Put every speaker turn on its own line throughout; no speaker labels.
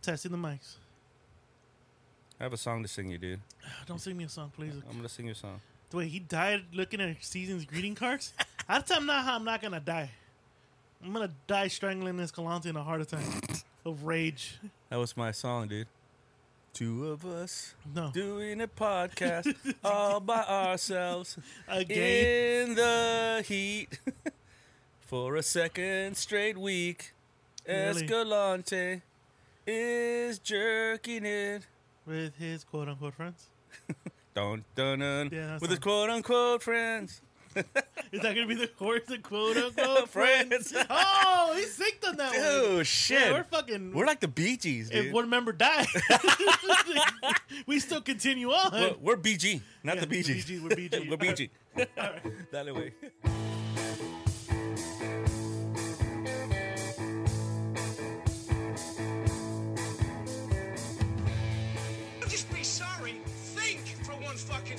Testing the mics.
I have a song to sing you, dude.
Don't sing me a song, please.
I'm gonna sing you a song.
The way he died looking at season's greeting cards. I tell him now how I'm not gonna die. I'm gonna die strangling this Calante in a heart attack of rage.
That was my song, dude. Two of us
No,
doing a podcast all by ourselves
again.
in the heat for a second straight week.
Really?
Escalante is jerking it.
with his quote unquote friends.
Dun dun dun.
Yeah, that's
with his
not-
quote unquote friends.
Is that gonna be the chorus of quote unquote friends?
Friends.
oh, he's synced on that one.
Dude,
Yeah,
shit.
we're fucking.
We're like the Bee Gees, dude.
if one member dies, we still continue on.
We're, we're BG, not
Yeah,
the BG.
We're BG.
we're BG. that way.
Just be sorry. Think for one fucking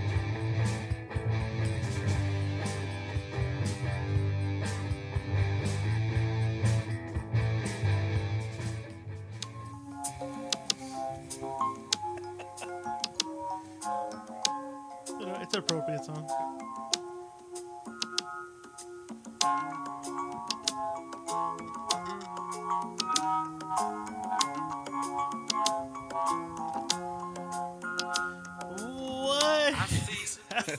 You know, it's an appropriate song. What?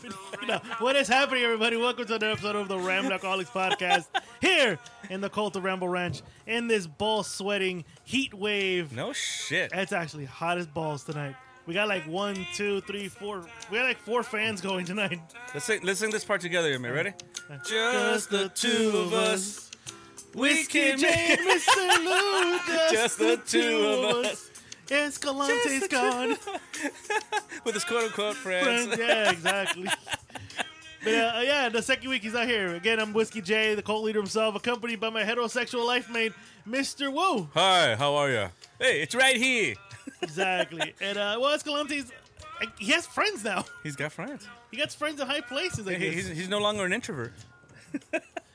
No, what is happening, everybody? Welcome to another episode of the Rambleholics Podcast here in the cult of Ramble Ranch in this ball sweating heat wave.
No shit.
It's actually hot as balls tonight. We got like one, two, three, four. We got like four fans going tonight.
Let's sing, let's sing this part together, man. Ready? Just the two of us. We can make
Jameson Lou.
Just the two of
us. Escalante's gone.
with his quote unquote friends.
Yeah, exactly. But uh, yeah, the second week he's out here. Again, I'm Whiskey J, the cult leader himself, accompanied by my heterosexual life mate, Mr. Woo.
Hi, how are you? Hey, it's right here.
Exactly. And uh, well, Escalante's, he has friends now.
He's got friends.
He gets friends in high places, I
He-
guess.
He's, he's no longer an introvert.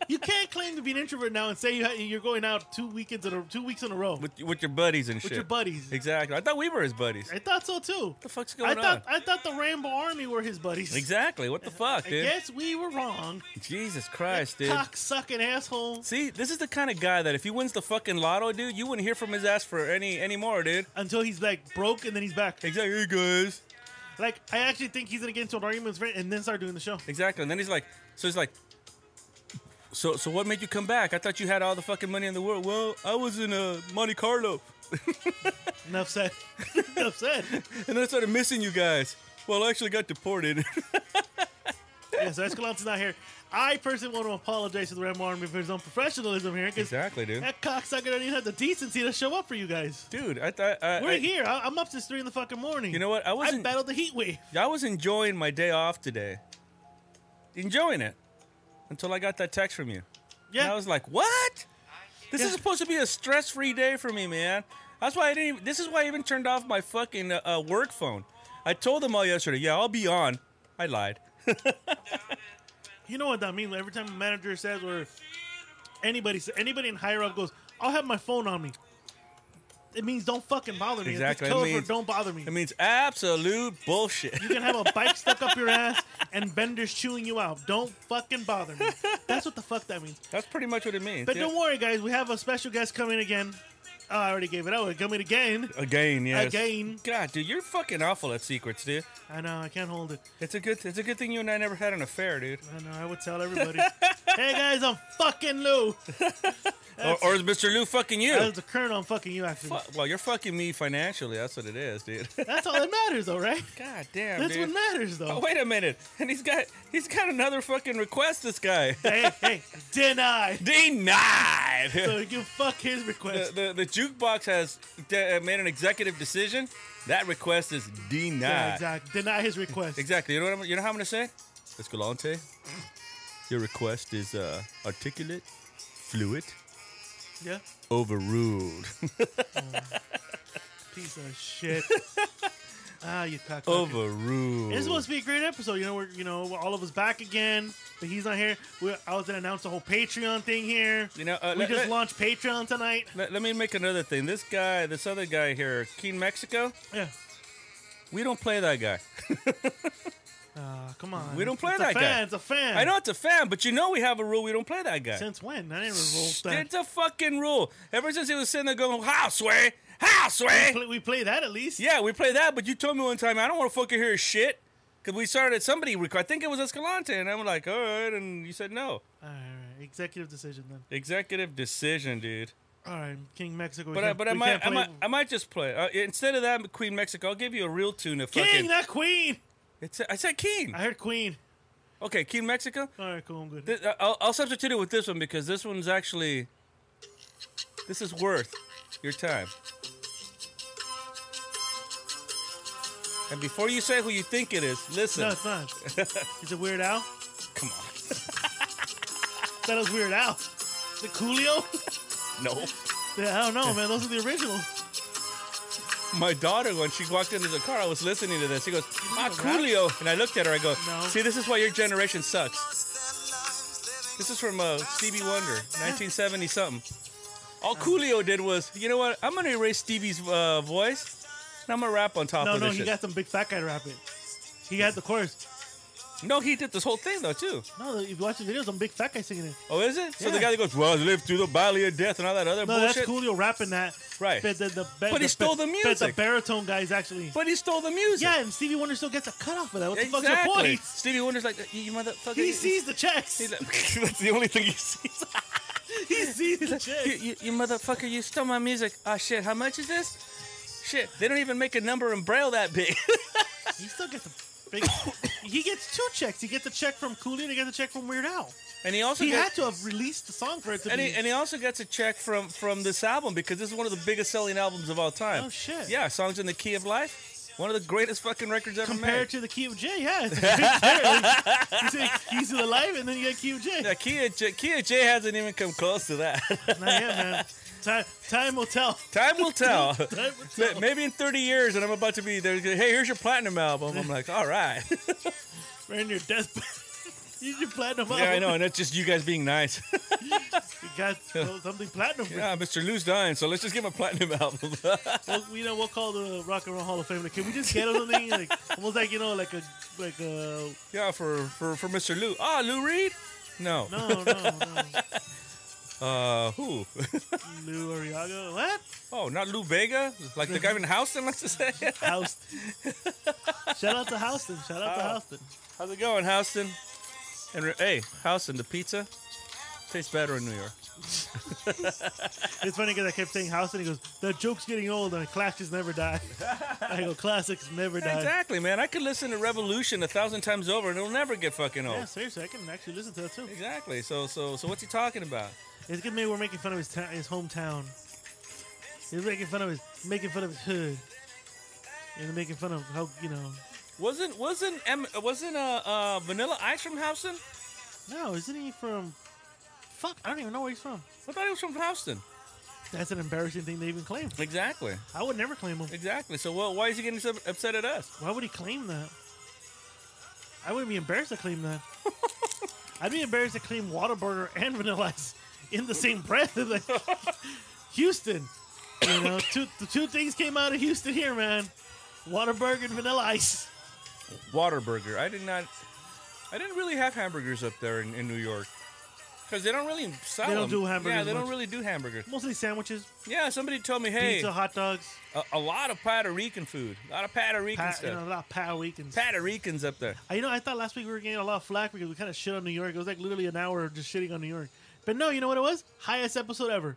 You can't claim to be an introvert now and say you ha- you're going out two weekends in a, two weeks in a row with,
With, with your buddies and shit.
your buddies.
Exactly. I thought we were his buddies.
I thought so too.
What the fuck's
I
going on?
thought I thought the Rambo Army were his buddies.
Exactly. What the fuck,
I
dude?
guess we were wrong.
Jesus Christ, dude.
Cock sucking asshole.
See, this is the kind of guy that if he wins the fucking lotto, dude, you wouldn't hear from his ass for any anymore, dude.
Until he's like broke and then he's back.
Exactly, hey guys.
Like I actually think he's gonna get into an argument with his friend and then start doing the show.
Exactly, and then he's like, so he's like, so so what made you come back? I thought you had all the fucking money in the world. Well, I was in uh, Monte Carlo,
Enough said. Enough said.
and then I started missing you guys. Well, I actually got deported.
Yeah, so Escalante's not here. I personally want to apologize to the Rambo Army for his unprofessionalism here because
exactly, dude.
that cocksucker doesn't even have the decency to show up for you guys.
Dude, I thought I,
We're
I-
here. I, I'm up since three in the fucking morning.
You know what? I
I
wasn't.
battled the heat wave.
I was enjoying my day off today, enjoying it, until I got that text from you. And
Yeah,
I was like, what? This is
Yeah.
supposed to be a stress free day for me, man. That's why I didn't even, this is why I even turned off my fucking uh, uh, work phone. I told them all yesterday, yeah, I'll be on. I lied.
you know what that means. Every time a manager says or anybody sa- anybody in higher up goes, "I'll have my phone on me." It means don't fucking bother me. If
Exactly. It
It's code for
means-
don't bother me.
It means absolute bullshit.
you can have a bike stuck up your ass and benders chewing you out. Don't fucking bother me. That's what the fuck that means.
That's pretty much what it means.
But
yeah.
don't worry, guys. We have a special guest coming again. Oh, I already gave it out. Coming again.
Again, yes.
Again.
God, dude, you're fucking awful at secrets, dude.
I know. I can't hold it.
It's a good, it's a good thing you and I never had an affair, dude.
I know. I would tell everybody. hey guys, I'm fucking Lou.
Or, or is Mr. Lou fucking you?
That was the colonel. I'm fucking you, actually.
Fu- well, you're fucking me financially. That's what it is, dude.
That's all that matters, though, right?
God damn,
That's
dude.
what matters,
Oh,
though.
wait a minute. And he's got he's got another fucking request, this guy.
hey, hey, deny.
Denied. God.
so you fuck his
the,
request.
the, the jukebox has de- uh, made an executive decision. That request is denied.
yeah, exactly. Deny his request.
Exactly. You know what I'm, you know how I'm gonna say? Escalante, your request is uh, articulate, fluid,
Yeah.
overruled,
Piece of shit. ah, you cocksucker.
overruled.
It's supposed to be a great episode. You know, we're you know we're all of us back again, but he's not here. we I was gonna announce the whole Patreon thing here.
You know, uh,
we
let-
just
let-
launched Patreon tonight.
let, let me make another thing. This guy, this other guy here, Keen Mexico.
Yeah.
We don't play that guy.
Uh, come on.
We don't play
it's
that
a
guy.
fan, It's a fan.
I know it's a fan, but you know we have a rule we don't play that guy.
Since when? I didn't revolt that.
It's a fucking rule. Ever since he was sitting there going, "How sway, how sway,"
Play- we play that at least.
Yeah, we play that, but you told me one time I don't want to fucking hear shit. Cause we started somebody, rec- I think it was Escalante, and I'm like, all right, and you said no.
All right, all right. Executive decision then.
Executive decision, dude.
All right, King Mexico. we
But I,
can't-
but I
we
might,
can't
I
play-
might I might just play uh, instead of that Queen Mexico. I'll give you a real tune of
King,
fucking.
not Queen.
It's, I said Keen.
I heard Queen.
Okay, Keen Mexico.
All right, cool. I'm good.
Th- uh, I'll, I'll substitute it with this one because this one's actually. This is worth your time. And before you say who you think it is, listen.
no, it's not. Is it Weird Al?
Come on.
That was Weird Al. The Coolio?
No.
yeah, I don't know, man. Those are the originals.
My daughter, when she walked into the car, I was listening to this. She goes, Ah, Coolio. And I looked at her, I go,
No.
See, this is why your generation sucks. This is from uh, Stevie Wonder, 1970 something. All Coolio did was, you know what? I'm going to erase Stevie's uh, voice and I'm going to rap on top
No,
of
no,
this
he
shit.
got some big fat guy to rap it. He got the chorus.
No, he did this whole thing, though, too.
No, if you watch the videos, some big fat guy singing it.
Oh, is it? So
Yeah.
the guy that goes, Well, I lived through the valley of death and all that other
No,
bullshit.
that's Coolio rapping that.
Right.
But, the, the,
But he stole
But
the
the
music.
baritone guy's actually.
But he stole the music.
yeah, and Stevie Wonder still gets a cut off of that. What the
exactly.
fuck's your point?
Stevie Wonder's like, You you motherfucker.
He sees the checks.
He's like- That's the only thing he sees.
He sees the
you,
checks.
you, you motherfucker, you stole my music. Oh shit, how much is this? Shit, they don't even make a number in braille that big.
He still gets a big. he gets two checks. He gets a check from Coolio and he gets a check from Weird Al.
and he also
He
gets,
had to have released the song for it to
and
be.
he, and he also gets a check from from this album because this is one of the biggest selling albums of all time.
Oh, shit.
Yeah, songs in the key of life, one of the greatest fucking records ever
Compared
made.
to the Key of J, yeah, it's a big difference. you say Keys to the Life, and then you get Key of J.
yeah, Key of J, Key of J hasn't even come close to that.
Not yet, man. Time, time will tell.
time will tell.
Time will tell.
Ma- Maybe in 30 years, and I'm about to be there. Hey, here's your platinum album. I'm like, all right.
We're in your deathbed. you just platinum
yeah, I know, and that's just you guys being nice.
You got something platinum.
Yeah, Mr. Lou's dying, so let's just give him a platinum album.
We'll, you know, we'll call the Rock and Roll Hall of Fame. Like, can we just get him something? Like, almost like you know, like a like a
yeah, for, for, for Mr. Lou. Ah, Lou Reed? No.
no, no, no.
Uh, who?
Lou Arriaga. What?
Oh, not Lou Vega? Like the guy in Houston, let's just say?
Houston. Shout out to Houston. Shout out to
Wow.
Houston.
How's it going, Houston? And re- hey, Houston, the pizza tastes better in New York.
It's funny because I kept saying Houston. He goes, "That joke's getting old, and clashes never die." I go, "Classics never die."
Exactly, man. I could listen to Revolution a thousand times over and it'll never get fucking old.
Yeah, seriously, I can actually listen to that too.
Exactly. So, so, so, what's he talking about?
It's good. Maybe we're making fun of his town, his hometown. He's making fun of his making fun of his hood. And making fun of how you know.
Wasn't wasn't M- wasn't uh, uh Vanilla Ice from Houston?
No, isn't he from? Fuck, I don't even know where he's from.
I thought he was from Houston.
That's an embarrassing thing they even claim.
Exactly.
I would never claim him.
Exactly. So, well, why is he getting so upset at us?
Why would he claim that? I wouldn't be embarrassed to claim that. I'd be embarrassed to claim Whataburger and Vanilla Ice in the same breath. Like, Houston, you know, two, the two things came out of Houston here, man. Whataburger and Vanilla Ice.
Waterburger. I did not. I didn't really have hamburgers up there in, in New York because they don't really sell
They don't
them.
do hamburgers
Yeah, they don't
much.
really do hamburgers.
Mostly sandwiches,
Yeah, somebody told me, hey,
pizza,
a,
hot dogs,
a lot of Puerto Rican food, a lot of Puerto Rican
pa- you know,
stuff.
a lot of power weekends.
Puerto Ricans up there.
I- You know, I thought last week we were getting a lot of flack because we kind of shit on New York. It was like literally an hour of just shitting on New York. But no, you know what it was? Highest episode ever.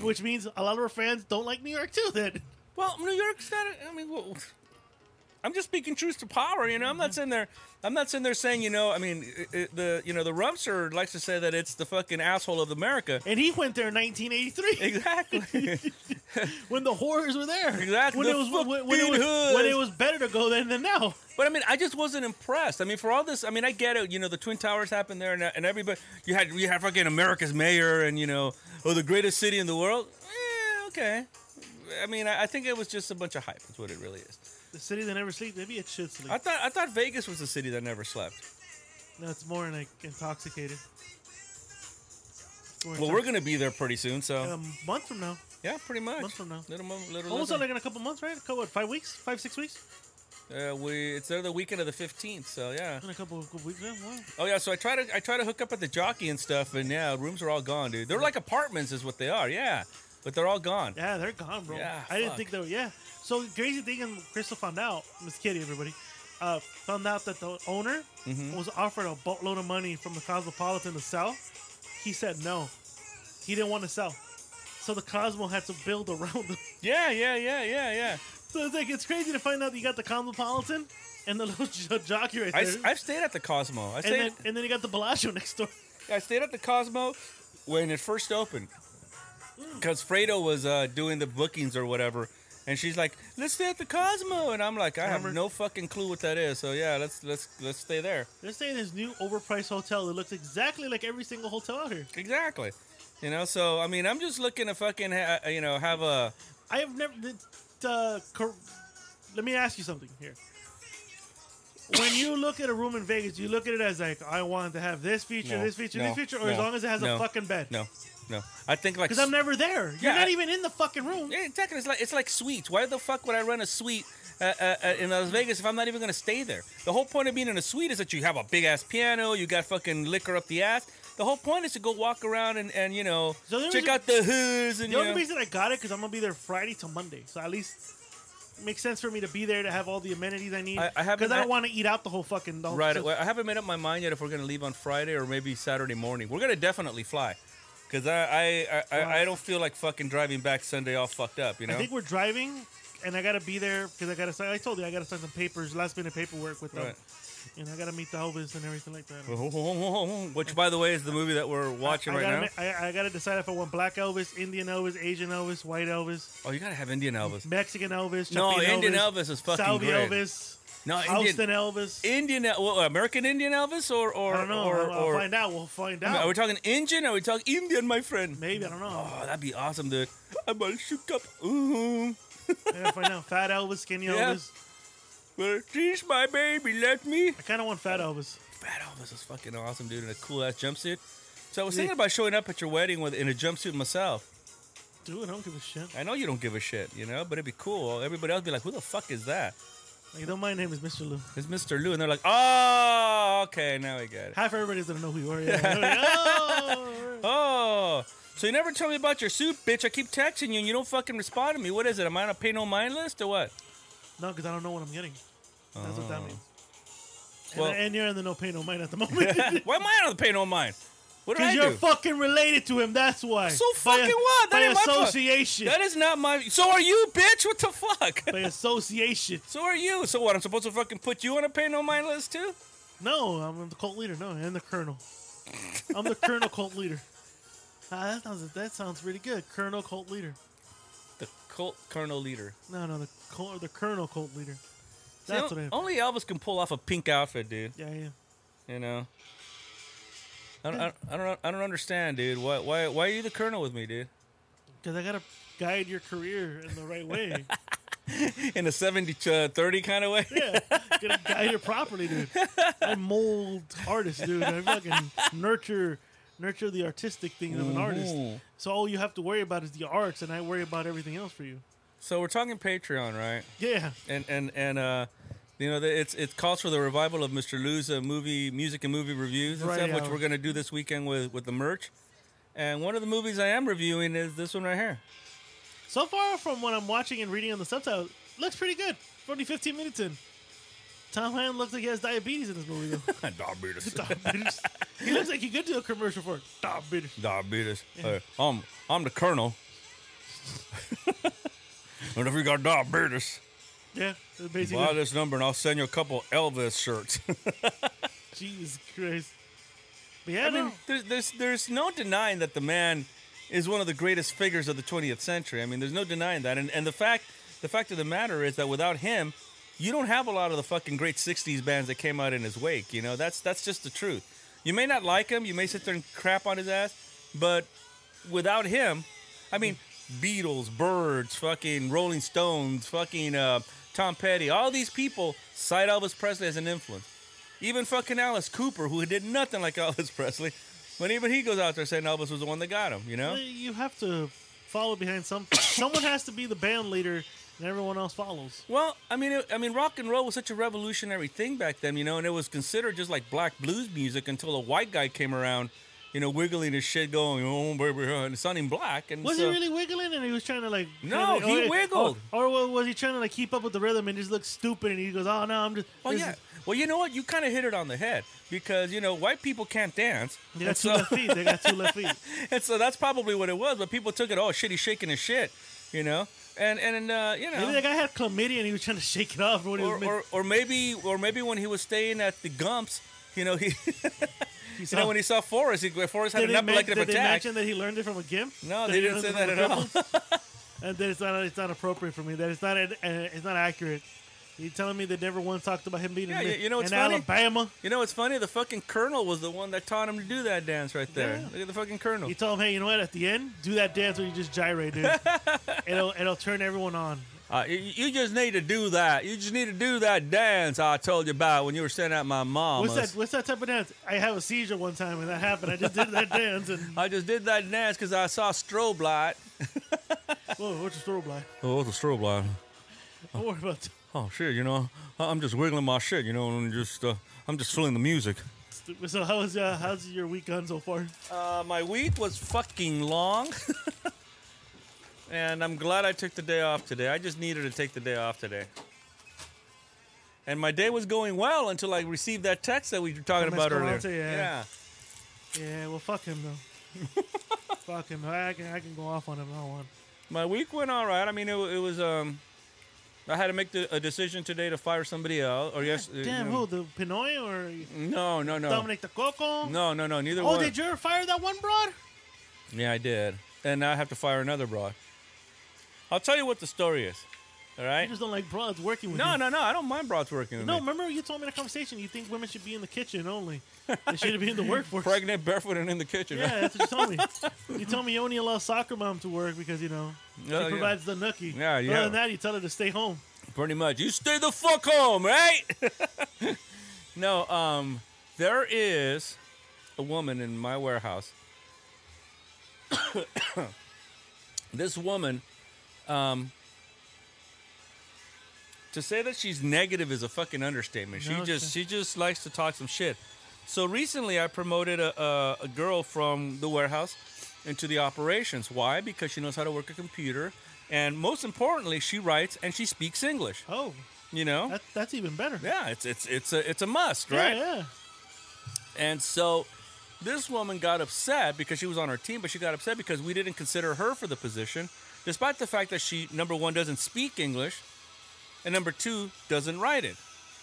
Which means a lot of our fans don't like New York too. Then
Well, New York's not. a- I mean, well, I'm just speaking truth to power. You know, I'm
Mm-hmm.
not sitting there. I'm not sitting there saying, you know, I mean, i i the you know the rumster likes to say that it's the fucking asshole of America.
And he went there in 1983
Exactly.
when the horrors were there.
Exactly,
When
the
it was when, when it was
fucking
when it
hood.
was better to go then than now.
But I mean, I just wasn't impressed. I mean, for all this, I mean, I get it. You know, the Twin Towers happened there, and, and everybody you had you had fucking America's mayor, and you know, oh, the greatest city in the world. Eh, okay. I mean, I, I think it was just a bunch of hype. That's what it really is.
The city that never sleeps. Maybe it should sleep.
I thought I thought Vegas was the city that never slept.
no, it's more like intoxicated. It's more
Well, we're
intox-
gonna be there pretty soon, so
a month from now.
yeah, pretty much.
month from now.
Little, mo- little,
Almost
little-
like in a couple months, right? A couple, what, five weeks, five six weeks,
uh, we it's there the weekend of the fifteenth, so yeah.
in a couple of weeks. Yeah, wow.
Oh yeah, so I try to I try to hook up at the jockey and stuff, and yeah, rooms are all gone, dude. They're like apartments, is what they are, yeah, but they're all gone.
Yeah, they're gone, bro.
Yeah,
I didn't
fuck.
think they were. Yeah. So the crazy thing, and Crystal found out. Miss Kitty, everybody, uh, found out that the owner
Mm-hmm.
was offered a boatload of money from the Cosmopolitan to sell. He said no. He didn't want to sell. So the Cosmo had to build around him.
Yeah, yeah, yeah, yeah, yeah.
So it's like it's crazy to find out that you got the Cosmopolitan and the little jo- jockey right
I,
there.
have stayed at the Cosmo. I
and
stayed,
then and then you got the Bellagio next door.
I stayed at the Cosmo when it first opened
Mm.
because Fredo was uh, doing the bookings or whatever. And she's like, "Let's stay at the Cosmo," and I'm like, "I have
Remember?
no fucking clue what that is." So yeah, let's let's let's stay there.
They're staying in this new overpriced hotel that looks exactly like every single hotel out here.
Exactly. You know, so I mean, I'm just looking to fucking ha- you know have a
I have never. The, the, cor- let me ask you something here. When you look at a room in Vegas, you look at it as like, I want to have this feature,
No,
this feature,
no,
this feature, or as
no,
long as it has
no,
a fucking bed.
no, no. I think like
Because I'm never there. You're
Yeah,
not
I-
even in the fucking room.
yeah, exactly. It's like it's like suites. Why the fuck would I rent a suite uh, uh, uh, in Las Vegas if I'm not even gonna stay there? The whole point of being in a suite is that you have a big ass piano, you got fucking liquor up the ass. The whole point is to go walk around and, and you know
So the only
check
reason-
out the hoods and
The
you
only
know.
reason I got it because I'm gonna be there Friday to Monday, so at least it makes sense for me to be there to have all the amenities I need.
I- I haven't-
because I
I-
don't want to eat out the whole fucking. The whole,
Right.
so-
well, I haven't made up my mind yet if we're gonna leave on Friday or maybe Saturday morning. We're gonna definitely fly. Cause I I, I, I, I don't feel like fucking driving back Sunday all fucked up, you know.
I think we're driving, and I gotta be there because I gotta sign. I told you I gotta sign some papers, last minute paperwork with them,
Right.
and I gotta meet the Elvis and everything like that.
Which, by the way, is the movie that we're watching
I
right
gotta,
now.
ma- I, I gotta decide if I want black Elvis, Indian Elvis, Asian Elvis, white Elvis,
oh, you gotta have Indian Elvis.
Mexican Elvis.
No,
Chapin
Indian
Elvis,
Elvis is fucking
Salvi
great.
Elvis,
No,
Austin
Indian,
Elvis.
Indian, El- well, American Indian Elvis, or or
I don't know.
or,
I'll, I'll
or-
find out. We'll find
are we
out.
talking Indian? Or are we talking Indian, my friend?
Maybe I don't know.
Oh, that'd be awesome, dude. I'm all shook up. Ooh,
I gotta find out. Fat Elvis, skinny
Yeah.
Elvis.
well, please, my baby, let me.
I kind of want Fat Elvis.
Fat Elvis is fucking awesome, dude, in a cool ass jumpsuit. So I was thinking about showing up at your wedding with in a jumpsuit myself.
Dude, I don't give a shit.
I know you don't give a shit, you know, but it'd be cool. Everybody else would be like, "Who the fuck is that?"
Like, don't mind him. Is Mr. Lou.
It's Mr. Lou, and they're like, "Oh, okay, now we get it."
Half everybody doesn't know who you are. Yeah. oh,
Oh, so you never tell me about your suit, bitch. I keep texting you and you don't fucking respond to me. What is it? Am I on a pay no mind list or what?
No, because I don't know what I'm getting. That's what that means. And,
Oh. Well-
and you're in the no pain, no mind at the moment. Because
Why am I on the pay no mind? What did I
you're
do?
fucking related to him. That's why.
So
By a-
fucking what? That
By
ain't my fault.
association.
that is not my. So are you, bitch? What the fuck?
by association.
so are you? So what? I'm supposed to fucking put you on a pay no mind list too?
No, I'm the cult leader. No, I'm the colonel. I'm the colonel cult leader. Ah, that sounds that sounds really good. Colonel cult leader.
The cult colonel leader.
No, no, the col- the colonel cult leader.
See,
That's
on-
what I.
only Elvis can pull off a pink outfit, dude.
Yeah, yeah.
You know. I don't, I don't, I don't, I don't understand, dude. Why, why, why are you the colonel with me, dude?
Because I gotta guide your career in the right way.
In a 70 to 30 kind of way?
Yeah, gotta guide it properly, dude. I mold artists, dude. I fucking nurture nurture the artistic thing of an
Mm-hmm.
artist.
Ooh.
So all you have to worry about is the arts, and I worry about everything else for you.
So we're talking Patreon, right?
Yeah,
and and and uh you know the- it's it calls for the revival of mr lou's uh, movie music and movie reviews and
Right,
stuff which
yeah.
we're going to do this weekend with with the merch and one of the movies i am reviewing is this one right here
So far, from what I'm watching and reading on the subtitle, looks pretty good. We're Only 15 minutes in. Tom Hanks looks like he has diabetes in this movie, though.
diabetes
diabetes. He looks like he could do a commercial for it. Diabetes.
diabetes Uh, i'm i'm the colonel and if you got diabetes
Yeah, that's basically.
Wow, this number, and I'll send you a couple Elvis shirts.
Jesus Christ. But yeah,
I mean,
no.
there's, there's there's no denying that the man is one of the greatest figures of the 20th century. I mean, there's no denying that. And and the fact the fact of the matter is that without him, you don't have a lot of the fucking great 60s bands that came out in his wake. You know, that's that's just the truth. You may not like him, you may sit there and crap on his ass, but without him, I mean, Beatles, Birds, fucking Rolling Stones, fucking uh, Tom Petty, all these people cite Elvis Presley as an influence. Even fucking Alice Cooper, who did nothing like Elvis Presley, but even he goes out there saying Elvis was the one that got him, you know?
Uh, you have to follow behind some. someone has to be the band leader, and everyone else follows.
Well, I mean, it, I mean, rock and roll was such a revolutionary thing back then, you know, and it was considered just like black blues music until a white guy came around, you know, wiggling his shit, going, "Oh, baby," huh," and it's not even black. And
Was
so-
he really wiggling, and he was trying to like?
No,
kinda like-
he
or-
wiggled.
Or, or was he trying to like keep up with the rhythm and just look stupid? And he goes, "Oh no, I'm just."
Well,
this
yeah.
is-
Well, you know what? You kind of hit it on the head because you know white people can't dance,
They
and
got two
so
left feet. They got two left feet.
and so that's probably what it was. But people took it. Oh shit, he's shaking his shit, you know. And and uh, you know,
Maybe that guy had chlamydia and he was trying to shake it off. Or,
or,
or,
or or maybe or maybe when he was staying at the Gumps, you know he you know when he saw Forrest, he, Forrest had
did
an
they, men-
epileptic
did they
attack.
mention that he learned it from a gimp?
No,
That
they
he learned
didn't say
it from
that
a
at all.
and that it's not it's not appropriate for me. That it's not uh, it's not accurate. You telling me they never once talked about him being
Yeah,
in,
you- you know
in
what's funny?
Alabama?
You know, it's funny. The fucking colonel was the one that taught him to do that dance right there.
Yeah.
Look at the fucking colonel.
You tell him, hey, you know what? At the end, do that dance where you just gyrate, dude. it'll it'll turn everyone on.
Uh, you, you just need to do that. You just need to do that dance I told you about when you were sitting at my mom's.
What's that? What's that type of dance? I have a seizure one time and that happened. I just did that dance and
I just did that dance because I saw strobe light.
whoa, what's your strobe light?
Oh, what's a strobe light?
Don't worry about that.
Oh shit! You know, I- I'm just wiggling my shit. You know, and just uh, I'm just feeling the music.
So how's uh, how's your week gone so far?
Uh, my week was fucking long. and I'm glad I took the day off today. I just needed to take the day off today. And my day was going well until I received that text that we were talking
From
about earlier.
Escalante, yeah. Yeah, well, fuck him though. fuck him. I can I can go off on him. I don't want.
My week went all right. I mean, it, wa- it was um I had to make the, a decision today to fire somebody out or yes. uh,
Damn, who the Pinoy or
No, no, no.
Dominic the Coco?
No, no, no. Neither
Oh,
one.
did you fire that one broad?
Yeah, I did. And now I have to fire another broad. I'll tell you what the story is. All
I
right?
just don't like broads working with
No,
you.
no, no. I don't mind broads working with
No,
me.
remember you told me in a conversation you think women should be in the kitchen only. They shouldn't be in the workforce.
pregnant, barefoot, and in the kitchen.
Yeah, that's what you told me. You told me you only allow soccer mom to work because you know she
Oh, yeah.
provides the nookie.
Yeah, yeah.
Other than that, you tell her to stay home.
Pretty much. You stay the fuck home, right? no, um, there is a woman in my warehouse. this woman, um, to say that she's negative is a fucking understatement. She
No,
just
she-
she just likes to talk some shit. So recently, I promoted a, a, a girl from the warehouse into the operations. Why? Because she knows how to work a computer, and most importantly, she writes and she speaks English.
Oh,
You know,
that, that's even better.
yeah, it's it's it's a it's a must,
Yeah,
right?
Yeah.
And so this woman got upset because she was on our team, but she got upset because we didn't consider her for the position, despite the fact that she number one doesn't speak English, and number two doesn't write it.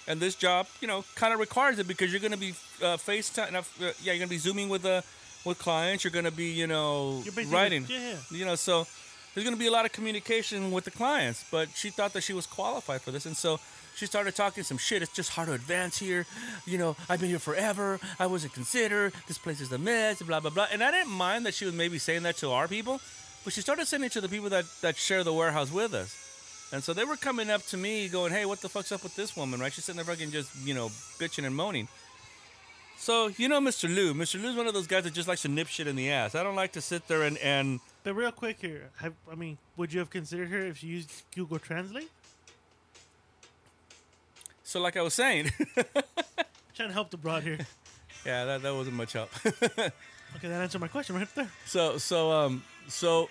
And this job, you know, kind of requires it because you're going to be uh, FaceTime. Uh, yeah, you're going to be zooming with uh, with clients. You're going to be, you know,
You're basically-
writing.
yeah, yeah.
You know, so there's going to be a lot of communication with the clients. But she thought that she was qualified for this, and so she started talking some shit. It's just hard to advance here. You know, I've been here forever. I wasn't considered. This place is a mess. Blah blah blah. And I didn't mind that she was maybe saying that to our people, but she started saying it to the people that that share the warehouse with us. And so they were coming up to me going, hey, what the fuck's up with this woman, right? She's sitting there fucking just, you know, bitching and moaning. So, you know, Mr. Lou. Mr. Lou's one of those guys that just likes to nip shit in the ass. I don't like to sit there and. and
But real quick here, have, I mean, would you have considered her if she used Google Translate?
so, like I was saying,
trying to help the broad here.
yeah, that, that wasn't much help.
Okay, that answered my question right there.
so, so, um, so.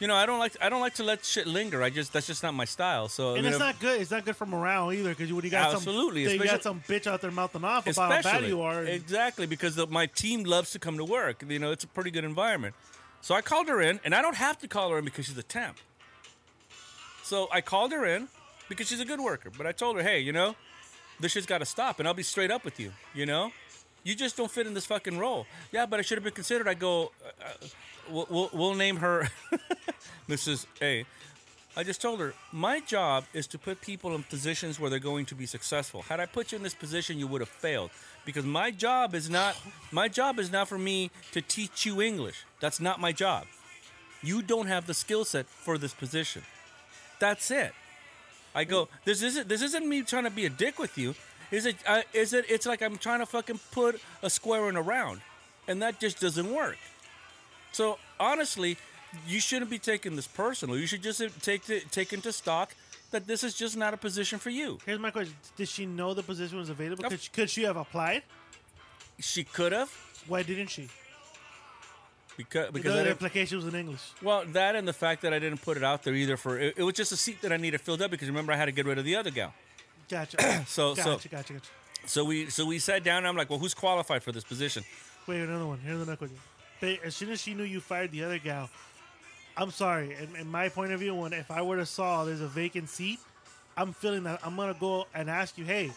You know, I don't like I don't like to let shit linger. I just that's just not my style. So I
And
mean,
it's
if-
not good. It's not good for morale either because when you got
Absolutely,
some, you got
especially-
some bitch out there mouthing off about how bad you are. and-
Exactly, because the, my team loves to come to work. You know, it's a pretty good environment. So I called her in, and I don't have to call her in because she's a temp. So I called her in, because she's a good worker. But I told her, hey, you know, this shit's got to stop, and I'll be straight up with you. You know, you just don't fit in this fucking role. Yeah, but I should have been considered. I go, uh, uh, we'll, we'll, we'll name her Mrs. A. I just told her my job is to put people in positions where they're going to be successful. Had I put you in this position, you would have failed because my job is not my job is not for me to teach you English. That's not my job. You don't have the skill set for this position. That's it. I go. This isn't. This isn't me trying to be a dick with you. Is it? I, is it? It's like I'm trying to fucking put a square in a round, and that just doesn't work. So honestly, you shouldn't be taking this personal. You should just take the, take into stock that this is just not a position for you.
Here's my question: Did she know the position was available?
Of-
Could she, could she have applied?
She could have
Why didn't she?
because because
Because
I
the
didn't,
application was in English.
well that and the fact that I didn't put it out there either for it, it was just a seat that I needed filled up because remember I had to get rid of the other gal.
Gotcha.
So-
gotcha,
so-
gotcha, gotcha.
So we so we sat down. and I'm like, well, who's qualified for this position?
Wait, another one. Here's another question. But as soon as she knew you fired the other gal, I'm sorry. In, in my point of view, when if I were to saw there's a vacant seat, I'm feeling that I'm gonna go and ask you, hey,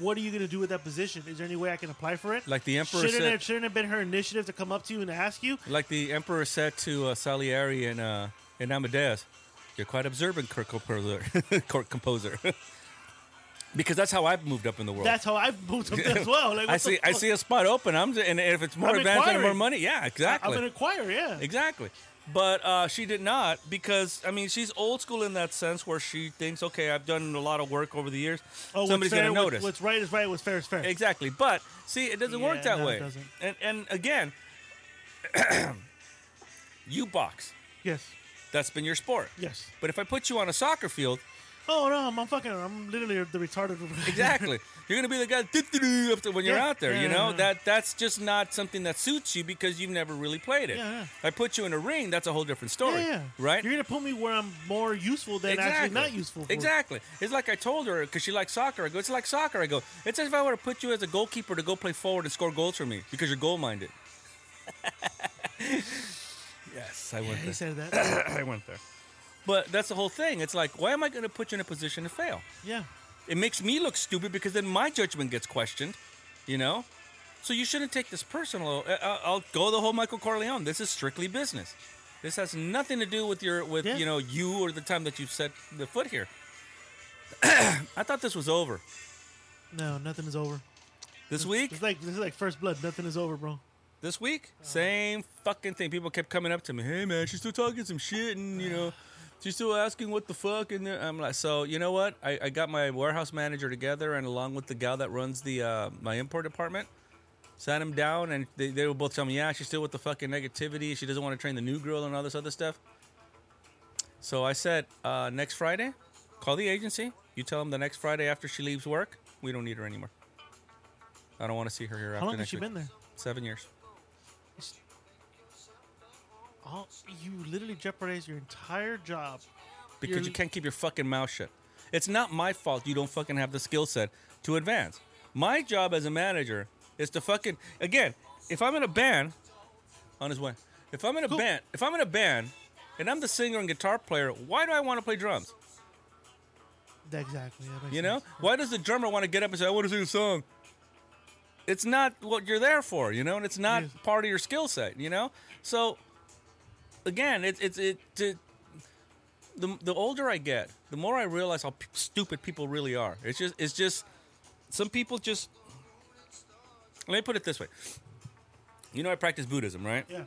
what are you gonna do with that position? Is there any way I can apply for it?
Like the emperor
shouldn't
said- Oh.
it, shouldn't it have been her initiative to come up to you and ask you.
Like the emperor said to uh, Salieri and uh, and Amadeus, you're quite observant, court composer. court composer. because that's how I've moved up in the world.
That's how I've moved up there as well. Like, what
I
the
see. I
fuck?
see a spot open. I'm just, and if it's more
I'm
advanced and more
inquiring.
money, yeah, exactly,
I'm an inquirer, yeah.
exactly. But uh, she did not because I mean she's old school in that sense where she thinks, okay, I've done a lot of work over the years.
Oh, what's
Somebody's gonna
fair- what-
notice.
What's right is right. What's fair is fair.
Exactly. But see, it doesn't work
Yeah,
that
no, it
way.
doesn't.
And and again, you box.
Yes.
That's been your sport.
Yes.
But if I put you on a soccer field,
Oh no, I'm, I'm fucking. I'm literally the retarded.
exactly, you're gonna be the guy "Doo-doo-doo" up to- when you're
Yeah.
out there.
Yeah,
you know
yeah.
that that's just not something that suits you because you've never really played it.
Yeah, yeah.
I put you in a ring, that's a whole different
Yeah,
story,
yeah.
right?
You're gonna put me where I'm more useful than actually not useful. For.
Exactly. It's like I told her because she likes soccer. I go, it's like soccer. I go, it's as if I were to put you as a goalkeeper to go play forward and score goals for me because you're goal minded. yes, I went
He
there.
said that.
I went there. But that's the whole thing. It's like, why am I going to put you in a position to fail?
yeah.
It makes me look stupid because then my judgment gets questioned, you know? So you shouldn't take this personal. I- I- I'll go the whole Michael Corleone. This is strictly business. This has nothing to do with your with
Yeah.
you know you or the time that you set the foot here. I thought this was over.
No, nothing is over.
This week,
It's like this is like first blood. Nothing is over, bro.
this week, same fucking thing. People kept coming up to me. Hey man, she's still talking some shit, and you know, she's still asking what the fuck. And then I'm like, so you know what? I, I got my warehouse manager together, and along with the gal that runs the uh, my import department, sat him down, and they, they were both telling me, yeah, she's still with the fucking negativity. She doesn't want to train the new girl and all this other stuff. So I said, uh, next Friday, call the agency. You tell them the next Friday after she leaves work, we don't need her anymore. I don't want to see her here after
How long has
next
she
week.
been there?
Seven years.
It's- Oh, you literally jeopardize your entire job.
because
You're-
you can't keep your fucking mouth shut. It's not my fault you don't fucking have the skill set to advance. My job as a manager is to fucking again. If I'm in a band, on his way. If I'm in a
Cool.
band, if I'm in a band, and I'm the singer and guitar player, why do I want to play drums?
That- Exactly. that makes
You know,
sense.
why does the drummer want to get up and say, "I want to sing a song"? It's not what you're there for, you know, and it's not
Yes.
part of your skill set, you know. So, again, it's it's it. To, the the older I get, the more I realize how p- stupid people really are. It's just it's just some people just. Let me put it this way. You know, I practice Buddhism, right?
Yeah.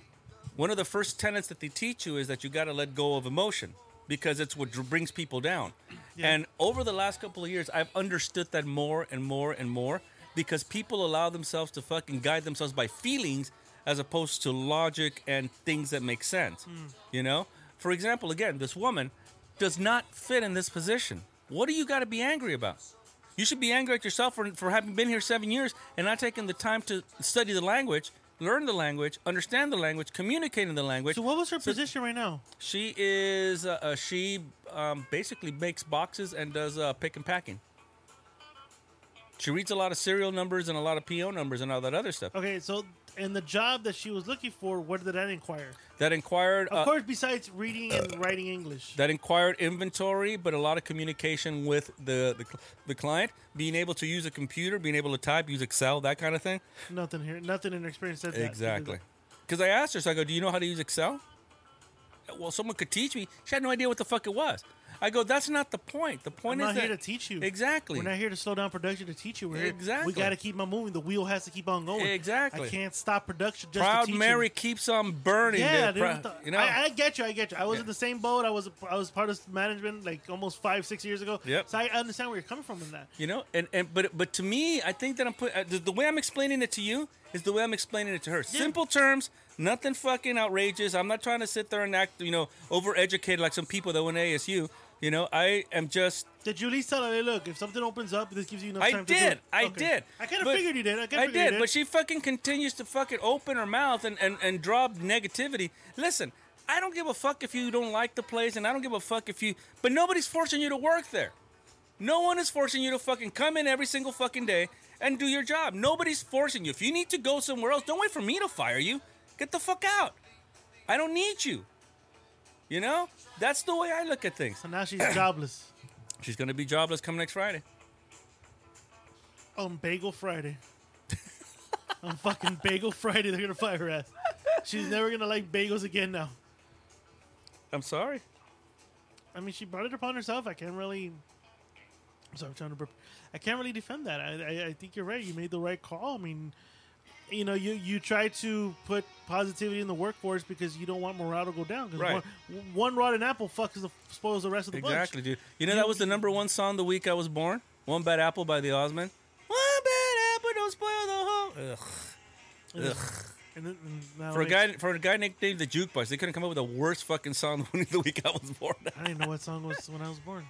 One of the first tenets that they teach you is that you got to let go of emotion because it's what dr- brings people down.
Yeah.
And over the last couple of years, I've understood that more and more and more because people allow themselves to fucking guide themselves by feelings as opposed to logic and things that make sense.
Hmm.
You know? For example, again, this woman does not fit in this position. What do you got to be angry about? You should be angry at yourself for, for having been here seven years and not taking the time to study the language, learn the language, understand the language, communicate in the language.
So what was her position right now?
She is uh, uh, she um, basically makes boxes and does uh, pick and packing. She reads a lot of serial numbers and a lot of PO numbers and all that other stuff.
Okay, so in the job that she was looking for, where did that inquire?
That inquired
Of
uh,
course, besides reading and writing English.
that inquired inventory, but a lot of communication with the, the cl- the client, being able to use a computer, being able to type, use Excel, that kind of thing.
nothing here. Nothing in her experience said that.
Exactly. Because I asked her, so I go, "Do you know how to use Excel?" Well, someone could teach me. She had no idea what the fuck it was. I go, "That's not the point. The
I'm
point
not
is
here to
that
teach you.
exactly.
We're not here to slow down production to teach you. We're here.
Exactly.
We got to keep on moving. The wheel has to keep on going.
Exactly.
I can't stop production just to
Proud
teach you.
Mary keeps on burning.
Yeah,
dude.
dude,
Pro-
what the-
you know,
I, I get you. I get you. I was
Yeah.
in the same boat. I was I was part of management like almost five six years ago.
Yep.
So I understand where you're coming from in that.
you know, and, and but but to me, I think that I'm put uh, the, the way I'm explaining it to you is the way I'm explaining it to her. Simple terms, nothing fucking outrageous. I'm not trying to sit there and act, you know, overeducated like some people that went to ASU. You know, I am just
Did you at least tell her, hey, look, if something opens up, this gives you enough
I
time to do
did.
it?
I
Okay.
did.
I kind of
But-
figured you did. I, kinda
I
figured you
did, but she fucking continues to fucking open her mouth and, and, and drop negativity. Listen, I don't give a fuck if you don't like the place, and I don't give a fuck if you. But nobody's forcing you to work there. No one is forcing you to fucking come in every single fucking day and do your job. Nobody's forcing you. If you need to go somewhere else, don't wait for me to fire you. Get the fuck out. I don't need you. You know? That's the way I look at things.
So now she's jobless
She's gonna be jobless come next Friday.
on Bagel Friday. on fucking Bagel Friday, they're going to fire her ass. She's never going to like bagels again now.
I'm sorry.
I mean, she brought it upon herself. I can't really. I'm sorry, I'm trying to. burp. I can't really defend that. I, I, I think you're right. You made the right call. I mean, you know, you you try to put positivity in the workforce because you don't want morale to go down. 'cause
Right.
One, one rotten apple fucks the, spoils the rest of the
Exactly,
bunch.
dude. You know that was the number one song the week I was born. One bad apple by the Osmond. One bad apple don't spoil the whole. Ugh.
Exactly. And then, and now
For a
like,
guy, for a guy nicknamed the Jukebox, they couldn't come up with a worse fucking song the week I was born.
I didn't know what song was when I was born.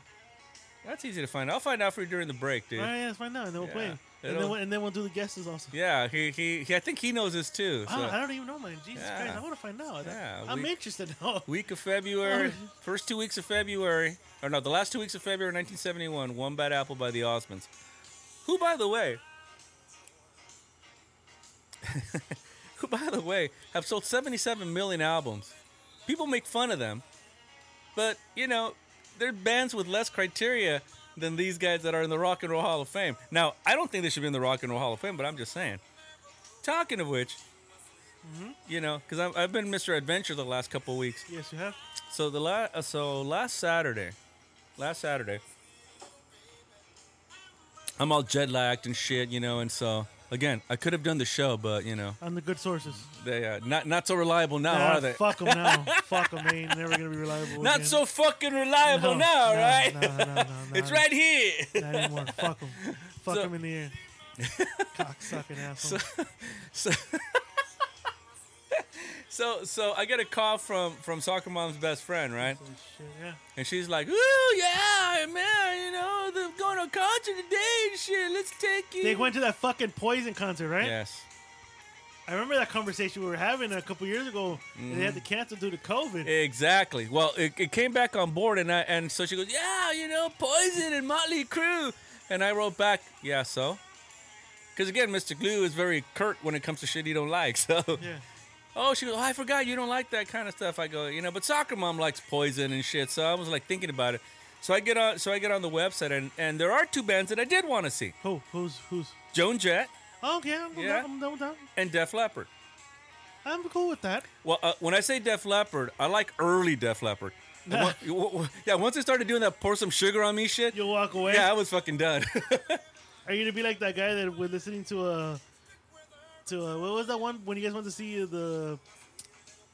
That's easy to find. I'll find out for you during the break, dude.
All right, yeah, let's find out, and then we'll play.
Yeah.
it.
They
And then,
don't-
we'll- and then we'll do the guesses also.
Yeah, he, he he. I think he knows this too. So.
Wow, I don't even know mine. Jesus
Yeah.
Christ, I want to find out.
Yeah,
I'm
we-
interested now.
Week of February,
Oh.
first two weeks of February, or no, the last two weeks of February 1971, One Bad Apple by the Osmonds. Who, by the way, who, by the way, have sold 77 million albums. People make fun of them, but, you know, they're bands with less criteria than these guys that are in the Rock and Roll Hall of Fame. Now, I don't think they should be in the Rock and Roll Hall of Fame, but I'm just saying. Talking of which, you know, because I've been Mr. Adventure the last couple of weeks.
Yes, you have.
So the la- uh, so last Saturday, last Saturday, I'm all jet lagged and shit, you know, and so again, I could have done the show, but you know,
On the good sources.
they uh, not not so reliable now,
Nah,
are they?
Fuck them now. fuck them. They ain't never gonna be reliable.
not
again.
so fucking reliable
No,
now,
no,
right?
No, no, no, no,
it's right here.
Not anymore. Fuck them. Fuck
So-
them in the ear. Cocksucking asshole.
So, so so I get a call from from soccer mom's best friend, right?
Holy shit, yeah.
And she's like, "Ooh, yeah, man, you know, they're going to a concert today and shit. Let's take you."
They went to that fucking poison concert, right?
Yes.
I remember that conversation we were having a couple years ago, and they
Mm-hmm.
had to cancel due to COVID.
Exactly. Well, it, it came back on board, and I and so she goes, "Yeah, you know, Poison and Motley Crue," and I wrote back, "Yeah, so." Because again, Mr. Glue is very curt when it comes to shit he don't like. So,
yeah.
oh, she goes, oh, I forgot you don't like that kind of stuff. I go, you know, but soccer mom likes Poison and shit. So I was like thinking about it. So I get on, so I get on the website, and and there are two bands that I did want to see:
Who? Who's? Who's?
Joan Jett
Oh, okay, I'm,
Yeah.
I'm, down with that.
and Def Leppard.
I'm cool with that.
Well, uh, when I say Def Leppard, I like early Def Leppard. And one- w- w- yeah, once they started doing that pour some sugar on me shit,
You'll walk away.
yeah, I was fucking done.
Are you gonna be like that guy that we're listening to a to a, what was that one when you guys went to see the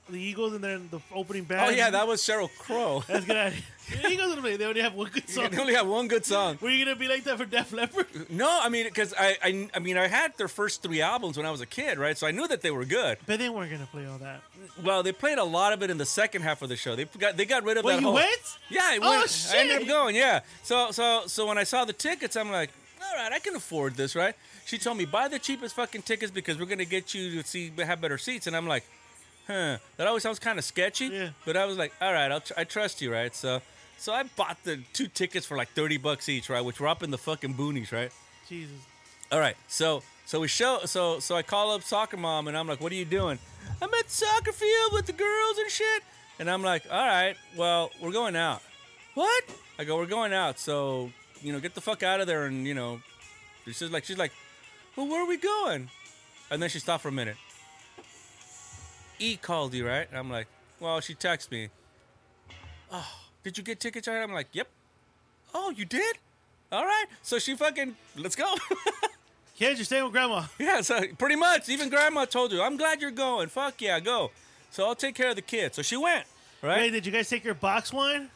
the Eagles and then the opening band?
oh yeah, that was Cheryl Crow.
That's good. The Eagles gonna play. They only have one good song.
they only have one good song.
Were you gonna be like that for Def Leppard?
No, I mean, because I, I, I mean, I had their first three albums when I was a kid, right? So I knew that they were good.
But they weren't gonna play all that.
Well, they played a lot of it in the second half of the show. They got, they got rid of
Well,
that
you
whole.
went?
Yeah, I went.
Oh,
I ended up
shit.
going. Yeah. So so so when I saw the tickets, I'm like, all right, I can afford this, right? She told me buy the cheapest fucking tickets because we're gonna get you to see have better seats, and I'm like, huh. That always sounds kind of sketchy.
Yeah.
But I was like, all right, I'll tr- I trust you, right? So so I bought the two tickets for like thirty bucks each, right? Which were up in the fucking boonies, right?
Jesus.
All right, so so we show so so I call up soccer mom and I'm like, "What are you doing?" I'm at the soccer field with the girls and shit. And I'm like, "All right, well, we're going out." What? I go, "We're going out." So you know, get the fuck out of there and you know, she's like, she's like, "Well, where are we going?" And then she stopped for a minute. E called you, right? And I'm like, "Well, she texted me." Oh, did you get tickets? Right? I'm like, "Yep." Oh, you did? All right. So she fucking let's go.
Kids, you're staying with grandma.
Yeah, so pretty much. Even grandma told you, I'm glad you're going. Fuck yeah, go. So I'll take care of the kid. So she went,
Hey,
right?
did you guys take your box wine?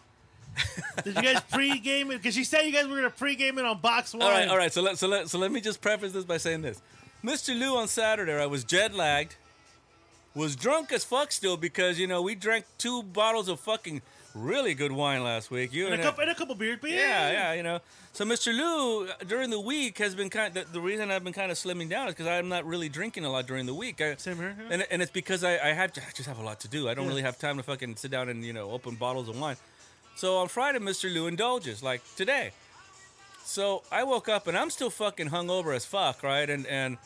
Did you guys pre-game it? Because she said you guys were gonna pre-game it on box one.
All right, all right. So let, so, let, so let me just preface this by saying this. Mr. Lou on Saturday, I was jet lagged, was drunk as fuck still because, you know, we drank two bottles of fucking really good wine last week. You
And a
and
couple, and a couple beers, but
Yeah, yeah, you know. So Mr. Lou uh, during the week has been kind. The, the reason I've been kind of slimming down is because I'm not really drinking a lot during the week. I,
Same here, yeah.
And, and it's because I, I have to, I just have a lot to do. I don't really have time to fucking sit down and you know open bottles of wine. So on Friday, Mr. Lou indulges like today. So I woke up and I'm still fucking hungover as fuck, right? And and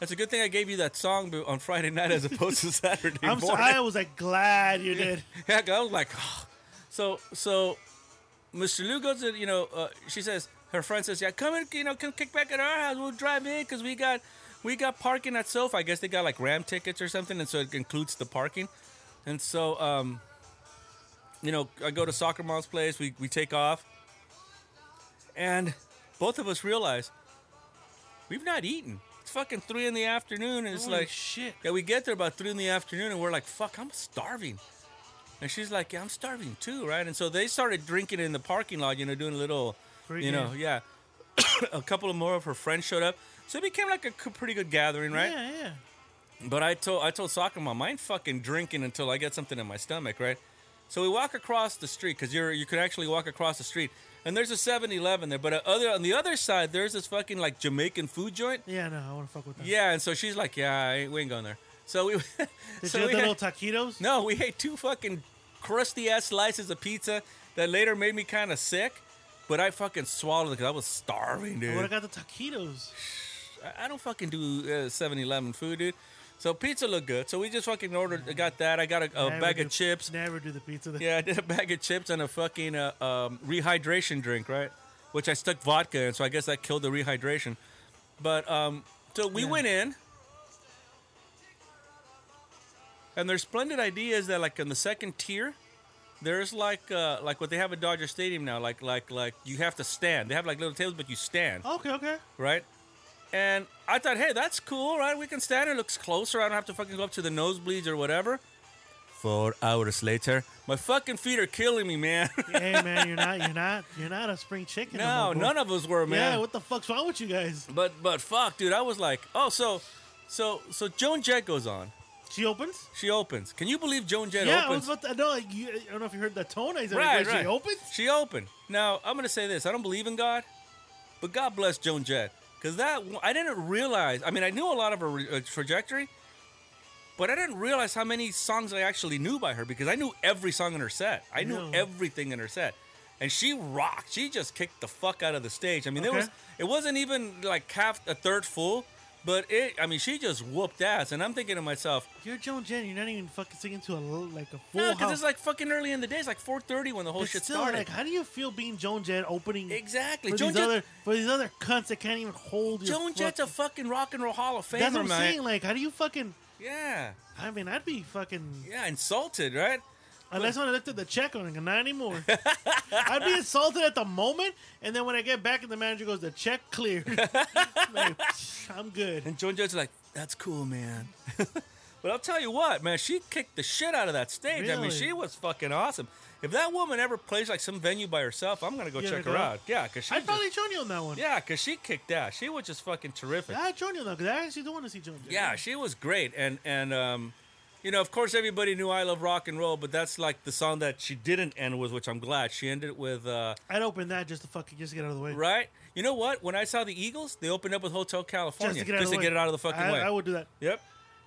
that's a good thing I gave you that song bo- on Friday night as opposed to Saturday
I'm so,
morning.
I was like glad you did.
Heck, I was like, "Oh." so so. Mr. Lou goes to you know. Uh, she says her friend says, "Yeah, come and you know, come kick back at our house. We'll drive in because we got we got parking at SoFi. I guess they got like Ram tickets or something, and so it includes the parking. And so um, you know, I go to soccer mom's place. We we take off, and both of us realize we've not eaten. It's fucking three in the afternoon, and it's
Holy
like
shit.
yeah, we get there about three in the afternoon, and we're like, "Fuck, I'm starving." And she's like, "Yeah, I'm starving too, right?" And so they started drinking in the parking lot, you know, doing a little, you
Pre-game.
know, yeah. a couple of more of her friends showed up, so it became like a c- pretty good gathering, right?
Yeah, yeah.
But I told I told soccer mom, I ain't fucking drinking until I get something in my stomach, right? So we walk across the street because you're you could actually walk across the street, and there's a 7-Eleven there. But uh, other on the other side, there's this fucking like Jamaican food joint.
Yeah, no, I want to fuck with that.
Yeah, and so she's like, "Yeah, I ain't, we ain't going there." So we,
Did
so
you have
we
the
had-
little taquitos?
no, we ate two fucking crusty ass slices of pizza that later made me kind of sick, but I fucking swallowed it because I was starving,
I
dude.
would have got the taquitos.
I- I don't fucking do 7 Eleven food, dude. So pizza looked good. So we just fucking ordered, got that. I got a, a
Never
bag
do-
of chips.
Never do the pizza.
Yeah, I did a bag of chips and a fucking uh, um, rehydration drink, right? Which I stuck vodka in, so I guess that killed the rehydration. But um, so we
Yeah.
went in, and their splendid idea is that like in the second tier, there's like uh, like what they have at Dodger Stadium now, like like like you have to stand. They have like little tables, but you stand
Okay, okay.
right? And I thought, hey, that's cool, right? We can stand. It looks closer. I don't have to fucking go up to the nosebleeds or whatever. Four hours later, my fucking feet are killing me, man.
hey man, you're not, you're not, you're not a spring chicken.
no, none of us were, man.
Yeah, what the fuck's wrong with you guys?
but but fuck, dude, I was like, oh, so so so Joan Jett goes on.
She opens.
She opens. Can you believe Joan Jett
yeah, I was
opens?
about to. No, like, you, I don't know if you heard the tone. I said,
Right,
when
right.
She opens.
She opened. Now I'm gonna say this. I don't believe in God, but God bless Joan Jett because that I didn't realize. I mean, I knew a lot of her uh, trajectory, but I didn't realize how many songs I actually knew by her because I knew every song in her set. I knew
No.
everything in her set, and she rocked. She just kicked the fuck out of the stage. I mean, there
Okay.
was it wasn't even like half a third full, but it. I mean, she just whooped ass, and I'm thinking to myself.
You're Joan Jen. You're not even fucking singing to a l- like a full
No, because
house.
it's like fucking early in the day. It's like 4:30 when the whole
But
shit
still,
started.
like, how do you feel being Joan Jett opening
Exactly.
for
Joan
these
Jett-
other for these other cunts that can't even hold your
Joan Jett's a
fuck-
fucking rock and roll Hall of Famer,
That's what I'm
man.
saying. Like, how do you fucking?
Yeah,
I mean, I'd be fucking.
yeah, insulted, right?
Unless when I looked at the check, I'm like, not anymore. I'd be insulted at the moment, and then when I get back, and the manager goes, "The check cleared." like, "Psh, I'm good.
And Joan Jett's like, "That's cool, man." but I'll tell you what, man, she kicked the shit out of that stage. I mean,
Really?
she was fucking awesome. If that woman ever plays like some venue by herself, I'm gonna go
You
check
gonna
her
go?
out. Yeah, cause she,
I'd
just,
probably join you on that one.
yeah, cause she kicked ass. She was just fucking terrific.
I'd join you on that because I actually do want to see Joan Jett.
Yeah, she was great, and and um, you know, of course, everybody knew I love rock and roll, but that's like the song that she didn't end with, which I'm glad she ended it with. Uh,
I'd open that just to fucking just to get out of the way.
Right? You know what? When I saw the Eagles, they opened up with Hotel California
Just to get out of the way.
it out of the fucking
I,
way.
I would do that.
Yep.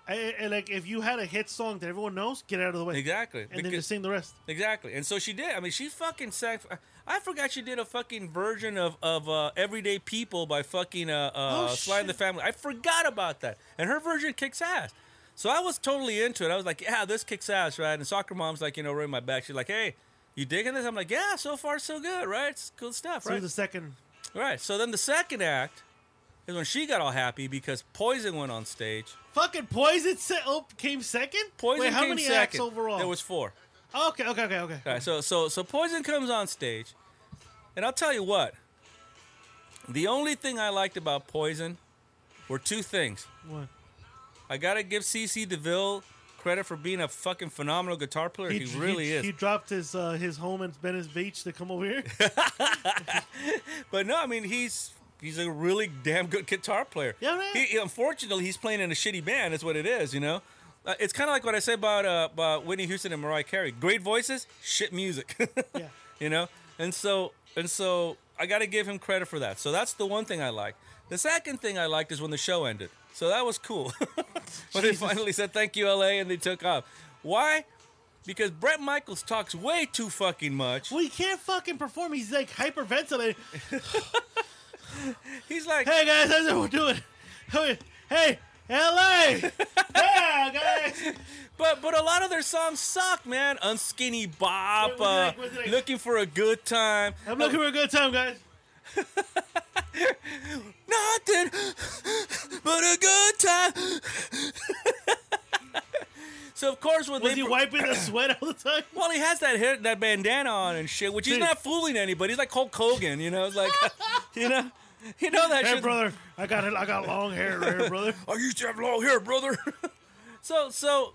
I, I- like if you had a hit song that everyone knows, get out of the way,
Exactly.
and then
Because-
just sing the rest.
Exactly. And so she did. I mean, she fucking sang. I forgot she did a fucking version of of uh, Everyday People by fucking uh, uh,
Oh,
Sly and the
shit.
Family. I forgot about that. And her version kicks ass. So I was totally into it. I was like, yeah, this kicks ass, right? And soccer mom's like, you know, right in my back. She's like, hey, you digging this? I'm like, yeah, so far so good, right? It's cool stuff,
So
right?
the second,
right. So then the second act is when she got all happy because Poison went on stage.
fucking Poison se- oh, came second.
Poison
Wait, how
came
many
second.
acts overall?
There was four.
okay, okay, okay, okay.
All right, so so so Poison comes on stage, and I'll tell you what. The only thing I liked about Poison were two things.
One.
I gotta give CC DeVille credit for being a fucking phenomenal guitar player. He, really is.
He dropped his uh, his home in Venice Beach to come over here.
But no, I mean he's he's a really damn good guitar player.
Yeah, man.
He, unfortunately, he's playing in a shitty band. That's what it is. You know. Uh, it's kind of like what I say about uh, about Whitney Houston and Mariah Carey. Great voices, shit music.
Yeah.
You know. And so and so I got to give him credit for that. So that's the one thing I like. The second thing I liked is when the show ended. So that was cool. when they finally said thank you, LA, and they took off. Why? Because Brett Michaels talks way too fucking much.
well, he can't fucking perform. He's like hyperventilating.
He's like,
Hey guys, how's everyone doing? Hey, hey, LA. yeah, guys.
But but a lot of their songs suck, man. Unskinny
Wait,
Bop,
was it like-
uh,
was it like-
looking for a good time.
I'm looking for a good time, guys.
Nothing but a good time. so of course when
Was
they
he wiping the sweat all the time?
well he has that hair, that bandana on and shit, which he's
Dude.
not fooling anybody. He's like Hulk Hogan, you know. It's like you know, you know that
Hey,
shit.
brother, I got I got long hair, right here, brother.
I used to have long hair, brother. so so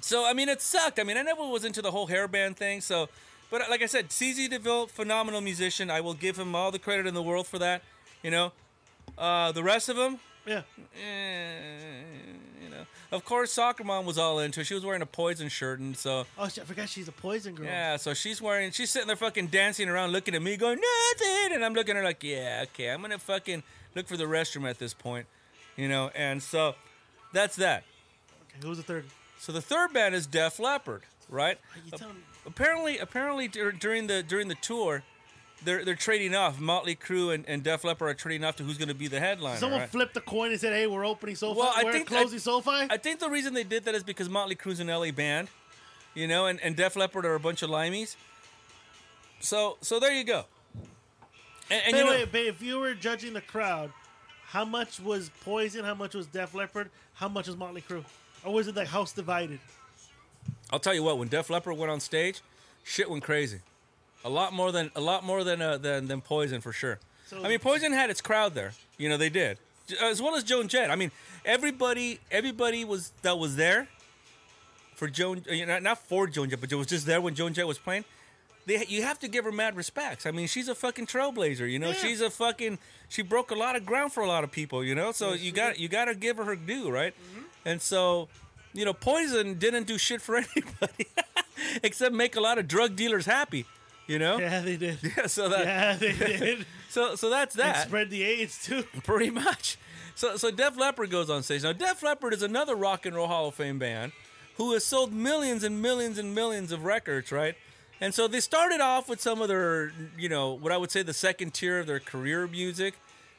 so I mean it sucked. I mean I never was into the whole hairband thing. So, but like I said, CZ DeVille, phenomenal musician. I will give him all the credit in the world for that. You know, uh, the rest of them,
Yeah.
you know. Of course, soccer mom was all into. it. She was wearing a poison shirt, and so
Oh, shit, I forgot she's a poison girl.
yeah, so she's wearing, she's sitting there fucking dancing around, looking at me, going nothing, and I'm looking at her like, yeah, okay, I'm gonna fucking look for the restroom at this point, you know. And so that's that.
Okay, who's the third?
So the third band is Def Leppard, right?
You tell me.
Apparently, apparently dur- during the during the tour, they're they're trading off. Motley Crue and, and Def Leppard are trading off to who's going to be the headliner.
Someone
right?
flipped the coin and said, "Hey, we're opening SoFi.
Well, I
we're
think-
closing
I-
SoFi."
I think the reason they did that is because Motley Crue's an LA band, you know, and, and Def Leppard are a bunch of limeys. So so there you go. And, and
By the
you know,
way, babe, if you were judging the crowd, how much was Poison? How much was Def Leppard? How much was Motley Crue? Or was it like house divided?
I'll tell you what, when Def Leppard went on stage, shit went crazy. A lot more than a lot more than uh, than, than Poison for sure.
So-
I mean, Poison had its crowd there. You know, they did, J- as well as Joan Jett. I mean, everybody everybody was that was there for Joan. uh, You know, not for Joan Jett, but it was just there when Joan Jett was playing. They, you have to give her mad respects. I mean, she's a fucking trailblazer. You know,
Yeah.
she's a fucking. She broke a lot of ground for a lot of people. You know, so you got you got to give her her due, right?
Mm-hmm.
And so, you know, Poison didn't do shit for anybody except make a lot of drug dealers happy. You know,
Yeah, they did.
so that
Yeah, they did.
so so that's
and
that
spread the AIDS too.
pretty much. So so Def Leppard goes on stage now. Def Leppard is another rock and roll Hall of Fame band who has sold millions and millions and millions of records, right? And so they started off with some of their, you know, what I would say the second tier of their career music.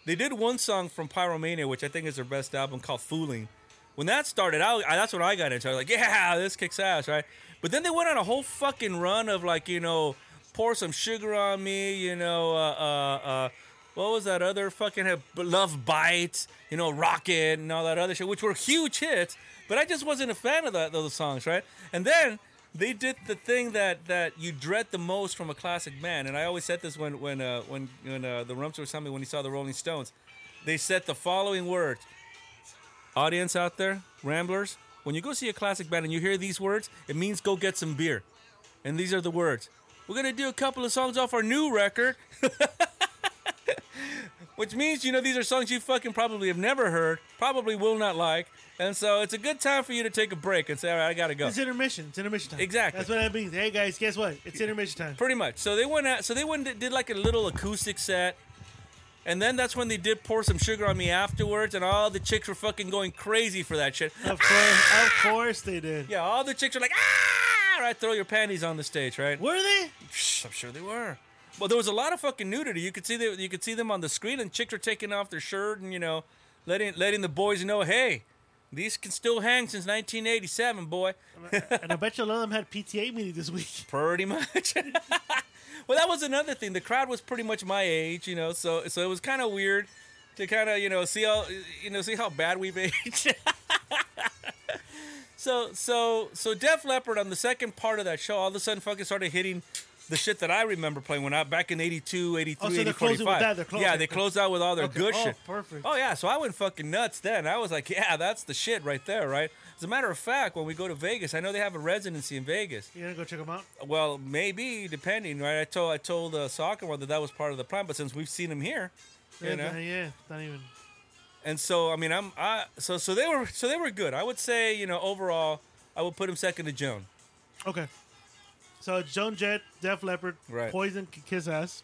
They did one song from Pyromania, which I think is their best album, called "Fooling." When that started out, I, that's when I got into. it. I was like, "Yeah, this kicks ass, right?" But then they went on a whole fucking run of like, you know, pour some sugar on me, you know, uh, uh, uh, what was that other fucking hit? Love Bites, you know, Rocket, and all that other shit, which were huge hits. But I just wasn't a fan of that, those songs, right? And then they did the thing that that you dread the most from a classic band, and I always said this when when uh, when when uh, the Rumps were telling me when he saw the Rolling Stones, they said the following words: "Audience out there, Ramblers, when you go see a classic band and you hear these words, it means go get some beer." And these are the words: "We're gonna do a couple of songs off our new record." Which means, you know, these are songs you fucking probably have never heard, probably will not like. And so it's a good time for you to take a break and say, all right, I gotta go.
It's intermission. It's intermission time.
Exactly.
That's what that means. Hey guys, guess what? It's intermission time.
Pretty much. So they went out. So they went and did like a little acoustic set. And then that's when they did pour some sugar on me afterwards, and all the chicks were fucking going crazy for that shit.
Of course, of course they did.
Yeah, all the chicks are like, ah! Right, throw your panties on the stage, right?
Were they?
I'm sure they were. Well, there was a lot of fucking nudity. You could see the, you could see them on the screen, and chicks are taking off their shirt and you know, letting letting the boys know, hey, these can still hang since 1987, boy.
And I bet you a lot of them had PTA meeting this week.
Pretty much. well, that was another thing. The crowd was pretty much my age, you know, so so it was kind of weird to kind of you know see how you know see how bad we've aged. so so so Def Leppard on the second part of that show, all of a sudden fucking started hitting. The shit that I remember playing when I back in 82, 83,
Oh, so they're
85.
closing with that. They're closing.
Yeah, they closed out with all their
Okay.
good
Oh,
shit.
perfect.
Oh yeah, so I went fucking nuts then. I was like, yeah, that's the shit right there, right? As a matter of fact, when we go to Vegas, I know they have a residency in Vegas.
You gonna go check them out?
Well, maybe depending, right? I told I told uh, Soccer that that was part of the plan, but since we've seen him here, you
Yeah,
know,
yeah, yeah, not even.
and so I mean, I'm I so so they were so they were good. I would say you know overall, I would put him second to Joan.
Okay. So Joan Jett, Def Leppard,
Right.
Poison, K- Kiss Ass.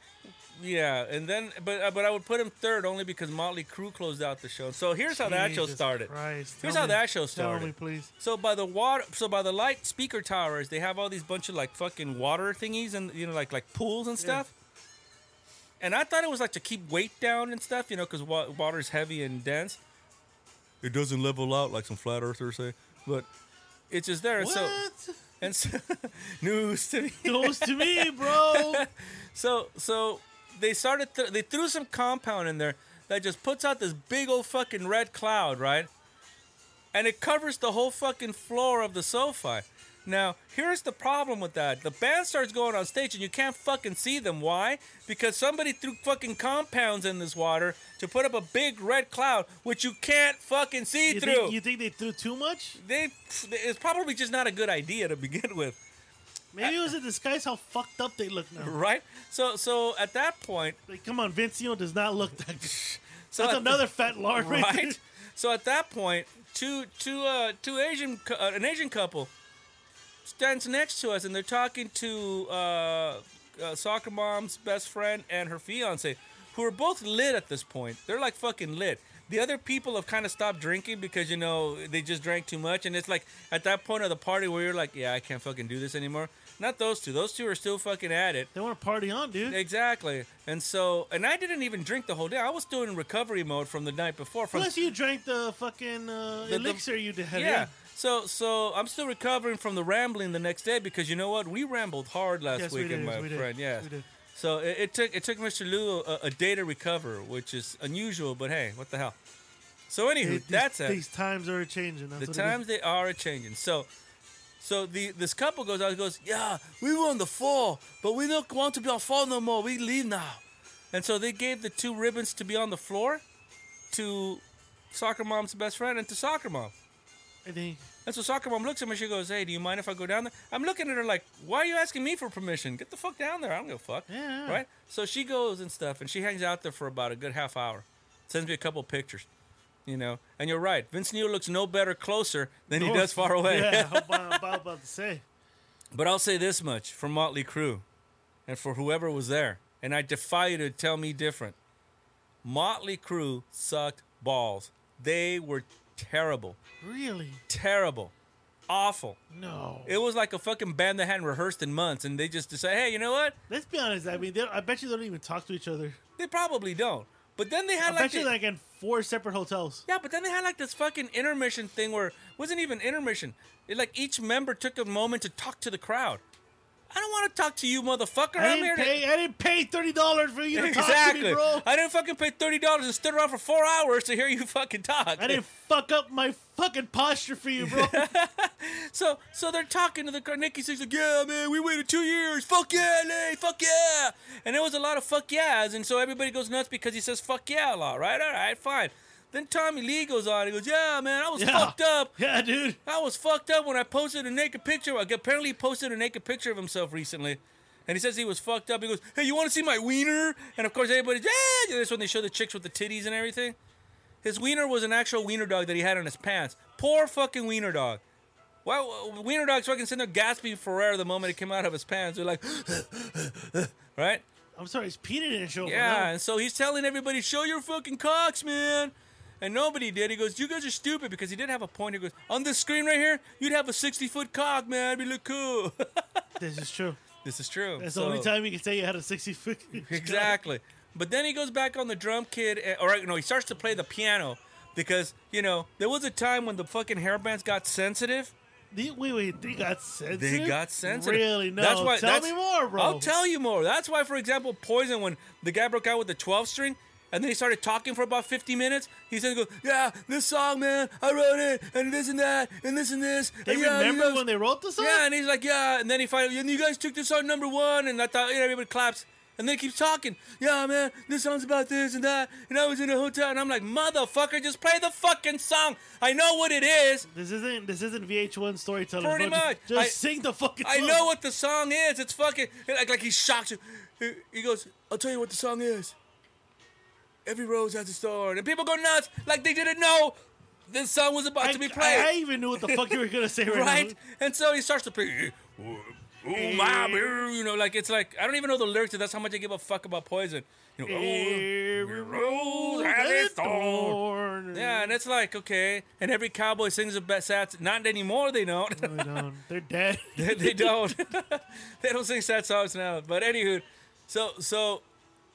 Yeah, and then but uh, but I would put him third only because Motley Crue closed out the show. So here's how that show
Jesus
started.
Christ.
Here's
Tell
how
me-
that show
Tell me,
started.
please.
So by the water, so by the light speaker towers, they have all these bunch of like fucking water thingies and you know like like pools and stuff. And I thought it was like to keep weight down and stuff, you know, because wa- water's heavy and dense. It doesn't level out like some flat earthers say, but it's just there. So
what?
and so, news to me.
Goes to me, bro.
So so they started. Th- they threw some compound in there that just puts out this big old fucking red cloud, right? And it covers the whole fucking floor of the SoFi. Now here's the problem with that: the band starts going on stage and you can't fucking see them. Why? Because somebody threw fucking compounds in this water to put up a big red cloud, which you can't fucking see
You
through
think, you think they threw too much?
they it's probably just not a good idea to begin with
Maybe it was a disguise how fucked up they look now.
right so so at that point
Like, come on, Vincio does not look that good.
so
That's
at-
another fat lard right, there.
right so at that point two two uh two asian cou- uh, an asian couple stands next to us and they're talking to uh, uh soccer mom's best friend and her fiance who are both lit at this point they're like fucking lit the other people have kind of stopped drinking because you know they just drank too much and it's like at that point of the party where you're like yeah i can't fucking do this anymore not those two those two are still fucking at it
They want to party on, dude.
Exactly. And so, and I didn't even drink the whole day. I was still in recovery mode from the night before. From
Plus, you drank the fucking uh,
the-
elixir you did.
yeah. So, so I'm still recovering from the rambling the next day because you know what? We rambled hard last
Yes, we
weekend,
did,
my
we did,
friend. Yes.
we did.
So it, it took it took Mr. Lou a, a day to recover, which is unusual. But hey, what the hell? So anywho,
These-
that's
these,
it.
These times are changing. That's
The
what
times they are a changing. So, so the this couple goes out and goes, yeah, we were on the fall, but we don't want to be on fall no more. We leave now. And so they gave the two ribbons to be on the floor to soccer mom's best friend and to soccer mom.
It is. I think-
And so soccer mom looks at me. She goes, "Hey, do you mind if I go down there?" I'm looking at her like, "Why are you asking me for permission? Get the fuck down there. I don't give a fuck."
Yeah.
Right. So she goes and stuff, and she hangs out there for about a good half hour. Sends me a couple pictures, you know. And you're right. Vince Neil looks no better closer than he
Oh,
does far away.
Yeah, I'm about, about, about to say.
but I'll say this much for Motley Crue, and for whoever was there, and I defy you to tell me different. Motley Crue sucked balls. They were terrible,
Really?
terrible, awful.
No.
It was like a fucking band that hadn't rehearsed in months, and they just decided, hey, you know what?
Let's be honest. I mean, they, I bet you they don't even talk to each other.
They probably don't. But then they
I,
had
bet
like,
you
the-
like in four separate hotels.
yeah, but then they had like this fucking intermission thing where it wasn't even intermission. It like each member took a moment to talk to the crowd. I don't want to talk to you, motherfucker.
I
I'm here
didn't
to
pay. I didn't pay thirty dollars for you to talk to
exactly.
me, bro.
I didn't fucking pay thirty dollars and stood around for four hours to hear you fucking talk.
I didn't fuck up my fucking posture for you, bro.
So so they're talking to the car. Nikki Sixx like, yeah, man, we waited two years. Fuck yeah, LA, fuck yeah. And there was a lot of fuck yeahs, and so everybody goes nuts because he says fuck yeah a lot, right? All right, fine. Then Tommy Lee goes on. He goes, yeah, man, I was
Yeah.
fucked up.
yeah, dude.
I was fucked up when I posted a naked picture. Like, apparently, he posted a naked picture of himself recently. And he says he was fucked up. He goes, Hey, you want to see my wiener? And of course, everybody's, Yeah! That's when they show the chicks with the titties and everything. His wiener was an actual wiener dog that he had on his pants. Poor fucking wiener dog. Why, wiener dog's fucking sitting there gasping for air the moment it came out of his pants. They're like, Right?
I'm sorry, it's Peter didn't show up.
Yeah,
no.
and so he's telling everybody, show your fucking cocks, man. And nobody did. He goes, you guys are stupid because he did have a point. He goes, on this screen right here, you'd have a 60 foot cock, man. It'd be look cool.
this is true.
this is true.
That's
So-
the only time you can say you had a 60 foot.
Exactly. But then he goes back on the drum kid, eh, or no, he starts to play the piano because, you know, there was a time when the fucking hairbands got sensitive.
They- Wait, wait, they got sensitive.
They got sensitive.
Really? No.
That's why.
Tell
that's-
me more, bro.
I'll tell you more. That's why, for example, Poison, when the guy broke out with the 12 string, and then he started talking for about 50 minutes, he said, "Go, yeah, this song, man, I wrote it, and this and that, and this and this."
They
and yeah,
remember
you guys-
when they wrote the song?
Yeah, and he's like, "Yeah," and then he finally, and you guys took this on number one, and I thought, you know, everybody claps. And then he keeps talking. Yeah, man, this song's about this and that. And I was in a hotel, and I'm like, motherfucker, just play the fucking song. I know what it is.
This isn't this isn't VH1 storytelling.
Pretty
bro. Just-
much.
Just,
I-
sing the fucking.
I
song.
know what the song is. It's fucking like like he's shocked. He- He goes, "I'll tell you what the song is. Every rose has a thorn," and people go nuts like they didn't know this song was about
I,
to be
I, I
played,
even knew what the fuck you were gonna say right,
right?
now.
And so he starts to play. Oh my, baby," you know, like it's like I don't even know the lyrics. That's how much I give a fuck about Poison. You know,
Every
"Oh, rose has a thorn."
thorn.
Yeah, and it's like okay, and every cowboy sings the best sad. Not anymore, they don't.
No, they don't. They're dead.
They- they don't. they don't sing sad songs now. But anywho, so so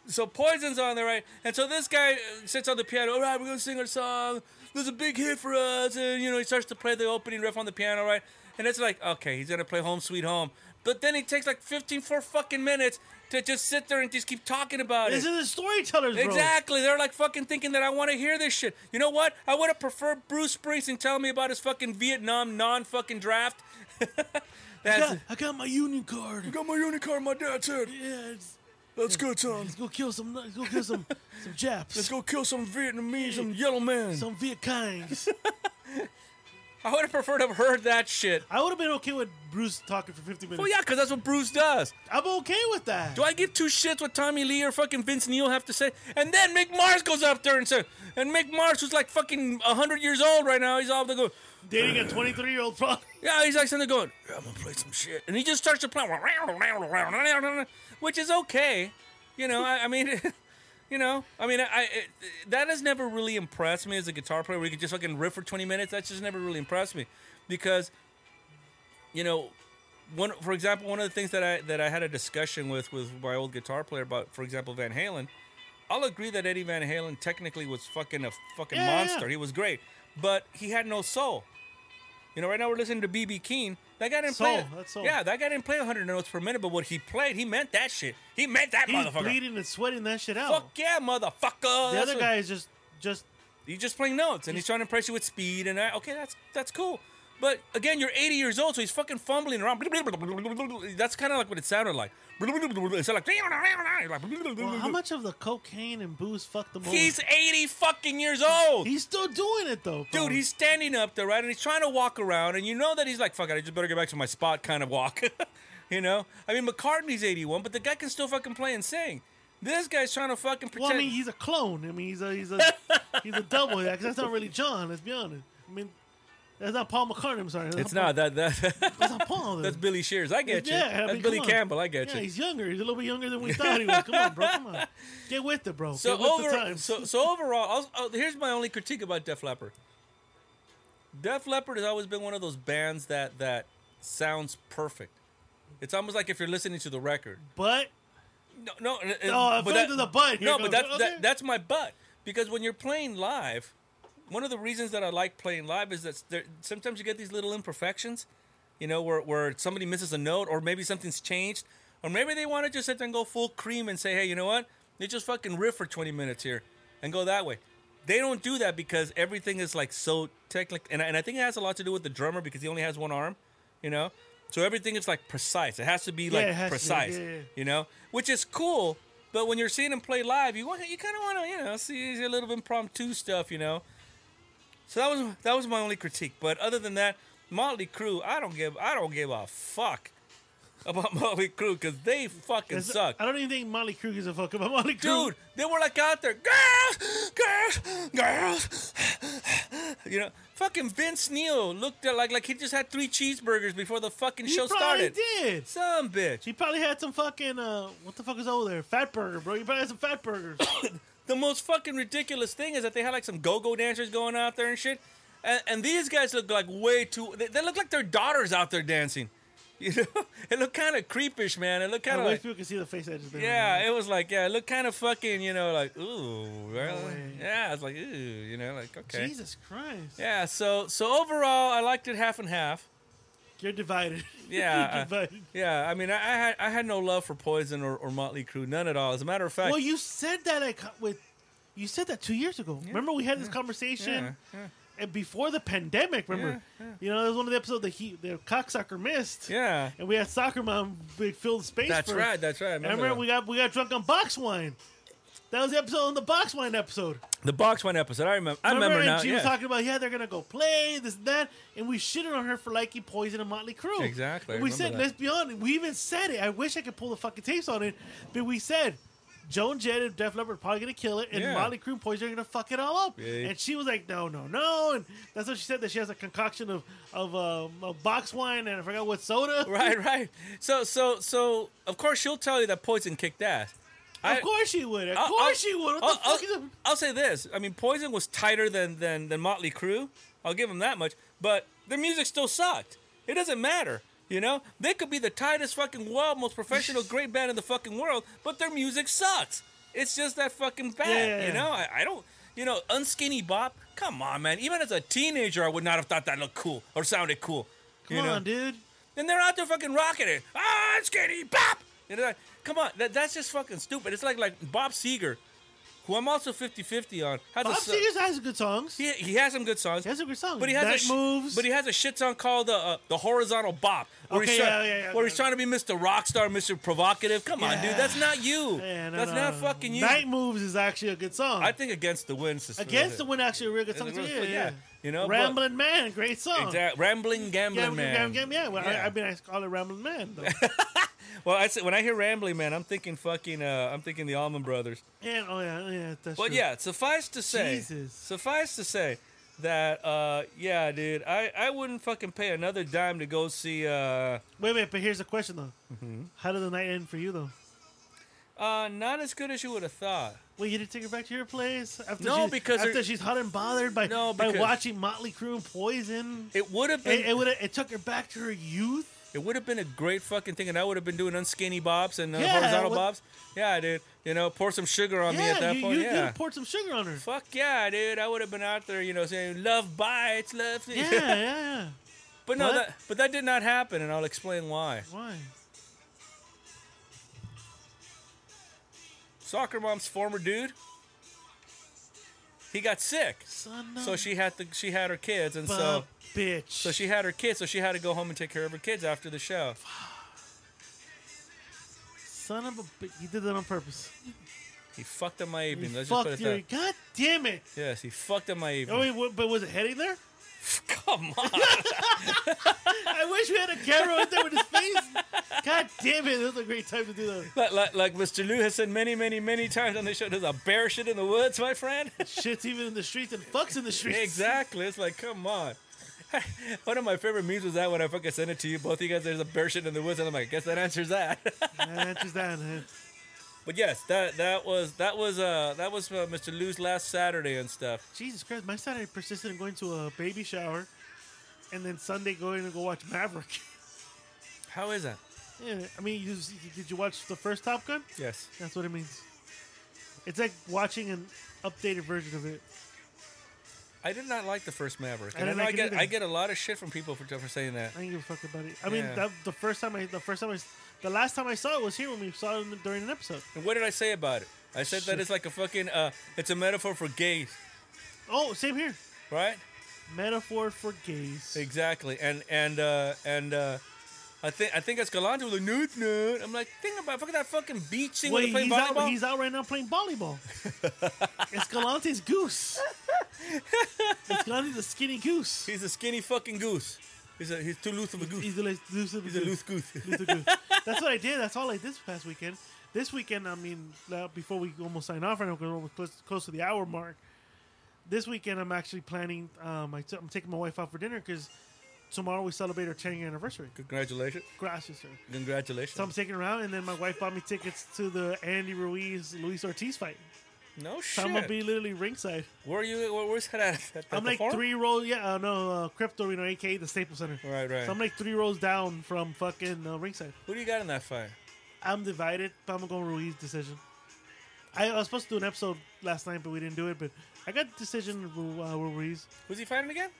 so Poison's on there, right? And so this guy uh, sits on the piano. All right, we're gonna sing our song. There's a big hit for us, and you know he starts to play the opening riff on the piano, right? And it's like, okay, he's gonna play Home Sweet Home. But then it takes like 15 for fucking minutes to just sit there and just keep talking about
This
it.
is the storytellers, bro.
Exactly. They're like fucking thinking that I want to hear this shit. You know what? I would have preferred Bruce Springsteen telling me about his fucking Vietnam non-fucking draft.
I
That's,
got, I got my union card.
got my unicorn, my dad said.
Yeah, it's-
Let's go, Tom.
let's go kill some. Let's go kill some some Japs.
go kill some Vietnamese, some yellow man.
some Viet Congs.
I would have preferred to have heard that shit.
I would have been okay with Bruce talking for 50 minutes.
Well, yeah, because that's what Bruce does.
I'm okay with that.
Do I give two shits what Tommy Lee or fucking Vince Neil have to say? And then Mick Mars goes up there and says, and Mick Mars, who's like fucking 100 years old right now, he's all there going,
Dating a 23 year old probably.
yeah, he's like something going, yeah, I'm going to play some shit. And he just starts to play, which is okay. You know, I, I mean, you know, I mean, I, I it, that has never really impressed me as a guitar player. Where you could just fucking riff for twenty minutes. That's just never really impressed me, because, you know, one for example, one of the things that I that I had a discussion with with my old guitar player about, for example, Van Halen. I'll agree that Eddie Van Halen technically was fucking a fucking
Yeah, yeah,
monster.
yeah.
He was great, but he had no soul. You know, right now we're listening to BB Keen. That guy didn't play.
Soul, that's soul.
Yeah, that guy didn't play 100 notes per minute, but what he played, he meant that shit. He meant that
He's
motherfucker.
bleeding and sweating that shit out.
Fuck yeah, motherfucker.
the
That's
other
what-
guy is just just
he's just playing notes and he's trying to impress you with speed and that. Okay, that's that's cool. But again, you're 80 years old, so he's fucking fumbling around. That's kind of like what it sounded like. It's like
well, how much of the cocaine and booze fucked them
he's
over?
80 fucking years old.
He's still doing it though, bro.
Dude, he's standing up there, right? And he's trying to walk around, and you know that he's like, fuck it, I just better get back to my spot kind of walk. you know? I mean, McCartney's 81, but the guy can still fucking play and sing. This guy's trying to fucking pretend.
Well, I mean, he's a clone. I mean, he's a he's a he's a double. Because that's not really John. Let's be honest. I mean, that's not Paul McCartney. I'm sorry. That's
it's not that. that
Paul, that's not Paul.
That's
then.
Billy Shears. I get you.
Yeah, I
That's
mean,
Billy
come on.
Campbell. I get
yeah,
you.
He's younger. He's a little bit younger than we thought he was. Come on, bro. Come on. Get with it, bro.
So
Get with the
overall,
times.
so, so overall, I'll, oh, here's my only critique about Def Leppard. Def Leppard has always been one of those bands that that sounds perfect. It's almost like if you're listening to the record.
but
No, no, uh,
Oh, I
but
fell into the butt. Here
no,
it goes.
but that's
Okay.
that, that's my butt because when you're playing live, one of the reasons that I like playing live is that there, sometimes you get these little imperfections, you know, where where somebody misses a note or maybe something's changed or maybe they want to just sit there and go full cream and say, hey, you know what? They just fucking riff for 20 minutes here and go that way. They don't do that because everything is like so technical, and I, and I think it has a lot to do with the drummer because he only has one arm, you know. So everything is like precise. It has to be like
it has to be.
precise,
Yeah, yeah.
you know, which is cool. But when you're seeing him play live, you want you kind of want to you know see a little impromptu stuff, you know. So that was that was my only critique. But other than that, Motley Crue, I don't give I don't give a fuck about Motley Crue because they fucking
it's-
suck.
I don't even think Molly Crew gives a fuck about Molly Crew.
Dude, they were like out there, girls, girls, girls, You know, fucking Vince Neil looked like like he just had three cheeseburgers before the fucking show
probably
started.
did.
Some bitch.
He probably had some fucking uh, what the fuck is over there? Fat burger, bro. You probably had some fat burgers.
The most fucking ridiculous thing is that they had like some go-go dancers going out there and shit, and, and these guys look like way too. They, they look like their daughters out there dancing. You know, it looked kind of creepish, man. It looked
I
kind of
wish
like,
people could see the face edges. there.
yeah. It was like yeah, it looked kind of fucking. You know, like ooh, really?
way.
yeah. It's like ooh, you know, like okay.
Jesus Christ.
Yeah, so so overall, I liked it half and half.
You're divided.
Yeah, uh-huh.
You're
I-
divided.
Yeah, I mean, I, I had I had no love for Poison or, or Motley Crue, none at all. As a matter of fact,
well, you said that I co- with you said that two years ago. Remember we had this conversation and before the pandemic. Remember, you know, it was one of the episodes that he the cocksucker missed.
yeah,
and we had soccer mom we filled space.
that's
for,
right, that's right. I remember
And I remember
that.
we got we got drunk on box wine. That was the episode on the box wine episode.
the box one episode. I remember. I remember,
and
now.
she was
yeah.
talking about yeah they're gonna go play this and that, and we shitted on her for liking Poison and Motley Crue.
Exactly, I
And we
remember
said
that.
let's be honest. We even said it. I wish I could pull the fucking tapes on it, but we said. Joan Jett and Def Leppard are probably gonna kill it, and
Yeah.
Motley Crue and Poison are gonna fuck it all up.
Yeah.
And she was like, "No, no, no!" And that's what she said that she has a concoction of of um, a box wine and I forgot what soda.
Right, right. So so so of course she'll tell you that Poison kicked ass. I-
Of course she would. Of
I'll-
course
I'll-
she would. What
I'll,
the fuck?
I'll-
is it?
I'll say this. I mean, Poison was tighter than than than Motley Crue. I'll give them that much. But their music still sucked. It doesn't matter. You know, they could be the tightest fucking world, most professional, great band in the fucking world, but their music sucks. It's just that fucking bad.
Yeah, yeah,
You
yeah.
know, I, I don't. You know, unskinny bop. Come on, man. Even as a teenager, I would not have thought that looked cool or sounded cool.
Come
you know?
on, dude.
Then they're out there fucking rocking it. Ah, it's skinny bop. You know, like, come on, that, that's just fucking stupid. It's like like Bob Seger, who I'm also 50-50 on. Has a
Bob
so-
Seger has good songs.
He, he has some good songs.
He has some good songs.
But he has
Night
a sh-
moves.
But he has a shit song called the uh, the horizontal bop. Where
Okay,
he's try-
yeah, yeah, yeah,
Where he's
yeah.
trying to be Mr. Rockstar, Mr. Provocative. Come on,
Yeah.
dude, that's not you.
Yeah, no,
that's
no,
not
no.
fucking you.
Night Moves is actually a good song.
I think Against the Wind. is-
Against the Wind actually a real good song.
It's
too.
really-
yeah, yeah.
you know, but-
Rambling Man, great song.
Exact- Rambling Gambling
Yeah,
Man.
yeah, yeah, yeah. Well,
Yeah.
I, I mean, I call it Rambling Man. Though.
Well, I say, when I hear Rambling Man, I'm thinking fucking. Uh, I'm thinking the Allman Brothers.
and, oh yeah, yeah, that's
But
true.
yeah, suffice to say,
Jesus.
suffice to say that uh, yeah, dude, I, I wouldn't fucking pay another dime to go see. Uh,
Wait, wait, but here's the question though.
Mm-hmm.
How did the night end for you though?
uh, not as good as you would have thought.
Well, you didn't take her back to your place after
No,
she's,
because
after
her-
she's hot and bothered by
No,
by
because-
watching Motley Crue and Poison.
It would have been
It,
it,
it would it took her back to her youth.
would have been a great fucking thing, and I would have been doing unskinny bobs and uh,
Yeah,
horizontal
what-
bobs. Yeah, dude, you know, pour some sugar on me at that
you,
point.
you,
yeah.
you poured some sugar on her.
Fuck yeah, dude! I would have been out there, you know, saying "love bites, love."
Yeah, yeah, yeah.
but no,
What?
that, but that did not happen, and I'll explain why.
Why?
Soccer mom's former dude, he got sick.
Son
So
of
she had to she had her kids and
a
so
bitch.
so she had her kids so she had to go home and take care of her kids after the show.
son of a bitch. He did that on purpose.
He fucked up my
He
evening. Let's just put
fucked
it
your.
that.
God damn it.
Yes, he fucked up my
Oh,
evening.
wait, what, but was it heading there?
Come on.
I wish we had a camera right there with his face. God damn it. This was a great time to do that.
like, like, like Mr. Lou has said many, many, many times on this show, there's a bear shit in the woods, my friend.
Shit's even in the streets and fucks in the streets.
exactly. It's like, come on. One of my favorite memes was that when I fucking sent it to you, both of you guys, there's a bear shit in the woods, and I'm like, I guess that answers that.
That's just that. huh?
but yes, that that was that was uh that was uh, Mr. Lou's last Saturday and stuff.
Jesus Christ. My Saturday persisted in going to a baby shower and then Sunday going to go watch Maverick.
How is that?
yeah, I mean, you, did you watch the first Top Gun?
Yes.
That's what it means. It's like watching an updated version of it.
I did not like the first Maverick.
I
And I,
didn't
know I
like it
get
either.
I get a lot of shit from people for, for saying that.
I didn't give a fuck about it. I mean,
Yeah.
that, the first time I, the first time I, s- the last time I saw it was here when we saw it in- during an episode.
And what did I say about it? I said
Shit.
that it's like a fucking uh it's a metaphor for gays,
Oh, same here.
right?
Metaphor for gays.
Exactly. And and uh and uh I think I think Escalante was like, no, it's not. I'm like, think about fucking that fucking beach thing
Wait,
when they play
he's out,
volleyball.
he's out right now playing volleyball. Escalante's goose. Escalante's a skinny goose.
He's a skinny fucking goose. He's a he's too loose of a goose.
He's a, loose- loose of a
He's a
goose.
loose goose.
Loose of a goose. That's what I did. That's all I did this past weekend. This weekend, I mean, uh, before we almost sign off right now, 'cause we're almost close, close to the hour mark, this weekend I'm actually planning. Um, I t- I'm taking my wife out for dinner because tomorrow we celebrate our 10 year anniversary.
Congratulations.
Gracias, sir.
Congratulations.
So I'm taking her out, and then my wife bought me tickets to the Andy Ruiz Luis Ortiz fight.
no
So
shit.
I'm gonna be literally ringside.
Where are you? Where, where's that at? At the
I'm like
forum?
three rows. Yeah, uh, no, uh, Crypto Arena, aka the Staples Center.
Right, right.
So I'm like three rows down from fucking uh, ringside.
Who do you got in that fight?
I'm divided, but I'm going Ruiz decision. I, I was supposed to do an episode last night, but we didn't do it. But I got decision Ru- uh, Ruiz,
Who's he fighting again?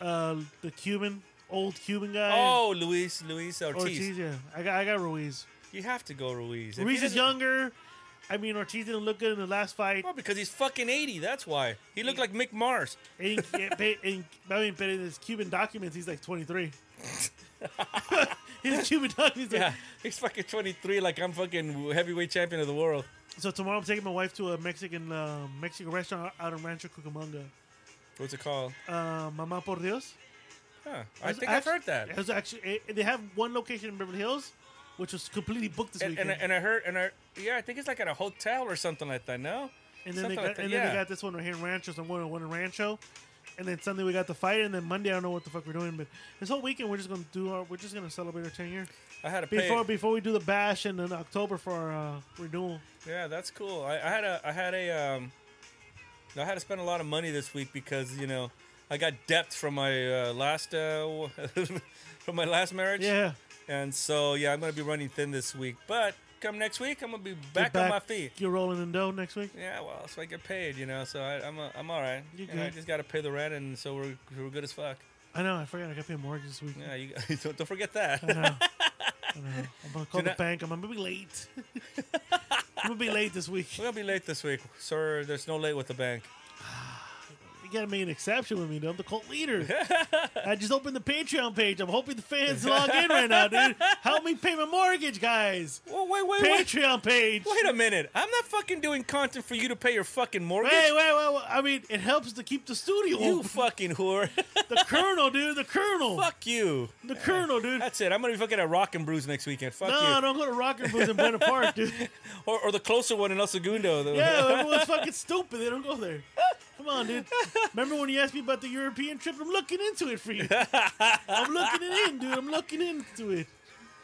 uh, the Cuban, old Cuban guy.
Oh, Luis Luis Ortiz.
Ortiz. Yeah, I got I got Ruiz.
You have to go Ruiz. If
Ruiz
he
is
doesn't-
younger. I mean, Ortiz didn't look good in the last fight.
Well, because he's fucking 80. That's why. He looked like Mick Mars.
And, and, and, I mean, but in his Cuban documents, he's like 23. his Cuban documents.
Yeah. He's fucking 23 like I'm fucking heavyweight champion of the world.
So tomorrow, I'm taking my wife to a Mexican uh, Mexican restaurant out in Rancho Cucamonga.
What's it called?
Uh, Mama por Dios.
Huh. I
was
think I've
actu-
heard that.
It was actually it- they have one location in Beverly Hills, which was completely booked this
And, and,
weekend.
I- and I heard, and I, yeah, I think it's like at a hotel or something like that, no?
And then they
Something
got
like that,
and
yeah.
then they got this one right here in Rancho. So I'm going to one in Rancho, and then Sunday we got the fight, and then Monday I don't know what the fuck we're doing. But this whole weekend we're just gonna do our we're just gonna celebrate our 10 year
I had to pay.
before before we do the bash in, in October for our uh, renewal.
Yeah, that's cool. I, I had a I had a um I had to spend a lot of money this week because you know I got debt from my uh, last uh, from my last marriage.
Yeah,
And so yeah, I'm gonna be running thin this week. But come next week, I'm gonna be back,
You're
on my feet.
You're rolling in dough next week.
Yeah, well, so I get paid, you know. So I, I'm a, I'm all right.
You
And I
good.
just gotta pay the rent, and so we're we're good as fuck.
I know. I forgot I got to pay a mortgage this week.
Yeah, you don't, don't forget that.
I know. I know. I'm gonna call
Do
the
not-
bank. I'm gonna be late. I'm gonna be late this week.
we're gonna be late this week, sir. There's no late with the bank.
You gotta make an exception with me, dude. I'm the cult leader. I just opened the Patreon page. I'm hoping the fans log in right now, dude. Help me pay my mortgage, guys.
Whoa, wait, wait, wait.
Patreon page.
Wait a minute! I'm not fucking doing content for you to pay your fucking mortgage.
Wait, wait, wait, wait. I mean, it helps to keep the studio.
You fucking whore.
the colonel, dude. The colonel.
Fuck you.
The colonel, dude.
That's it. I'm gonna be fucking at Rock and Brews next weekend. Fuck
No,
you.
don't go to Rocker Booth in Buena Park, dude.
Or, or the closer one in El Segundo. The-
Yeah, everyone's fucking stupid. They don't go there. Come on, dude. Remember when you asked me about the European trip? I'm looking into it for you. I'm looking it in, dude. I'm looking into it.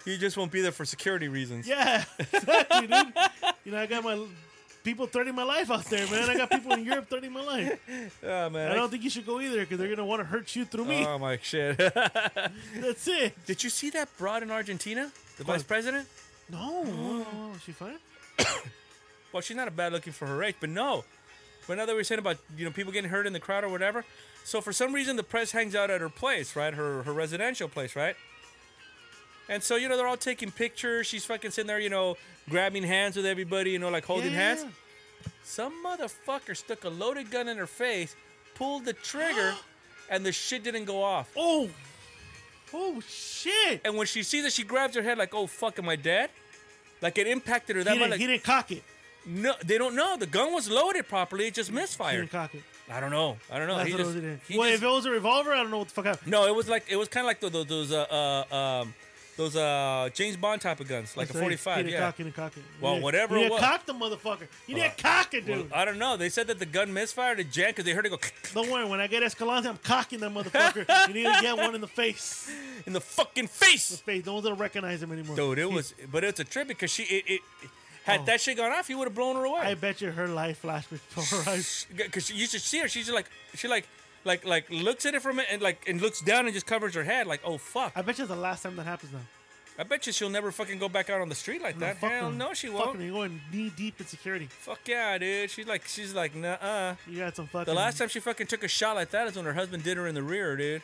You just won't be there for security reasons.
Yeah, exactly, dude. You know, I got my people threatening my life out there, man. I got people in Europe threatening my life.
Oh man.
I don't think you should go either because they're gonna want to hurt you through me.
Oh my shit.
That's it.
Did you see that broad in Argentina? The vice
What?
president?
No, oh, she fine.
Well, she's not a bad looking for her age, but no. But now that we were saying about you know people getting hurt in the crowd or whatever. So for some reason the press hangs out at her place, right? Her her residential place, right? And so you know they're all taking pictures. She's fucking sitting there, you know, grabbing hands with everybody, you know, like holding
Yeah.
hands. Some motherfucker stuck a loaded gun in her face, pulled the trigger, and the shit didn't go off.
Oh, oh shit.
And when she sees it, she grabs her head like, "Oh fuck, am I dead?" Like it impacted her that
He
much.
didn't,
Like,
he didn't cock it.
no, they don't know. The gun was loaded properly. It just
He
misfired.
didn't cock it.
I don't know. I don't know.
That's
Oh, He
what
just-
it was.
he
Well, if
just-
it was a revolver, I don't know what the fuck happened.
no, it was like it was kind of like tho- tho- those uh, uh um those uh James Bond type of guns, like
That's
a
right. He
45.
didn't
Yeah.
cock it. He didn't cock it. He
Well,
didn't-
whatever
He
it
didn't
was. Oh.
cock the motherfucker. He didn't cock it,
Well, uh,
dude.
I don't know. They said that the gun misfired at Jan because they heard it go
Don't worry. When I get Escalante, I'm cocking that motherfucker. you need to get one in the face.
in the fucking face.
face. No one's gonna recognize him anymore.
Dude, it
He-
was, but it's a trip because she it, it, it- had
Oh.
that shit gone off, you would have blown her
I
away.
bet you her life flashed before her eyes.
Because you should see her. She's just like she like like like looks at it from it and like and looks down and just covers her head like oh fuck.
I
I,
bet you it's the last time that happens now. bet
bet you she'll never fucking go back out on the street like that.
fuck
Hell
no.
no, she
Fucking,
won't.
you're going knee deep in security.
Fuck yeah, dude. She's like she's like nah. uh
You got some fucking.
The last time she fucking took a shot like that is when her husband did her in the rear, dude.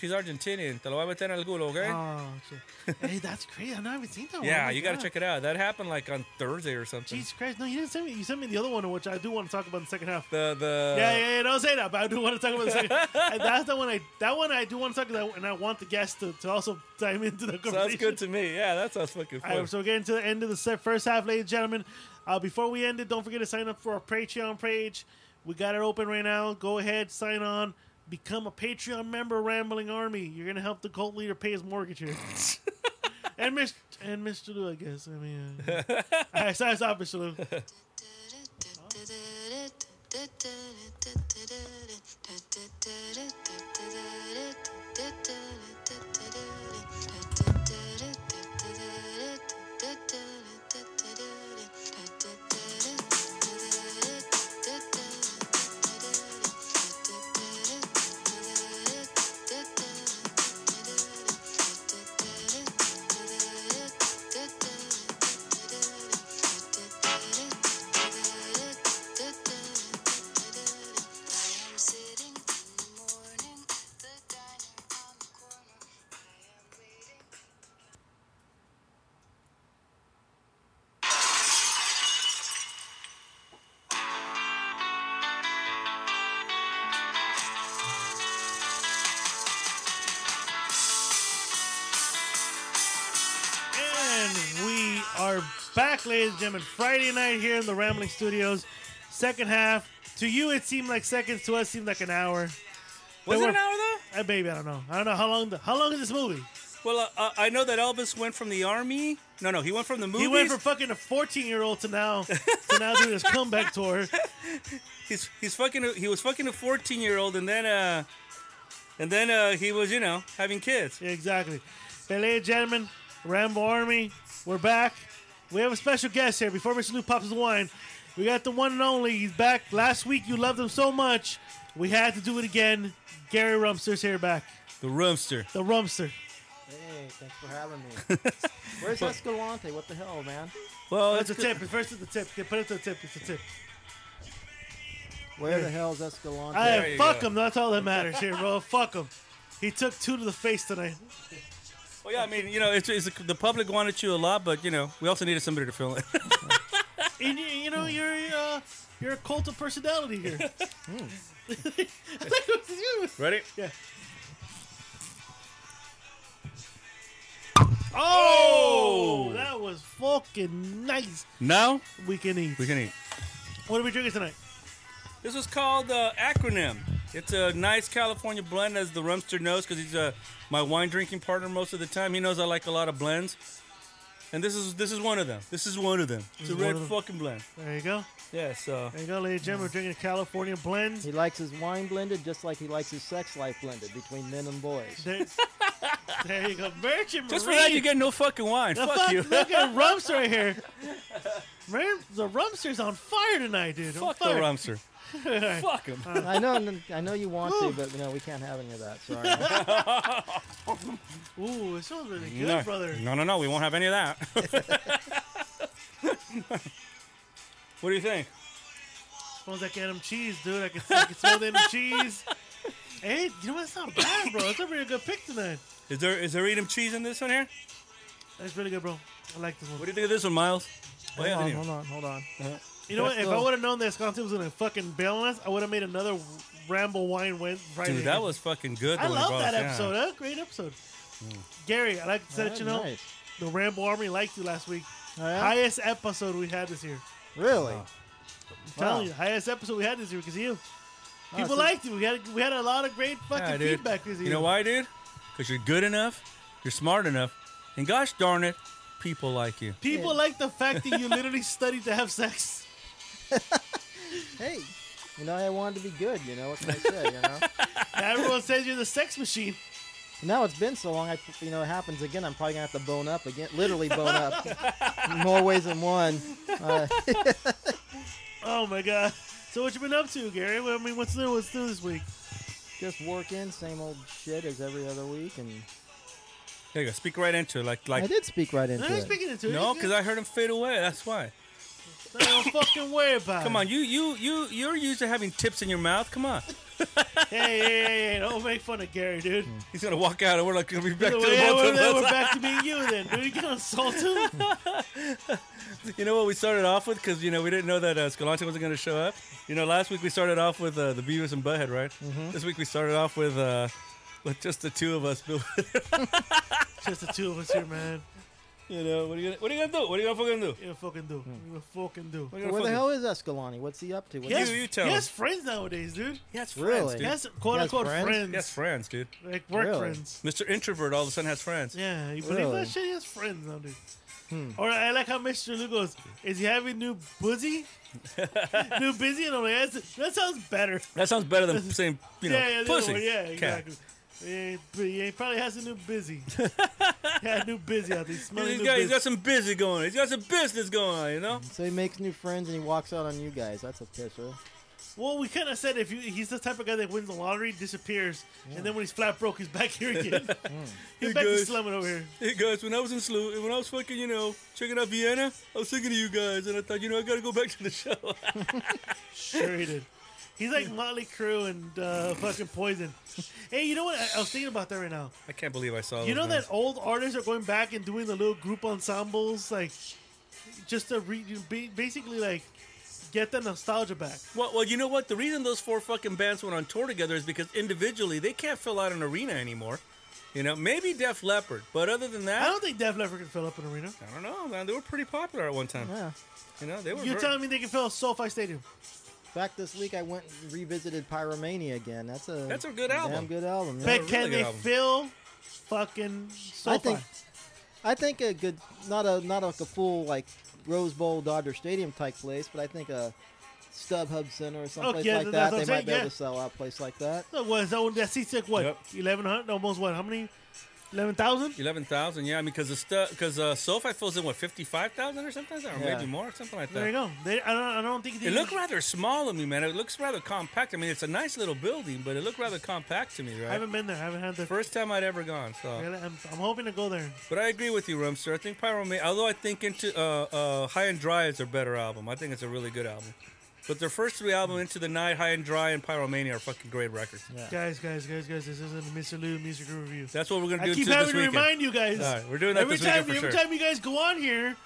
She's Argentinian. Te lo voy a meter en el culo, okay?
Oh shit! hey, that's crazy. I haven't seen that one. Oh
yeah, you gotta check it out. That happened like on Thursday or something.
Jesus Christ! No, you didn't send me. You sent me the other one, which I do want to talk about in the second half.
The the
yeah, yeah, yeah. Don't say that, but I do want to talk about the second. and that's the one I. That one I do want to talk about, and I want the guests to, to also dive into the conversation.
Sounds good to me. Yeah, that sounds fucking
All
fun.
right, so we're getting to the end of the se- first half, ladies and gentlemen. Uh, before we end it, don't forget to sign up for our Patreon page. We got it open right now. Go ahead, sign on, become a Patreon member, Rambling Army. You're gonna help the cult leader pay his mortgage here. and Mr. and Mr. Lou, I guess. I mean, uh, all right, sign us off, Mr. Lou.
Huh?
And we are back, ladies and gentlemen. Friday night here in the Rambling Studios. Second half. To you, it seemed like seconds. To us, seemed like an hour.
Was it
were-
an hour though?
Hey, baby, I don't know. I don't know how long. The, how long is this movie?
Well, uh, I know that Elvis went from the army. No, no, he went from the movies.
He went from fucking a 14 year old to now to now doing his comeback tour.
he's he's fucking. a- He was fucking a fourteen year old, and then uh, and then uh, he was you know having kids.
Yeah, exactly. Hey, ladies and gentlemen, Rambo Army, we're back. We have a special guest here. Before Mr. Lou pops his wine, we got the one and only. He's back. Last week you loved him so much, we had to do it again. Gary Rumster's here back.
The roomster.
The Rumster.
Hey, thanks for having me. Where's Escalante? What the hell, man?
Well,
That's
that's
a tip. First is the tip. Yeah, put it to the tip. It's a tip.
Where the hell's Escalante?
I,
you
fuck
go.
him. That's all that matters here, bro. Fuck him. He took two to the face tonight.
Well, yeah, I mean, you know, it's, it's the public wanted you a lot, but you know, we also needed somebody to fill in.
And you, you know, you're uh, you're a cult of personality here. Hmm. Look, it's you.
Ready?
Yeah.
Oh!
Oh, that was fucking nice.
Now
We can eat.
we can eat.
What are we drinking tonight?
This is called uh, acronym. It's a nice California blend, as the rumster knows, because he's uh, my wine drinking partner most of the time. He knows I like a lot of blends, and this is this is one of them. This is one of them. It's a
is one
red
of them.
fucking blend.
There you go.
Yeah. So
There you go, ladies and gentlemen. We're drinking a California blend.
He likes his wine blended just like he likes his sex life blended between men and boys.
There, there you go. Merchant
just for
Marine.
that, you get no fucking wine.
The
Fuck,
fuck-
you.
Look at Rumster right here. Man, the Rumster's on fire tonight, dude. On
Fuck the
fire.
rumster. Fuck him.
I know, I know you want to, but no, we can't have any of that. Sorry.
Ooh, it smells really good,
no.
brother.
no, no, no. We won't have any of that. what do you think?
Smells like Adam Cheese, dude. I can, I can smell the Adam Cheese. Hey, you know what? It's not bad, bro. It's a really good pick tonight.
Is there is there Edam cheese in this one here?
That's really good, bro. I like this one.
What do you think of this one, Miles? Oh, yeah,
Hold on,
anyway.
hold on, hold on.
You know what?
Let's
If I
go.
would have known that Escalante was gonna fucking bail on us, I would have made another Ramble Wine Wed- Friday.
Dude, that was fucking Hmm. good.
I
the way
love
Ross-
that
yeah.
episode. That was a great episode. Gary, I like to let
Alright,
you know
nice.
the Ramble Army liked you last week.
Oh, yeah?
Highest episode we had this year.
Really?
I'm telling you, highest episode we had this year because of you. People
so-
liked it. We had we had a lot of great fucking
Yeah, dude.
feedback this year.
You know why, dude? Because you're good enough, you're smart enough, and gosh darn it, people like you.
People like the fact that you literally studied to have sex.
Hey, you know, I wanted to be good, you know, what can I say, you know?
Now everyone says you're the sex machine.
Now it's been so long, I, you know, it happens again. I'm probably going to have to bone up again. Literally bone up. More ways than one. Uh,
Oh my god. So what you been up to, Gary? I mean, what's new? What's new this week?
just working, same old shit as every other week, and
There you go. Speak right into it. Like,
I
like.
did speak right into
No, I'm
it.
speaking into it.
No,
You
because I heard him fade away. That's why.
good? No, don't fucking worry about
Come
it.
on, you, you, you, you're used to having tips in your mouth. Come on.
Hey, hey, hey, hey, don't make fun of Gary, dude.
He's gonna walk out, and we're like, gonna be back to
Either
the
way, yeah,
both
we're,
of
then we're
us.
back to being you then, dude. You get on salt too?
You know what we started off with? Because you know we didn't know that uh, Scalante wasn't gonna show up. You know, last week we started off with uh, the Beavis and Butthead, right?
Mm-hmm.
This week we started off with uh, with just the two of us.
Just the two of us here, man.
you know, what are you gonna, what are you gonna do? What are you gonna fucking do?
You're fucking do. You're fucking do.
What are Hmm. you gonna
Where the
fucking
hell is Escalante? What's he up to? What's
He has,
you tell
he
him.
has friends nowadays, dude.
Yes, friends,
Really?
dude.
He
Yes,
has quote
has
unquote
friends?
friends.
friends, dude.
Like work
Really?
friends.
Mr. Introvert all of a sudden has friends.
Yeah, you believe
Really?
that shit? He has friends now, dude.
Hmm.
Or I like how Mr. Lu goes, is he having new busy? new busy? And I'm like, That's, that sounds better.
That sounds better than saying, you know,
yeah, yeah, the other
pussy.
one, yeah,
Cat.
exactly. Yeah, but he probably has a new busy. yeah, new busy out there. He's smelling
He's
new
got,
busy.
he's got some busy going. He's got some business going on, you know?
Mm-hmm.
So he makes new friends and he walks out on you guys. That's a pisser.
Well, we kind of said if you, he's the type of guy that wins the lottery, disappears, and then when he's flat broke, he's back here again. he's
Hmm. He
back to
goes-
slumming over here.
Hey guys, when I was in SLU, when I was fucking, you know, checking out Vienna, I was thinking of you guys, and I thought, you know, I gotta go back to the show.
Sure he did. He's like Motley Crue and uh, fucking Poison. Hey, you know what? I, I was thinking about that right now.
I can't believe I saw.
You know
those
that old artists are going back and doing the little group ensembles, like just to re- ba- basically like get the nostalgia back.
guys. Well, well, you know what? The reason those four fucking bands went on tour together is because individually they can't fill out an arena anymore. You know, maybe Def Leppard, but other than that,
I don't think Def Leppard can fill up an arena.
I don't know, man. They were pretty popular at one time.
Yeah.
You know, they were.
You're
very-
telling me they can fill a SoFi Stadium?
In fact, this week I went and revisited Pyromania again. That's a
That's a good
Damn
album.
good album. yeah.
But
really
can
good
they
album.
fill fucking SoFi?
I think, I think a good, not a not like a full like Rose Bowl Dodger Stadium type place, but I think a StubHub Center or someplace
Oh, yeah,
like
that's what
that.
I'm
They
saying,
might be able
yeah.
to sell out a place like that.
So what is that one? That seats like what?
Yep.
Eleven hundred? Almost what? How many? Eleven thousand?
Eleven thousand, yeah, I mean, because the stuff, because uh, SoFi fills in what fifty-five thousand or something, or
Yeah.
maybe more, something like that.
There you go. They, I don't. I don't think they
It looked rather small to me, man. It looks rather compact. I mean, it's a nice little building, but it looked rather compact to me,
I
right?
haven't been there. I haven't had the.
First time I'd ever gone. So,
Really? I'm, I'm hoping to go there.
but I agree with you, Rumster. I think Pyromania, although I think into uh, uh, High and Dry is their better album. I think it's a really good album. But their first three albums, Into the Night, High and Dry, and Pyromania, are fucking great records.
Guys, guys, guys, guys. This isn't a Mr. Lou music review.
That's what we're gonna
I
do
keep
too this
having to
weekend.
remind you guys.
All right, we're doing that
every
this
time.
weekend for
every
sure.
time you guys go on here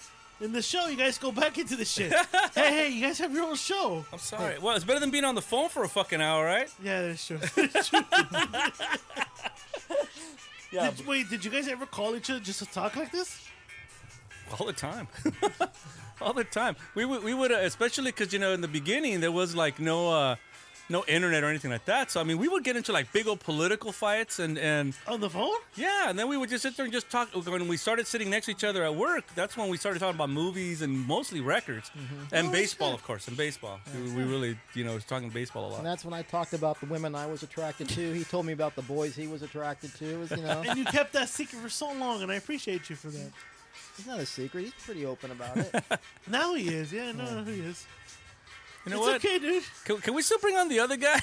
in the show, you guys go back into the shit. hey, hey, you guys have your own show.
I'm sorry. Well, it's better than being on the phone for a fucking hour, right?
Yeah, that's true.
Yeah,
Did- wait, did you guys ever call each other just to talk like this?
all the time. all the time. We would, we would uh, especially because you know in the beginning there was like no uh, no internet or anything like that. So I mean we would get into like big old political fights and and
On the phone?
yeah, and then we would just sit there and just talk. When we started sitting next to each other at work, that's when we started talking about movies and mostly records and baseball, of course, and baseball. We, we really you know was talking baseball a lot.
And that's when I talked about the women I was attracted to. He told me about the boys he was attracted to. It was, you know,
And you kept that secret for so long, and I appreciate you for that.
it's not a secret. He's pretty open about it.
Now he is. Yeah, no, no, he is.
you know
it's
what?
okay, dude.
Can, can we still bring on the other guy?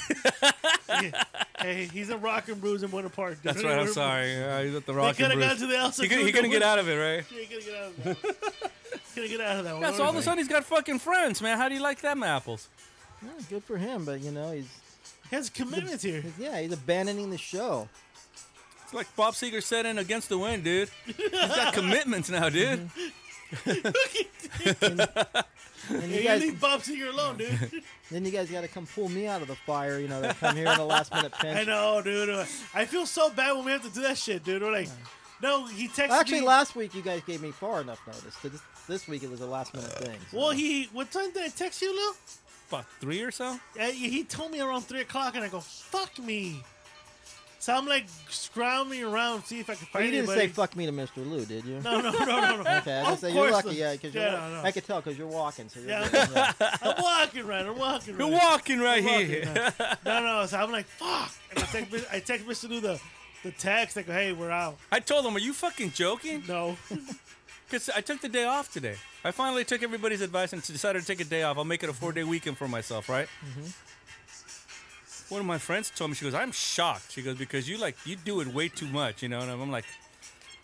Yeah. hey, he's a rock and bruise in Winter Park. Dude.
that's right. I'm sorry. Uh, he's at the Rock
They could
and
have
Bruce.
gone to the Elsa.
He could- he couldn't get out of it, right?
He could get out of that. He could get out of that one.
Yeah, so all of a sudden he's got fucking friends, man. How do you like them apples?
Yeah, good for him, but you know, he's,
he has commitments here.
he's yeah, he's abandoning the show.
It's like Bob Seger said in Against the Wind, dude. He's got commitments now, dude.
And
You,
you
you
guys,
leave Bob Seger alone, dude.
then you guys got to come pull me out of the fire. You know, that come here in the last minute
I
pinch.
know, dude. I feel so bad when we have to do that shit, dude. We're like, no, he texted
Actually,
me.
last week you guys gave me far enough notice. To this, this week it was a last minute thing. so-
well, he what time did I text you, Lou?
Fuck, three or so?
Uh, he told me around three o'clock, and I go, "Fuck me." So I'm like scrounging around, see if I can
Oh,
find
you didn't
anybody.
say "fuck me" to Mr. Lou, did you?
No, no, no, no, no.
Okay, I
Of
just say you're
course
lucky,
not.
yeah, because
Yeah,
you're.
no, no.
I could tell because you're walking, so you're.
Yeah.
good, yeah.
I'm walking right. I'm walking right.
You're walking right
Fuck
here.
it, No, no. no, So I'm like, fuck. And I text, I text Mr. Lou the, the text. Like, hey, we're out.
I told him, are you fucking joking?
No.
Because I took the day off today. I finally took everybody's advice and decided to take a day off. I'll make it a four day weekend for myself, right?
Mm-hmm.
One of my friends told me, she goes, I'm shocked. She goes, because you like, you do it way too much, you know? And I'm I'm like,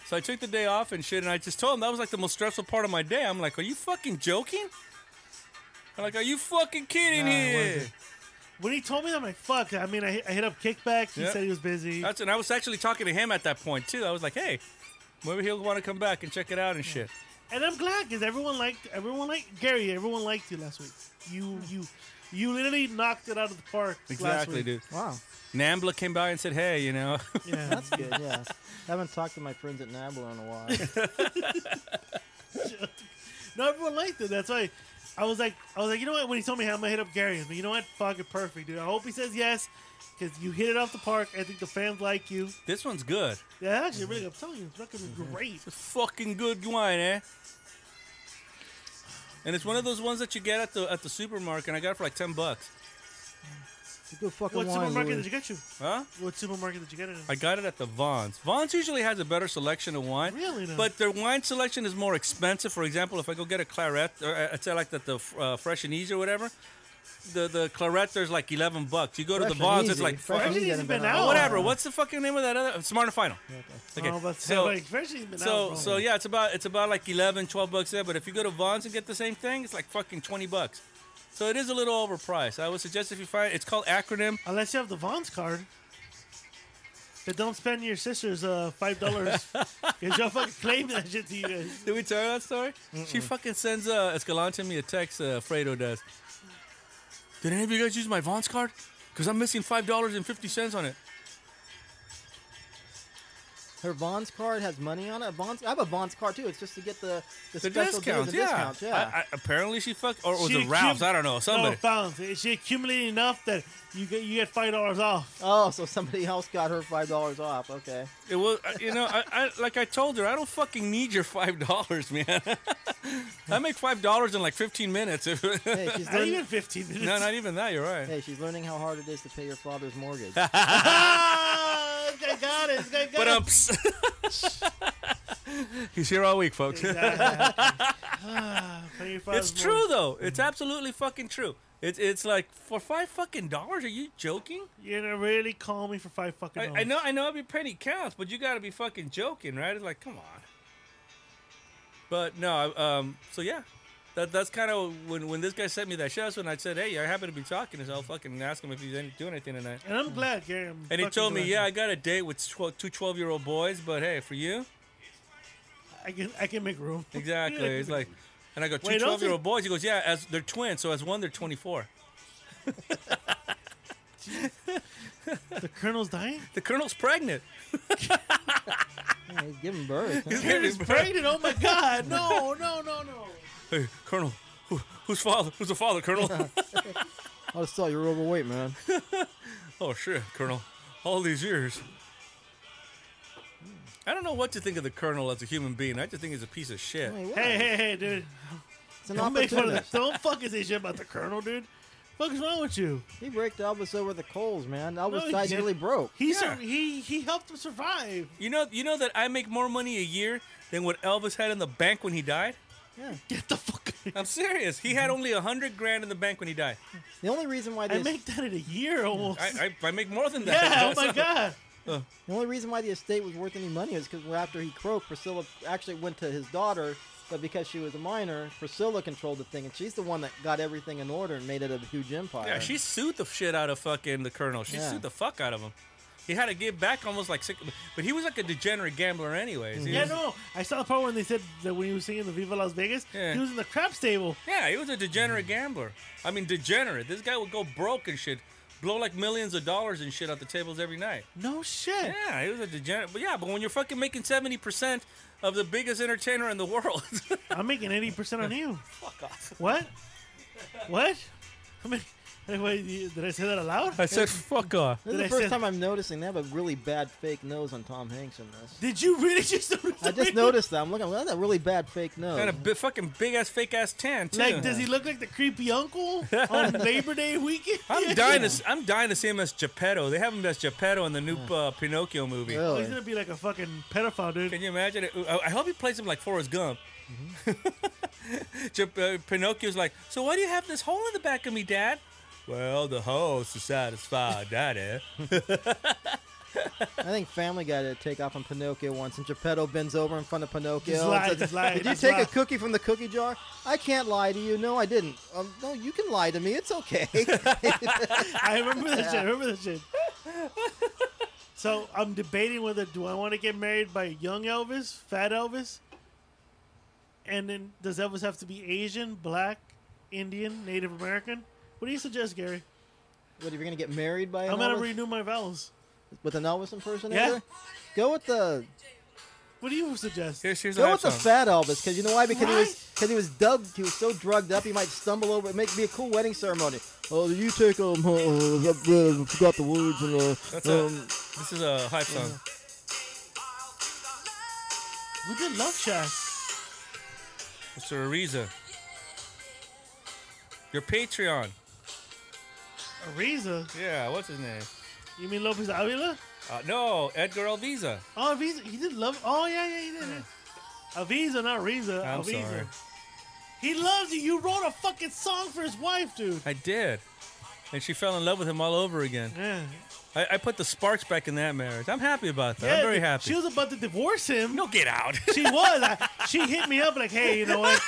so I took the day off and shit, and I just told him that was like the most stressful part of my day. I'm like, are you fucking joking? I'm like, are you fucking kidding
Nah, it
here?
wasn't.
When he told me that, I'm like, fuck. I mean, I, hit- I hit up Kickback. He
Yeah.
said he was busy.
That's, and I was actually talking to him at that point, too. I was like, hey, maybe he'll want to come back and check it out and shit.
and I'm glad because everyone liked everyone liked Gary. Everyone liked you last week. You you you literally knocked it out of the park.
Exactly,
last week.
dude.
Wow,
Nambla came by and said, hey, you know.
Yeah.
that's good. Yeah, haven't talked to my friends at Nabla in a while.
No, everyone liked it. That's why I was like, I was like, you know what? When he told me, hey, I'm gonna hit up Gary. I was like, you know what? Fucking perfect, dude. I hope he says yes because you hit it off the park. I think the fans like you.
This one's good.
Yeah, actually, really, I'm telling you, it's fucking great.
Fucking good wine, eh? and it's one of those ones that you get at the at the supermarket. and I got it for like ten bucks,
Good fucking
What
wine,
supermarket
Louis.
did you get you?
huh?
What supermarket did you get it in?
I got it at the Vons. Vons usually has a better selection of wine.
Really, now?
But their wine selection is more expensive. For example, if I go get a claret, or uh, I'd say like the, the uh, fresh and easy or whatever, the the claret there's like eleven bucks. You go to
Fresh
the
and
Vons, it's
easy.
like
Fresh
fuck,
and
Actually,
easy
it's
hasn't
been
been
out.
out.
whatever. What's the fucking name of that other Smart and Final? Okay,
Oh, but
so.
like, Frenchie's been out,
so,
bro.
so yeah, it's about it's about like 11, 12 bucks there. But if you go to Vons and get the same thing, it's like fucking twenty bucks. So it is a little overpriced. I would suggest if you find it's called acronym.
Unless you have the Vaughn's card. But don't spend your sister's uh, $5. dollars Cause y'all fucking claim that shit to you guys.
Did we tell her that story? She fucking sends uh, Escalante me a text. Uh, Fredo does. Did any of you guys use my Vons card? Cause I'm missing five dollars and fifty cents on it.
Her Vons card has money on it. Vons, I have a Vons card too. It's just to get the the,
The
special
discounts,
deals and
yeah.
discounts. Yeah.
I, I, apparently she fucked, or it was
She
it Oh, Ralph's?
accum-
I don't know. Somebody.
No, Vaughn's. She accumulated enough that you get you get $5 off.
oh, so somebody else got her five dollars off. Okay.
It was, I- you know, I, I like I told her, I don't fucking need your five dollars, man. I make five dollars in like fifteen minutes. if-
Hey, she's
Not
learning.
even 15 minutes.
no, not even that. You're right.
Hey, she's learning how hard it is to pay your father's mortgage.
Ah, this guy got it. This guy got
But
it.
um, he's here all week, folks.
Pay your
It's
father's
true
mortgage.
though. It's absolutely fucking true. It's it's like for five fucking dollars. Are you joking?
You're gonna really call me for five fucking
I,
dollars.
I know I know every penny counts, but you got to be fucking joking, right? It's like come on. But no, I- um. So yeah, that that's kind of when when this guy sent me that shit. That's when I said, hey, I happen to be talking, so I'll fucking ask him if he's any, doing anything tonight.
And I'm glad, Gary. I'm
And he
fucking
told me,
glad.
yeah, I got a date with 12, two 12 year old boys, but hey, for you,
I can I can make room.
exactly. It's like, and I go, two
Wait, don't
12 year
they-
old boys. He goes, yeah, as they're twins, so as one they're twenty four.
the colonel's dying.
The colonel's pregnant.
Yeah, he's giving birth. huh?
He's pregnant. Oh my god! No, no, no, no.
Hey, Colonel, who, who's father? Who's the father, Colonel?
I just saw you're overweight, man.
oh shit, Colonel, all these years. I don't know what to think of the Colonel as a human being. I just think he's a piece of shit.
Hey, what?
Hey, hey, hey, dude!
it's an
Don't make fun of
opportunity.
that. Don't fucking say shit about the colonel, dude. What is wrong with you?
He raked Elvis over the coals, man.
he
Elvis
didn't.
died nearly broke.
He sur-
Yeah.
he he helped him survive.
You know, you know that I make more money a year than what Elvis had in the bank when he died.
Yeah.
Get the fuck. out
I'm serious. He
Mm-hmm.
had only a hundred grand in the bank when he died.
The only reason why
I
the es-
make that in a year almost.
I, I, I make more than that.
yeah. Oh my god.
the only reason why the estate was worth any money is because after he croaked, Priscilla actually went to his daughter, but because she was a minor, Priscilla controlled the thing, and she's the one that got everything in order and made it a huge empire.
Yeah, she sued the shit out of fucking the colonel. She
Yeah.
sued the fuck out of him. He had to give back almost like six, but he was like a degenerate gambler anyways. He
Yeah,
was-
no. I saw the part when they said that when he was singing the Viva Las Vegas,
Yeah.
he was in the craps table.
yeah, he was a degenerate gambler. I mean, degenerate. This guy would go broke and shit, blow like millions of dollars and shit out the tables every night.
No shit.
Yeah, he was a degenerate. But yeah, but when you're fucking making seventy percent of the biggest entertainer in the world,
I'm making eighty percent on you.
fuck off.
What? What? I mean, anyway, you- did I say that aloud?
I said fuck off.
This is
Did
the
I
first
say-
time I'm noticing they have a really bad fake nose on Tom Hanks in this.
Did you really just notice?
I just noticed that. I'm looking. That's a really bad fake nose.
And a bi- fucking big ass fake ass tan too.
Like, does he look like the creepy uncle on Labor Day weekend?
I'm dying to s- I'm dying to see him as Geppetto. They have him as Geppetto in the new uh, Pinocchio movie.
Oh, he's
Really?
gonna be like a fucking pedophile, dude.
Can you imagine it? I I hope he plays him like Forrest Gump. Mm-hmm. Jep- uh, Pinocchio's like, so why do you have this hole in the back of me, Dad? Well, the hole's to satisfy Daddy.
I think Family Guy did a takeoff on Pinocchio once, and Geppetto bends over in front of Pinocchio.
Just
and
lie,
says,
just lie,
Did you
just
take
lie."
a cookie from the cookie jar? I can't lie to you. No, I didn't. Um, no, you can lie to me. It's okay.
I remember that shit. I remember that shit. So I'm debating whether do I want to get married by young Elvis, fat Elvis, and then does Elvis have to be Asian, black, Indian, Native American? What do you suggest, Gary?
what, if you're gonna get married by an
I'm gonna
Elvis-
renew my vows.
with an Elvis impersonator? Go with the
What do you suggest?
Here's, here's
go
a
with the
song.
fat Elvis, because you know why? Because he
Right?
was because he was dubbed. He was so drugged up, he might stumble over. It might be a cool wedding ceremony. Oh, you take um, uh, uh, uh, forgot the words and uh,
That's a-
um,
this is a hype song.
Look at Love Shack.
Mr. Ariza. Your Patreon.
Ariza?
Yeah, what's his name?
You mean Lopez Avila?
Uh, no, Edgar Alviza.
Oh, Aviza. He did love. Oh, yeah, yeah, he did. Aviza, not Riza.
I'm
Aviza.
sorry.
He loves you. You wrote a fucking song for his wife, dude.
I did. And she fell in love with him all over again.
Yeah.
I, I put the sparks back in that marriage. I'm happy about that.
Yeah,
I'm very
dude,
happy.
She was about to divorce him.
no, get out.
She was. I, she hit me up like, hey, you know what?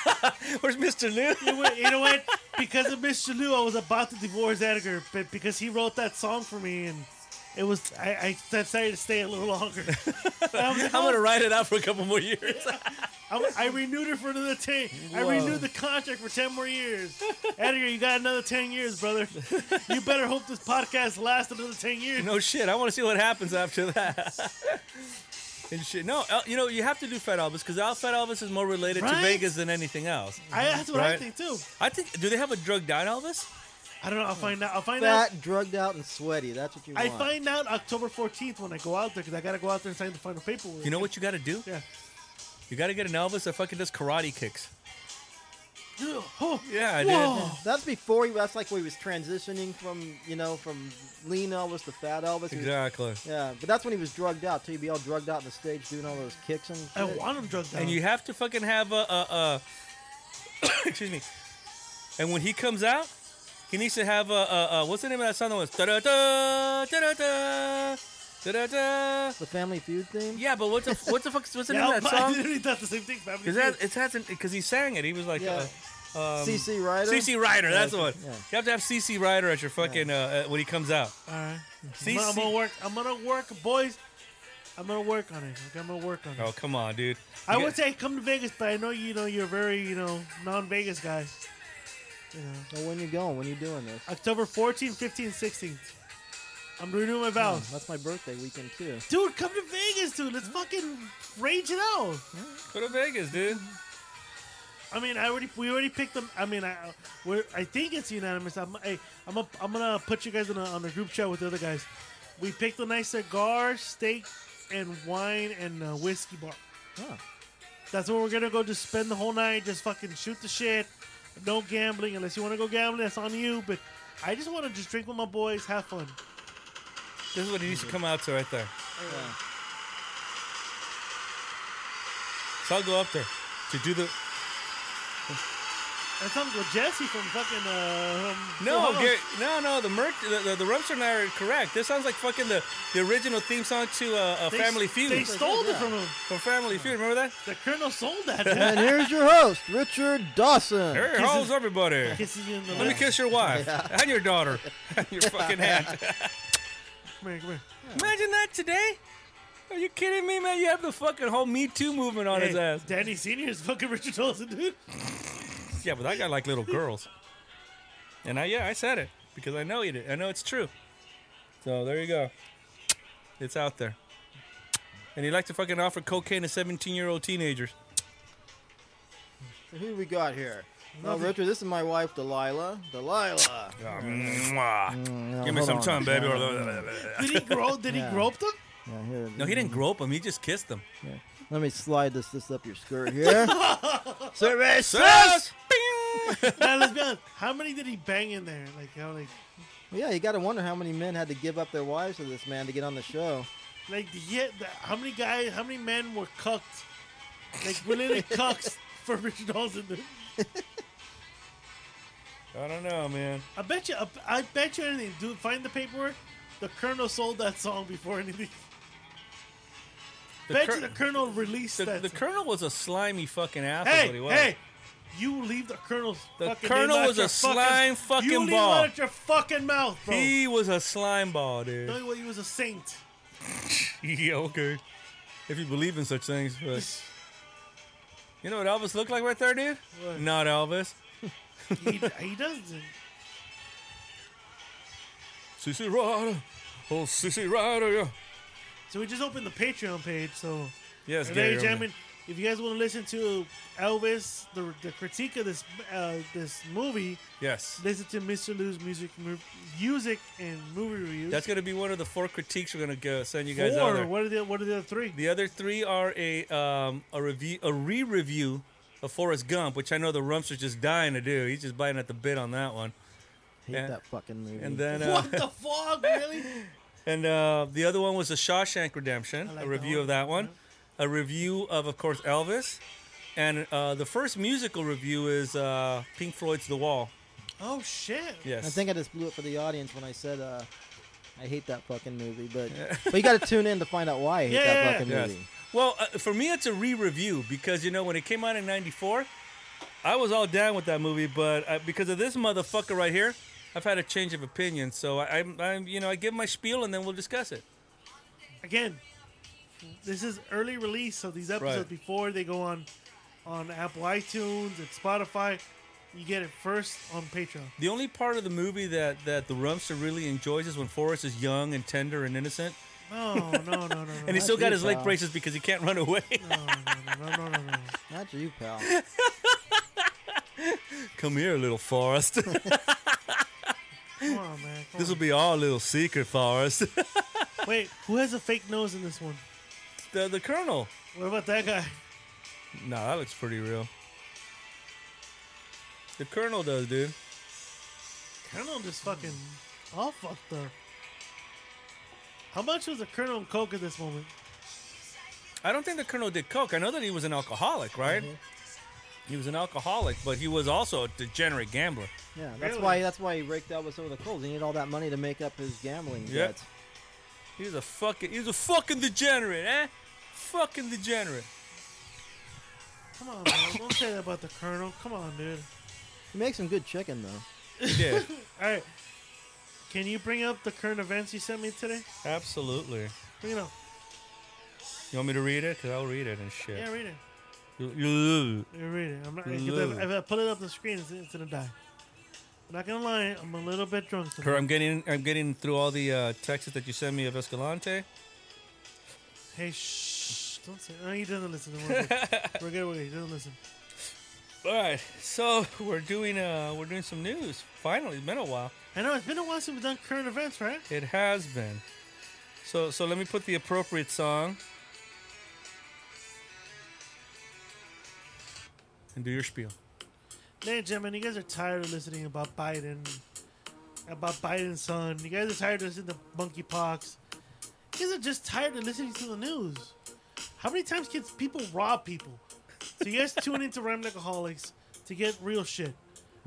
Where's Mr. Lou?
You know what- you know what? Because of Mr. Lou, I was about to divorce Edgar, but because he wrote that song for me, and it was, I, I decided to stay a little longer. And I was like,
I'm
"Oh,
gonna ride it out for a couple more years.
I'm- I, renewed it for another ten. I renewed the contract for ten more years. Edgar, you got another ten years, brother. You better hope this podcast lasts another ten years.
no shit. I want to see what happens after that. and shit. No, El- you know you have to do Fat Elvis because Al Fat Elvis is more related to
Right?
Vegas than anything else.
I, that's what I
Right.
think too.
I think. Do they have a drugged out Elvis?
I don't know. I'll find out. I'll find out.
Fat, drugged out, and sweaty. That's what you
I
want.
find out October 14th when I go out there because I gotta go out there and sign the final paperwork.
You know what you got to do?
Yeah.
You got to get an Elvis that fucking does karate kicks.
Oh,
Yeah, I
Whoa.
did.
That's before he. That's like when he was transitioning from you know from lean Elvis to fat Elvis. He was-
Exactly.
yeah, but that's when he was drugged out. Too, he'd be all drugged out on the stage doing all those kicks and.
I
shit.
want him drugged out.
And you have to fucking have a, a, a excuse me. And when he comes out, he needs to have a, a, a what's the name of that song that was da da da da da da da da.
The Family Feud theme.
Yeah, but what's the what's the fuck what's the
yeah,
name of that
I
song?
literally thought the same thing. Family
Because
Feud.
that it hasn't because he sang it. He was like.
Yeah.
Uh, um,
CC Rider.
CC Ryder, that's the
Yeah,
one.
yeah.
You have to have CC Ryder at your fucking uh, uh, when he comes out.
All right. I'm
CC
gonna, I'm gonna work. I'm gonna work, boys. I'm gonna work on it. Okay, I'm gonna work on it.
Oh come on, dude.
I
You
would
get-
say come to Vegas, but I know you know you're very you know non-Vegas guy. You know,
Now, when you going? When you doing this?
October 14, 15, 16. I'm renewing my
Oh,
vows.
that's my birthday weekend too.
Dude, come to Vegas, dude. Let's fucking rage it out.
go to Vegas, dude.
I mean, I already we already picked them. I mean, I we're, I think it's unanimous. I'm I, I'm a, I'm gonna put you guys on a, on a group chat with the other guys. We picked a nice cigar, steak, and wine and uh, whiskey bar.
Huh.
That's where we're gonna go. Just spend the whole night, just fucking shoot the shit. No gambling, unless you want to go gambling. That's on you. But I just want to just drink with my boys, have fun.
This is what he needs to come out to right there.
Yeah.
So I'll go up there to do the
That's something with Jesse from fucking uh. um,
No,
Full House.
Gary, no, no. The Merc, the, the, the Rumster and I are correct. This sounds like fucking the, the original theme song to uh, uh,
They-
Family Feud.
They stole it
Yeah.
from him.
From Family Feud, remember that?
The Colonel sold that. dude.
And here's your host, Richard Dawson.
Hey,
Kisses-
how's everybody?
Kisses you in the
Let me
lips.
kiss your wife and your daughter and your fucking hand.
Come here, come here.
Imagine that today. Are you kidding me, man? You have the fucking whole Me Too movement on his
Hey,
ass.
Danny Senior is fucking Richard Dawson, dude.
Yeah, but I got like little girls. And I yeah, I said it because I know you did. I know it's true. So there you go. It's out there. And you like to fucking offer cocaine to 17 year old teenagers.
Who we got here? Well, Richard, this is my wife, Delilah. Delilah.
Ah, mwah.
No,
Give me
Mm, hold
some
on.
time, baby. or-
Did he grow? Did
Yeah.
he grope them?
Yeah, here,
No, he didn't grope him. He just kissed him.
here. Let me slide this this up your skirt here. Service.
Bing!
Now let's be honest. How many did he bang in there? Like how like
Yeah, you got to wonder how many men had to give up their wives to this man to get on the show.
like the, yeah, the, how many guys? How many men were cucked? Like literally cucks for Richard Dawson, dude.
I don't know, man.
I bet you. I bet you anything. Dude, find the paperwork. The Colonel sold that song before anything.
The,
bet
cur-
you the Colonel released
the-
that.
the
song.
colonel was a slimy fucking asshole.
hey,
he was.
hey. You leave the colonel's.
The
fucking
Colonel
name out
was a
your
slime fucking
You leave
ball.
it out your fucking mouth, bro.
He was a slime ball, dude.
No, he was a saint.
yeah, okay. If you believe in such things, but you know what Elvis looked like right there, dude?
What?
Not Elvis.
he, he doesn't.
CC Rider. Oh, CC Rider, yeah.
So we just opened the Patreon page. So,
Yes, Gary.
ladies and gentlemen, if you guys want to listen to Elvis, the, the critique of this uh, this movie,
Yes.
listen to Mr. Lou's music, mu- music and movie reviews.
That's gonna be one of the four critiques we're gonna go send you guys out
Four.
there.
What are the What are the other three?
The other three are a um, a review a re-review of of Forrest Gump, which I know the Rumster's just dying to do. He's just biting at the bit on that one.
Hate
Yeah.
that fucking movie.
And then uh,
What the fuck, really?
and uh, the other one was The Shawshank Redemption,
I like
a
that
review
one.
of that one, a review of of course Elvis, and uh, the first musical review is uh, Pink Floyd's The Wall.
Oh shit.
Yes,
I think I just blew it for the audience when I said uh, I hate that fucking movie, but but you got to tune in to find out why I hate
Yeah,
that
yeah,
fucking
Yes.
movie.
Well, uh, for me, it's a re-review because you know when it came out in '94, I was all down with that movie, but uh, because of this motherfucker right here, I've had a change of opinion. So I, I'm, I'm, you know, I give my spiel and then we'll discuss it.
Again, this is early release of these episodes
Right.
before they go on on Apple iTunes and Spotify. You get it first on Patreon.
The only part of the movie that that the Rumster really enjoys is when Forrest is young and tender and innocent,
No, no, no, no, no.
and he still
that's
got
you,
his leg
pal.
braces because he can't run away.
no, no, no, no, no, no.
Not you, pal.
Come here, little Forrest.
Come on, man. Come
this will
on.
be our little secret, Forrest.
Wait, who has a fake nose in this one?
the the Colonel.
What about that guy?
No, that looks pretty real. The Colonel does, dude.
Colonel just fucking all fucked up. How much was a Colonel and Coke at this moment?
I don't think the colonel did coke. I know that he was an alcoholic, right? He was an alcoholic, but he was also a degenerate gambler.
Yeah, that's
Really?
why that's why he raked out with some of the clothes. He needed all that money to make up his gambling
Yep.
debts.
He was a fucking, he was a fucking degenerate, eh? Fucking degenerate.
Come on, man. Don't say that about the Colonel. Come on, dude.
He makes some good chicken though.
Yeah,
All right. Can you bring up the current events you sent me today?
absolutely. You
Bring it up.
want me to read it? Cause I'll read it and shit.
Yeah, read it.
You- you-
Yeah, read it. I'm not, 'cause
Love
if, I, if I pull it up the screen, it's, it's gonna die. I'm not gonna lie. I'm a little bit drunk.
Her,
Tonight.
I'm getting, I'm getting through all the uh, texts that you sent me of Escalante.
Hey, shh. Don't say. No, he doesn't listen. Don't worry. We're good. We're good. He doesn't listen.
All right, so we're doing, uh, we're doing some news. Finally, it's been a while.
I know it's been a while since we've done current events, right?
It has been. So so let me put the appropriate song. And do your spiel.
Ladies and gentlemen, you guys are tired of listening about Biden, about Biden's son. You guys are tired of listening to monkeypox. You guys are just tired of listening to the news. How many times can people rob people? So you guys tune into Ramblingaholics to get real shit.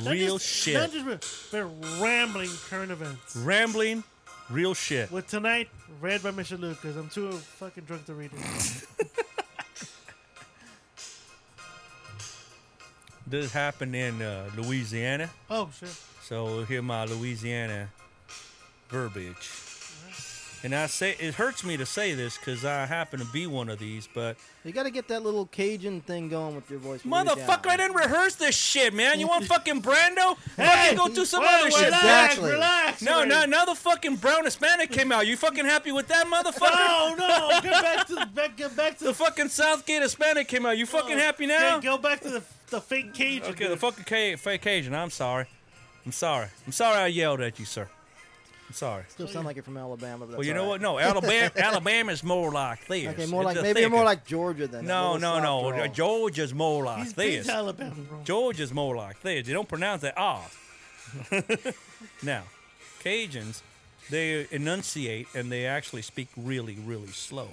Not
Real
just-
shit.
Not just real, but rambling current events.
Rambling, real shit.
With tonight, read by Mr. Luke, because I'm too fucking drunk to read it.
This happened in uh, Louisiana.
Oh, shit.
So we'll hear my Louisiana verbiage.
Mm-hmm.
And I say it hurts me to say this because I happen to be one of these, but
You got to get that little Cajun thing going with your voice. when you're
motherfucker, I
down.
didn't rehearse this shit, man. You want fucking Brando?
Hey,
fucking go do some
Wait,
other
relax,
shit.
Exactly.
relax.
No,
Ray.
no, now the fucking brown Hispanic came out. You fucking happy with that motherfucker?
Oh, No, no, get back to back, get back to
The fucking Southgate Hispanic came out. You fucking happy now?
Okay, go back to the, the fake cage.
Okay, the fucking ca- fake Asian. I'm sorry. I'm sorry. I'm sorry I yelled at you, sir. I'm sorry.
Still sound like you're from Alabama. But
Well,
that's
you know
all
what?
right.
No, Alabama. Alabama's more like this.
Okay, more
It's
like
a
maybe you're more
thicker-
like Georgia than
No, no, no. Georgia's more like
He's been
this.
to Alabama, bro.
Georgia's more like this. They don't pronounce that ah. now, Cajuns, they enunciate and they actually speak really, really slow.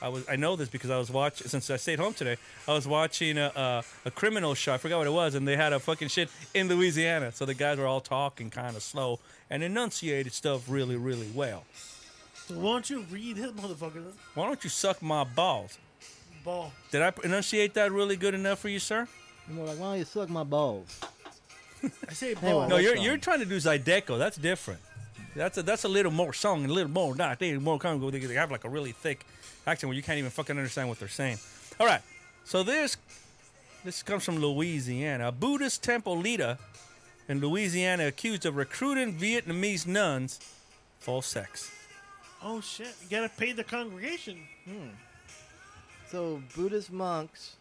I was I know this because I was watching since I stayed home today. I was watching a, a, a criminal show. I forgot what it was, and they had a fucking shit in Louisiana. So the guys were all talking kind of slow and enunciated stuff really, really well.
So won't you read his motherfucker
Why don't you suck my balls?
ball?
Did I enunciate that really good enough for you, sir?
More like, why don't you suck my balls?
I say ball.
Anyway.
No,
What's
you're
wrong?
you're trying to do Zydeco. That's different. That's a, that's a little more song and a little more not. They more kind of they they have like a really thick accent where you can't even fucking understand what they're saying. All right, so this this comes from Louisiana. A Buddhist temple leader in Louisiana accused of recruiting Vietnamese nuns for sex.
Oh shit! You gotta pay the congregation.
So Buddhist monks,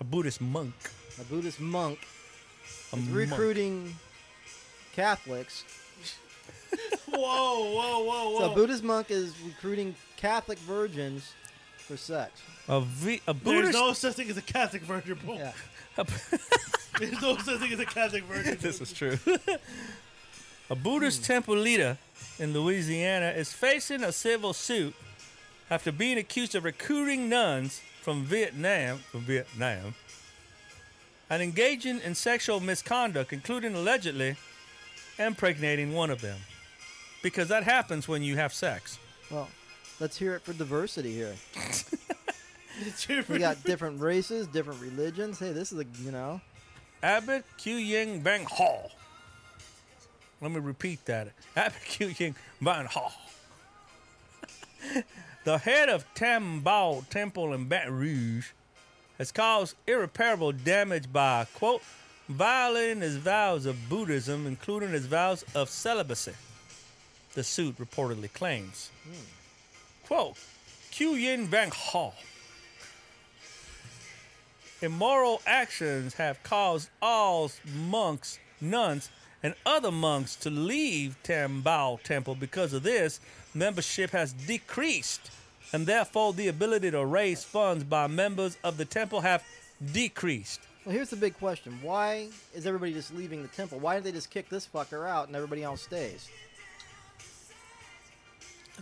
A Buddhist monk.
a Buddhist monk,
A
is
monk.
recruiting Catholics.
Whoa, whoa, whoa, whoa!
So a Buddhist monk is recruiting Catholic virgins for sex.
A, v- a Buddha.
There's no such thing as a Catholic virgin, bro.
Yeah.
There's no such thing as a Catholic virgin.
this is true. a Buddhist temple leader in Louisiana is facing a civil suit after being accused of recruiting nuns from Vietnam, from Vietnam, and engaging in sexual misconduct, including allegedly impregnating one of them. Because that happens when you have sex.
Well, let's hear it for diversity here.
Cheer for
We got different races, different religions. Hey, this is a you know.
Abbott Q Ying Bang Hall. Let me repeat that. Abbott Q Ying Bang Hall. the head of Tam Bao Temple in Baton Rouge has caused irreparable damage by, quote, violating his vows of Buddhism, including his vows of celibacy, the suit reportedly claims. Quote, Q Yin Bang Hall immoral actions have caused all monks, nuns, and other monks to leave Tambao Temple. Because of this, membership has decreased, and therefore the ability to raise funds by members of the temple have decreased.
Well, here's the big question: Why is everybody just leaving the temple? Why did they just kick this fucker out and everybody else stays?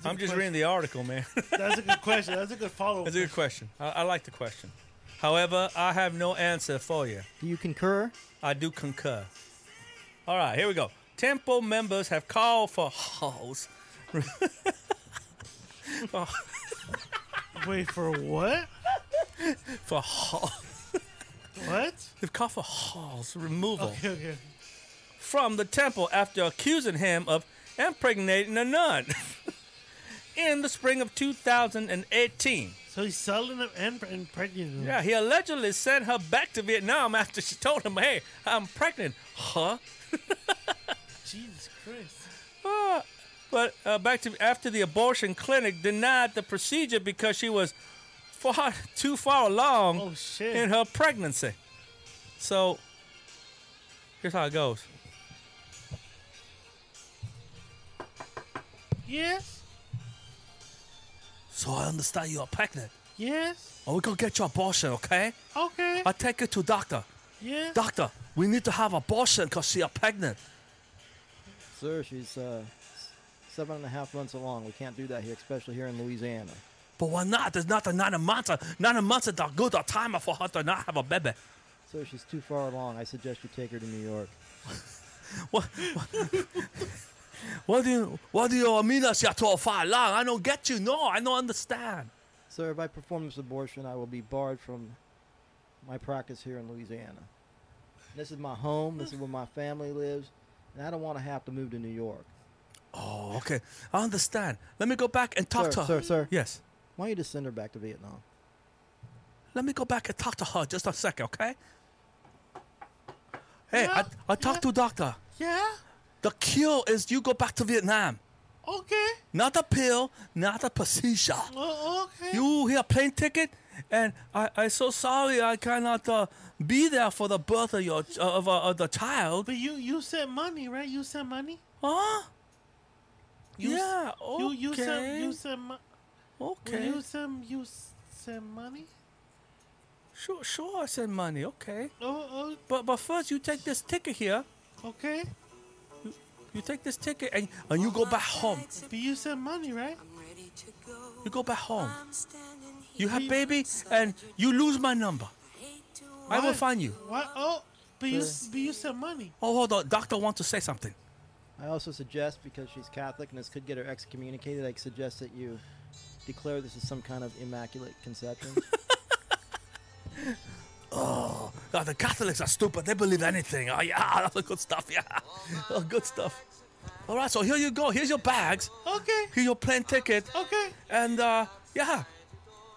I'm just reading the article, man.
That's a good question. That's a good follow up.
That's a good question. I, I like the question. However, I have no answer for you.
Do you concur?
I do concur. All right, here we go. Temple members have called for halls.
Wait, for what?
For halls.
What?
They've called for Hall's removal
Okay, okay.
from the temple after accusing him of impregnating a nun in the spring of 2018.
So he's selling them and, and pregnant. them.
Yeah, he allegedly sent her back to Vietnam after she told him, hey, I'm pregnant. Huh?
Jesus Christ.
Ah. But uh, back to after the abortion clinic denied the procedure because she was far too far along
Oh, shit.
in her pregnancy. So here's how it goes.
Yes.
So I understand you are pregnant.
Yes.
Oh, we gonna get your abortion, okay?
Okay.
I take it to doctor.
yes.
Doctor, we need to have abortion because she are pregnant.
Sir, she's uh, s- seven and a half months along. We can't do that here, especially here in Louisiana.
But why not? There's not a nine months. Nine months is a good a time for her to not have a baby.
Sir, she's too far along. I suggest you take her to New York.
What? what do you? What do you mean that you're too far along? I don't get you. No, I don't understand.
Sir, if I perform this abortion, I will be barred from my practice here in Louisiana. This is my home. This is where my family lives, and I don't want to have to move to New York.
Oh, okay. I understand. Let me go back and talk
Sir,
to her.
sir, sir.
Yes.
Why don't you just send her back to Vietnam?
Let me go back and talk to her just a second, okay? Hey,
Yeah,
I, I talked to doctor.
yeah.
The cure is you go back to Vietnam.
Okay.
Not a pill, not a procedure.
Oh, okay.
You here plane ticket, and I I so sorry I cannot uh, be there for the birth of your of, uh, of the child.
but you you sent money, right? You sent money.
Huh?
You s-
yeah.
You
Okay.
you sent you sent mo-
okay.
you sent you s- sent money.
sure, sure. I send money. Okay.
Oh,
But but first you take this ticket here.
oh okay.
You take this ticket and, and you go back home.
But you sent money, right?
You go back home. You have baby and you lose my number. I will
What?
find you.
What? Oh, but you s- but you sent money.
Oh, hold on. Doctor wants to say something.
I also suggest, because she's Catholic and this could get her excommunicated, I suggest that you declare this is some kind of immaculate conception.
Oh, the Catholics are stupid. They believe anything. Oh, yeah, that's good stuff. Yeah, oh, good stuff. All right, so here you go. Here's your bags.
Okay.
Here's your plane ticket.
Okay.
And uh, yeah,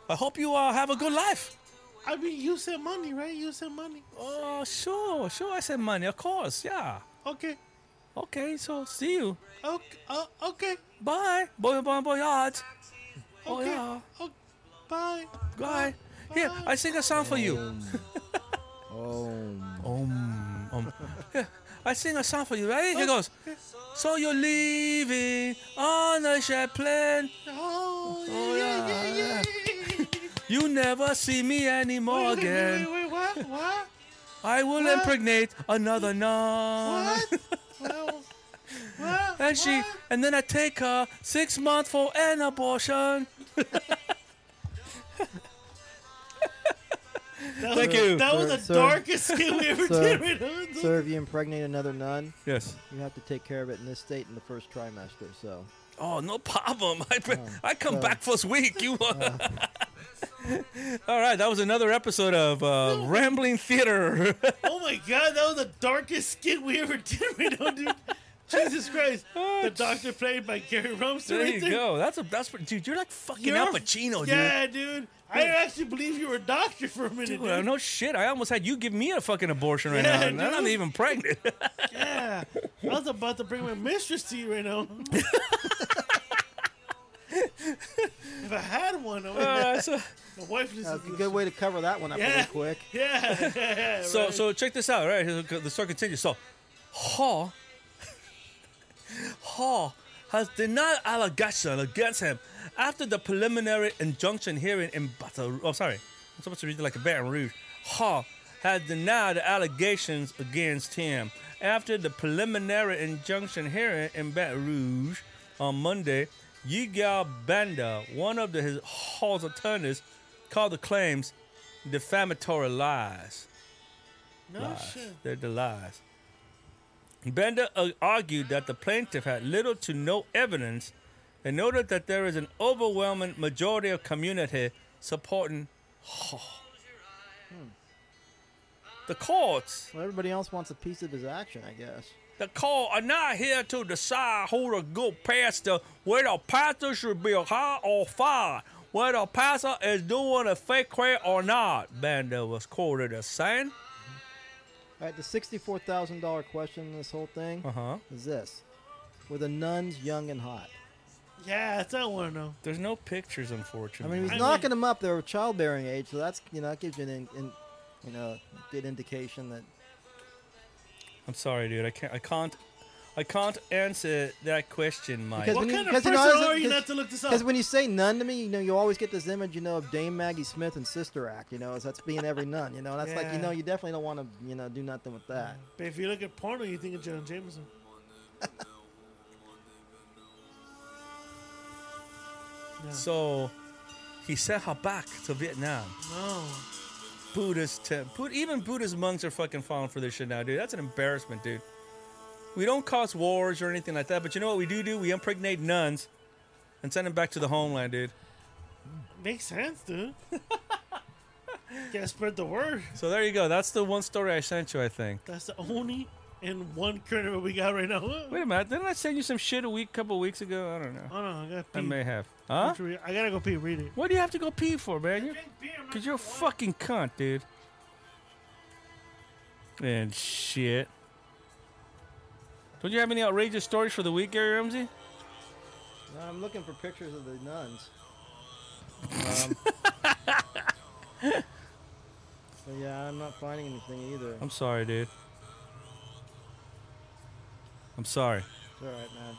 I hope you uh, have a good life.
I mean, you sent money, right? You sent money.
Oh, sure, sure. I said money, of course. Yeah.
Okay.
Okay, so see you.
Okay. Oh, okay.
Bye. Boy, boy, boyard. Oh,
Okay.
yeah.
Oh, bye.
Bye. Here, I sing a song for you.
oh,
Um, um. Yeah, I sing a song for you, right? Here goes. So you're leaving on a jet plane.
Oh,
Oh,
yeah, yeah,
yeah.
yeah, yeah, yeah.
You never see me anymore
Wait,
again.
Wait, wait, wait, what? What?
I will
What?
impregnate another nun.
What? Well, what?
And she,
What?
and then I take her six months for an abortion.
That
Thank
was,
you.
That was
Sir,
the
sir.
darkest skit we ever
Sir.
did. Right now.
Sir, if you impregnate another nun,
Yes.
you have to take care of it in this state in the first trimester. So
Oh, no problem. I, pre-
Oh,
I come
so-
back first week. You. All right, that was another episode of uh, Rambling Theater.
Oh my god, that was the darkest skit we ever did. Right now, dude. Jesus Christ. The doctor played by Gary Rumster.
there
right
you go. That's a that's dude. You're like fucking
You're-
Al Pacino, dude.
Yeah, dude. I didn't actually believe you were a doctor for a minute.
Dude,
dude.
uh, no shit. I almost had you give me a fucking abortion right
Yeah,
now, and I'm not
dude.
even pregnant.
Yeah. I was about to bring my mistress to you right now. if I had one, I would.
Uh, so,
my wife listens
that's a
to
good
this.
way to cover that one up
Yeah.
really quick.
Yeah. yeah, yeah,
so,
right.
so check this out. All right, here- the story continues. So, Hall, Hall has denied allegation against him after the preliminary injunction hearing in Baton. Oh, sorry, I'm supposed to read it like a Baton Rouge. Hall had denied the allegations against him after the preliminary injunction hearing in Baton Rouge on Monday. Yigal Banda, one of the, his Hall's attorneys, called the claims defamatory lies
no
lies.
shit.
They're the lies. Bender uh, argued that the plaintiff had little to no evidence and noted that there is an overwhelming majority of community supporting Hall. The courts,
Well, everybody else wants a piece of his action, I guess.
the court are not here to decide who to go pastor, whether a pastor should be high or fired, whether a pastor is doing a fake prayer or not, Bender was quoted as saying.
All right, the sixty-four thousand dollar question in this whole thing
Uh-huh.
is this: Were the nuns young and hot?
Yeah, that's what I want to know.
There's no pictures,
I
unfortunately.
mean, he was
I mean-
knocking them up. They were childbearing age, so that's you know that gives you an, in, in, you know good indication that
I'm sorry, dude. I can't. I can't. I can't answer that question, Mike.
Because
What
when you-
kind of
because you
person
know, it's-
are you
because-
not to look this up?
because when you say nun to me, you know you always get this image, you know, of Dame Maggie Smith and Sister Act. You know, as that's being every nun. You know, that's like you
Yeah.
know you definitely don't want to you know do nothing with that.
But if you look at porno, you think of John Jameson.
so, he sent her back to Vietnam.
No.
Buddhist temp. Bud- even Buddhist monks are fucking falling for this shit now, dude. That's an embarrassment, dude. We don't cause wars or anything like that, but you know what we do do? We impregnate nuns and send them back to the homeland, dude.
Makes sense, dude. Gotta spread the word.
So there you go. That's the one story I sent you, I think.
That's the only and one current we got right now.
Wait a minute. Didn't I send you some shit a week, couple weeks ago? I don't know.
Oh no, I gotta pee.
I may have. Huh?
I gotta go pee. Read it.
What do you have to go pee for, man? You're Cause you're a fucking cunt, dude. And shit. Don't you have any outrageous stories for the week, Gary Ramsey?
No, I'm looking for pictures of the nuns. Um, so yeah, I'm not finding anything either.
I'm sorry, dude. I'm sorry.
It's all right, man.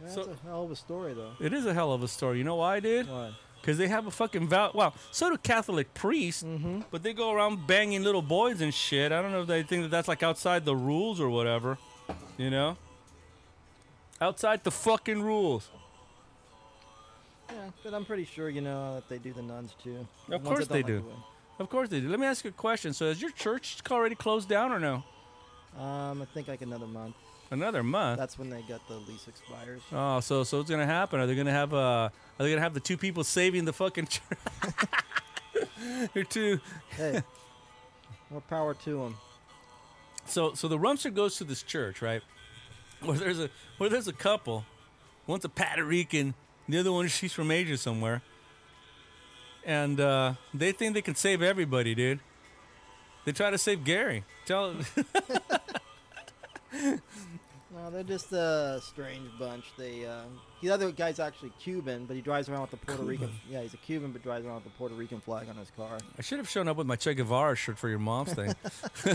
Yeah, That's
So-
a hell of a story, though.
It is a hell of a story. You know why, dude?
What?
Because they have a fucking vow. Wow. So do Catholic priests, but they go around banging little boys and shit. I don't know if they think that that's like outside the rules or whatever. You know? Outside the fucking rules.
Yeah, but I'm pretty sure you know that they do the nuns too. The
Of
ones
course
that don't
they
like
do.
the
Of course they do. Let me ask you a question. So, is your church already closed down or no?
way. Um, I think like another month.
Another month.
That's when they got the lease expires.
Oh, so so it's gonna happen. Are they gonna have uh Are they gonna have the two people saving the fucking church? Your two.
Hey, more power to them.
So so the rumster goes to this church, right? Where there's a where there's a couple. One's a Puerto Rican. The other one she's from Asia somewhere. And uh, they think they can save everybody, dude. They try to save Gary. Tell
No, they're just a strange bunch. They uh, the other guy's actually Cuban, but he drives around with the Puerto Rican. Yeah, he's a Cuban, but drives around with the Puerto Rican flag on his car.
I should have shown up with my Che Guevara shirt for your mom's thing.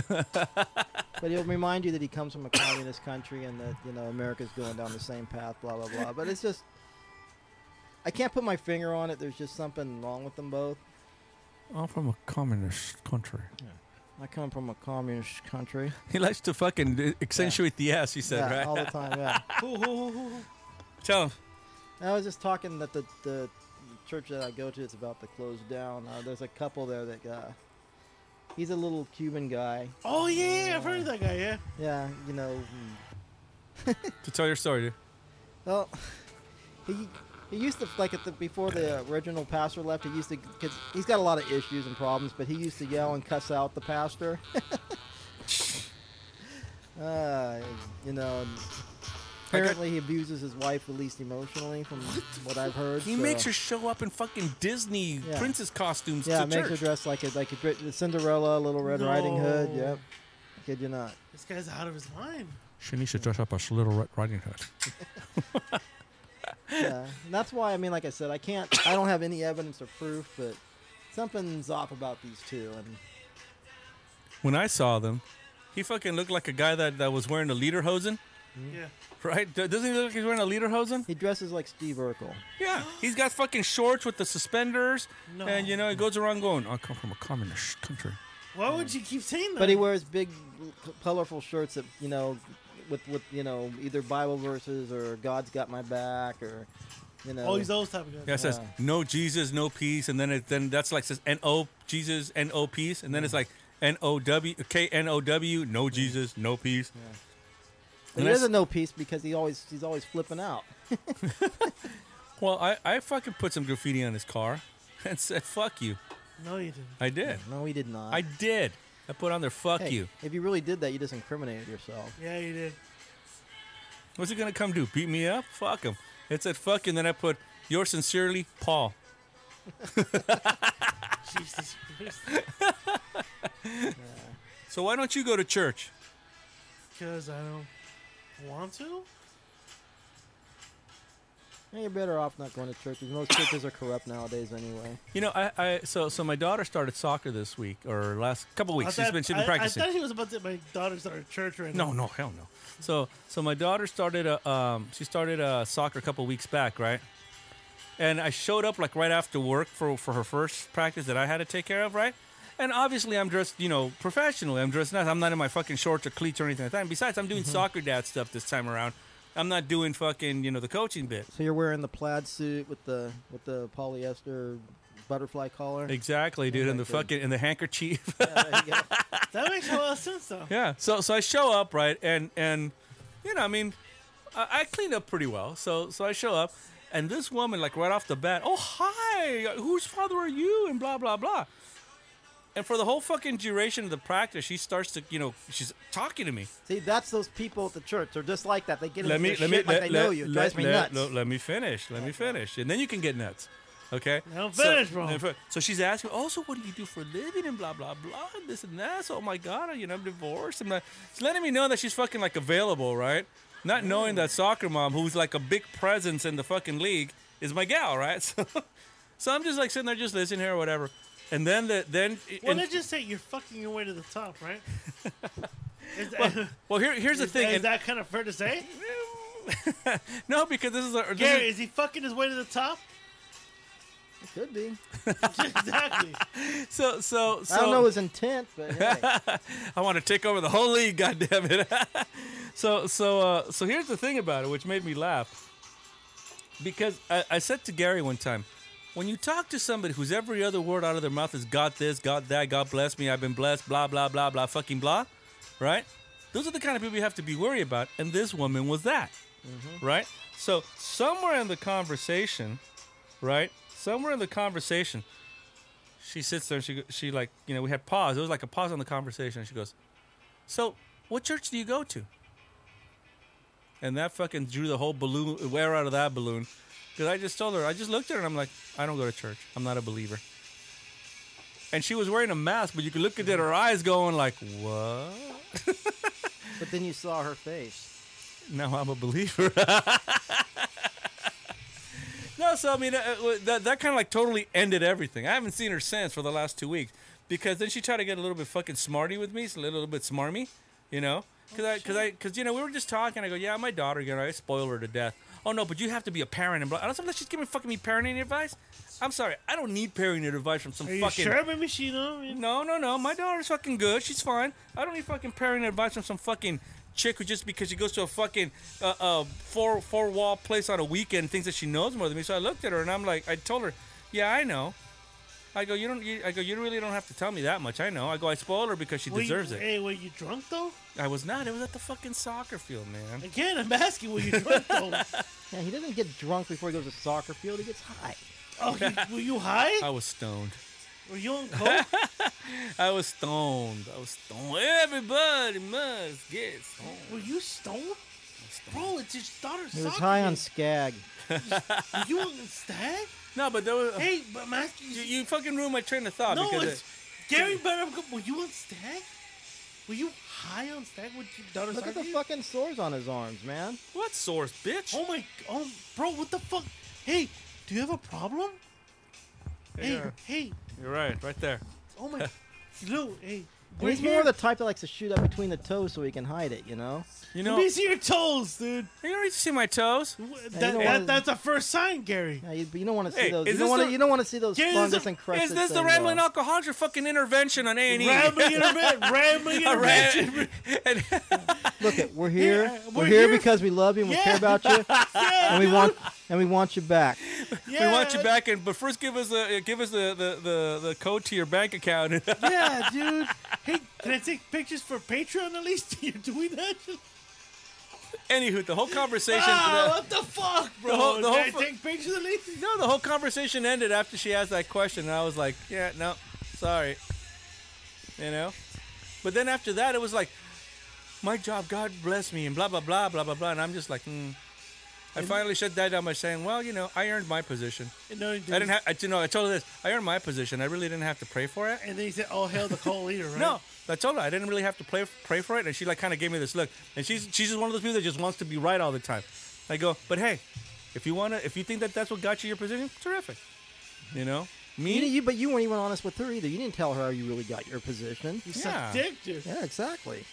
But he'll remind you that he comes from a communist country and that you know America's going down the same path, blah blah blah. But it's just I can't put my finger on it. There's just something wrong with them both.
I'm from a communist country.
I come from a communist country.
He likes to fucking e-, accentuate the ass. He said,
yeah,
right?
all the time. Yeah.
Who- who- who- who-
Tell him.
I was just talking that the the church that I go to it's about to close down. Uh, there's a couple there that uh, he's a little Cuban guy.
Oh yeah, I've heard of that guy. Yeah.
Yeah, you know. mm.
To tell your story, dude.
Well, he he used to like at the before the original pastor left. He used to cause he's got a lot of issues and problems, but he used to yell and cuss out the pastor. uh, you know. and Apparently, he abuses his wife at least emotionally, from what I've heard.
He makes
so-
her show up in fucking Disney
Yeah.
princess costumes
Yeah,
to
it makes
church.
her dress like a like a dr- Cinderella, Little Red Riding Hood.
No.
Yep, kid you not.
This guy's out of his mind.
she needs to dress up as Little Red Riding Hood.
Yeah, And that's why I mean, like I said, I can't, I don't have any evidence or proof, but something's off about these two. And
When I saw them, he fucking looked like a guy that, that was wearing a lederhosen, Mm-hmm.
Yeah.
right? D- Doesn't he look like he's wearing a lederhosen?
he dresses like Steve Urkel.
Yeah. He's got fucking shorts with the suspenders,
No.
and you know, he goes around going, I come from a communist country.
Why would you keep saying that?
But he wears big, colorful shirts that you know, with with you know either Bible verses or God's got my back or you know.
Oh, he's those type of guys.
Yeah, it says
Wow.
no Jesus, no peace, and then it then that's like says N O Jesus, N O peace, and then it's like N O W K N O W, no Jesus, no peace.
But he
and I s-
doesn't know peace because he always he's always flipping out.
Well, I, I fucking put some graffiti on his car and said fuck you.
No, you didn't.
I did.
No, he did not.
I did. I put on there fuck
Hey,
you.
If you really did that, you just incriminated yourself.
Yeah, you did.
What's he gonna come do? Beat me up? Fuck him. It said fuck you, and then I put yours sincerely, Paul.
Jesus Christ.
So why don't you go to church?
Because I don't want to.
Yeah, You're better off not going to church 'cause most churches are corrupt nowadays anyway.
You know, I, I so so my daughter started soccer this week or last couple
I
weeks. She's
thought-
been she's
I-
been practicing.
I, thought he was about to. My daughters are at church right
No,
now.
no, hell no. So, so my daughter started a, um, she started a soccer a couple weeks back, right? And I showed up like right after work for for her first practice that I had to take care of, right? And obviously, I'm dressed, you know, professionally. I'm dressed nice. I'm not in my fucking shorts or cleats or anything like that. And besides, I'm doing soccer dad stuff this time around. I'm not doing fucking, you know, the coaching bit.
So you're wearing the plaid suit with the with the polyester butterfly collar.
Exactly, dude.
my
and the
God.
fucking and the handkerchief.
Yeah, there you go.
That makes a lot of sense, though.
Yeah. So so I show up right, and and you know I mean, I, I cleaned up pretty well. So so I show up, and this woman like right off the bat, oh hi, whose father are you? And blah blah blah. And for the whole fucking duration of the practice, she starts to you know she's talking to me.
See, that's those people at the church. They're just like that. They get into their shit like they know you. It
let-
drives me
let-
nuts.
let- let me finish. Let me finish, and then you can get nuts. Okay.
Now
So-
finish, bro.
then fi- So she's asking, oh, so what do you do for a living and blah blah blah, and this and that. So oh my god, you know I'm divorced. I'm like, she's letting me know that she's fucking like available, right? Not knowing that soccer mom, who's like a big presence in the fucking league, is my gal, right? So, so I'm just like sitting there, just listening to her or whatever. And then the then
Well,
and-
let's just say you're fucking your way to the top, right? is that,
well here here's the
is that-
thing.
is
and-
that kind of fair to say?
no, because this is a this
Gary,
is-
is he fucking his way to the top?
It could be.
exactly.
so so so
I don't know his intent, but hey,
I want to take over the whole league, goddamn it! so, so, uh, so here's the thing about it, which made me laugh, because I, I said to Gary one time, when you talk to somebody whose every other word out of their mouth is "God this," "God that," "God bless me," "I've been blessed," blah blah blah blah, fucking blah, right? Those are the kind of people you have to be worried about, and this woman was that, right? So somewhere in the conversation, right? Somewhere in the conversation, she sits there and she go- she like you know we had pause. It was like a pause on the conversation. And she goes, "So what church do you go to?" And that fucking drew the whole balloon wear out of that balloon. Because I just told her, I just looked at her and I'm like, I don't go to church. I'm not a believer. And she was wearing a mask, but you could look at her eyes going like, what?
but then you saw her face.
Now I'm a believer. no, so I mean, uh, uh, that, that kind of like totally ended everything. I haven't seen her since for the last two weeks because then she tried to get a little bit fucking smarty with me, so a little bit
Oh,
smarmy, you know? Because I, because I, because you know, we were just talking. I go, yeah, my daughter, you know, I spoil her to death. oh no, but you have to be a parent and blah. I don't sometimes she's giving fucking me parenting advice. I'm sorry, I don't need parenting advice from some
Are you
fucking.
sure, baby? She know. You
No, no, no. My daughter's fucking good. She's fine. I don't need fucking parenting advice from some fucking chick who just because she goes to a fucking uh, uh, four four wall place on a weekend thinks that she knows more than me. So I looked at her and I'm like, I told her, yeah, I know. I go, you don't. You, I go, you really don't have to tell me that much. I know. I go, I spoil her because she
Were you-
deserves it.
Hey, were you drunk though?
I was not. It was at the fucking soccer field, man.
Again, I'm asking, were you drunk though?
Yeah, he doesn't get drunk before he goes to soccer field. He gets high.
oh, you, were you high?
I was stoned.
Were you on coke?
I was stoned. I was stoned. Everybody must get stoned.
were you stoned? Bro, it's his daughter's
He was
soccer
high on
game.
skag.
Were you on stag?
No, but there was.
Hey, but I'm asking
you, you fucking ruined my train of thought
No,
because.
it's Gary Better. Were you on stag? Were you high on stag with your daughter's
Look at
soccer
the
game?
fucking sores on his arms, man.
What source, bitch?
Oh my, oh, bro, what the fuck? Hey, do you have a problem? Hey,
Yeah.
hey,
You're right, right there.
oh my, Lou, hey,
And
we're
he's more
here.
of the type that likes to shoot up between the toes so he can hide it, you know?
You
Let
know,
me see your toes, dude.
you already see my toes.
Wh-
you
That,
don't wanna-
that, that's the first sign, Gary.
Yeah, you, you don't want to see
Hey,
those.
is
You don't
this
want
the-
to. You don't want to see those
Yeah, is
fungus
the-
and crusted
Is this the
thing,
rambling
though.
alcoholics or fucking intervention on A and E?
Rambling intervention, rambling intervention.
Look, it, we're here.
Yeah,
we're,
we're
here
here.
because we love you and we care
Yeah.
about you, and we want and we want you back.
We want you back, and but first give us the give us the the, the, the code to your bank account.
Yeah, dude. Hey, can I take pictures for Patreon at least? You're doing that?
Anywho, the whole conversation.
Ah, what the fuck, bro?
whole- the whole
can
fu-
I take pictures at least?
the- no, the whole conversation ended after she asked that question, and I was like, yeah, no, sorry. You know, but then after that, it was like, my job, God bless me, and blah blah blah blah blah blah, and I'm just like, hmm. I finally shut that down by saying, well, you know, I earned my position.
And no, he didn't.
I didn't have. I, you know, I told her this. I earned my position. I really didn't have to pray for it.
And then he said, "Oh hell, the coal leader, right?"
No, I told her I didn't really have to play, pray for it, and she like kind of gave me this look. And she's she's just one of those people that just wants to be right all the time. I go, but hey, if you wanna, if you think that that's what got you your position, terrific. You know,
You,
me.
didn't- you, but you weren't even honest with her either. You didn't tell her how you really got your position.
You suck
Yeah.
dick, dude.
Yeah, exactly.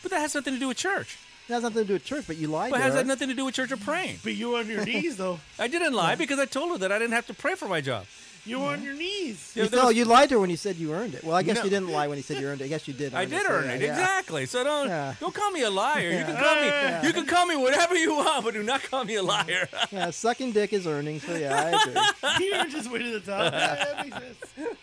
But that has nothing to do with church.
It has nothing to do with church, but you lied
But
to
has
her.
that nothing to do with church or praying?
But you were on your knees though.
I didn't lie because I told her that I didn't have to pray for my job.
You were on your knees.
you,
Yeah, there
no,
was-
you lied to her when you said you earned it. Well, I guess
No.
you didn't lie when you said you earned it. I guess you did.
I
earn
did
so
earn
yeah,
it
yeah.
exactly. So don't
Yeah.
don't call me a liar. You
Yeah.
can call me
Yeah.
you can call me whatever you want, but do not call me a liar.
Yeah, sucking dick is earning. So yeah, I agree.
Peter just went to the top. Yeah, that makes sense.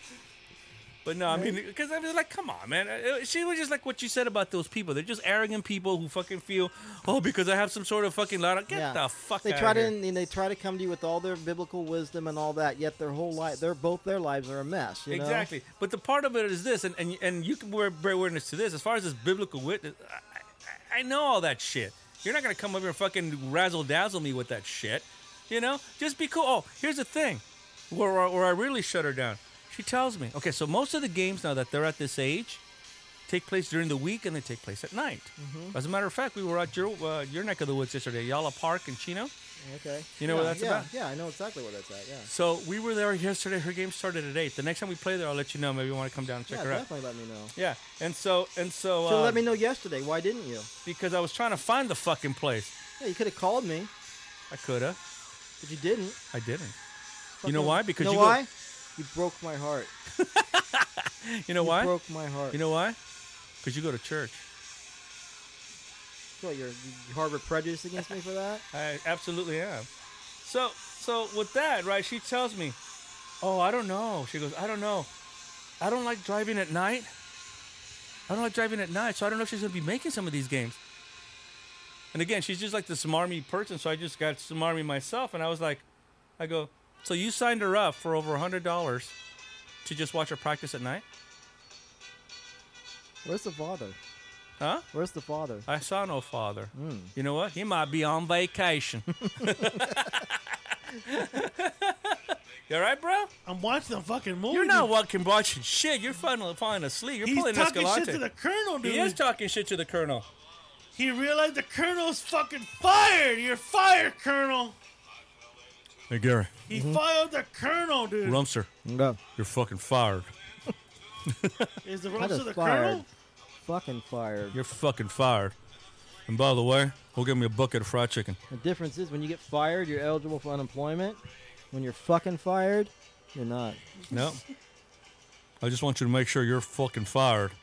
But no, I mean, because I was like, come on, man. Uh, uh, She was just like what you said about those people. They're just arrogant people who fucking feel, oh, because I have some sort of fucking lot. Get
yeah.
the fuck
They
out
try
of
to
here.
and they try to come to you with all their biblical wisdom and all that. Yet their whole life, their both their lives are a mess. You know?
Exactly. But the part of it is this, and and, and you can bear, bear witness to this. As far as this biblical witness, I, I, I know all that shit. You're not gonna come up here and fucking razzle dazzle me with that shit. You know, just be cool. Oh, here's the thing, where where, where I really shut her down. She tells me, okay, so most of the games now that they're at this age. Take place during the week and they take place at night.
Mm-hmm.
As a matter of fact, we were at your uh, your neck of the woods yesterday, Yala Park in Chino.
Okay.
You know what
Yeah,
that's
yeah,
about?
Yeah, I know exactly what that's at. Yeah.
So we were there yesterday. Her game started at eight. The next time we play there, I'll let you know. Maybe you want to come down and check
yeah,
her out.
definitely let me know.
Yeah, and so and so,
So
uh,
let me know yesterday. Why didn't you?
because I was trying to find the fucking place.
Yeah, you could have called me,
I coulda,
but you didn't.
I didn't. You know
Fucking-
why? Because
know
you go-
why? You broke my heart.
You know why?
You broke my heart.
You know why? Because you go to church.
what? You're, you harbor prejudice against me for that?
I absolutely am. So so with that, right? She tells me, "Oh, I don't know." She goes, "I don't know. I don't like driving at night. I don't like driving at night, so I don't know if she's gonna be making some of these games." And again, she's just like the smarmy person, so I just got smarmy myself, and I was like, "I go, so you signed her up for over a hundred dollars to just watch her practice at night,
Where's the father?
huh?"
Where's the father?
I saw no father.
Hmm.
You know what? He might be on vacation. you all right, bro?
I'm watching the fucking movie.
You're not
dude.
walking, watching shit. You're falling, falling asleep. You're
He's
pulling
talking
Escalante.
shit to the colonel, dude.
he is talking shit to the colonel.
He realized the colonel's fucking fired. You're fired, colonel.
Hey, Gary.
He fired the colonel, dude.
Rumster,
No.
you're fucking fired.
Is the
I
rumps of
just
the
fired.
colonel?
Fucking fired.
You're fucking fired. And by the way, go get me a bucket of fried chicken.
The difference is when you get fired, you're eligible for unemployment. When you're fucking fired, you're not.
No. I just want you to make sure you're fucking fired.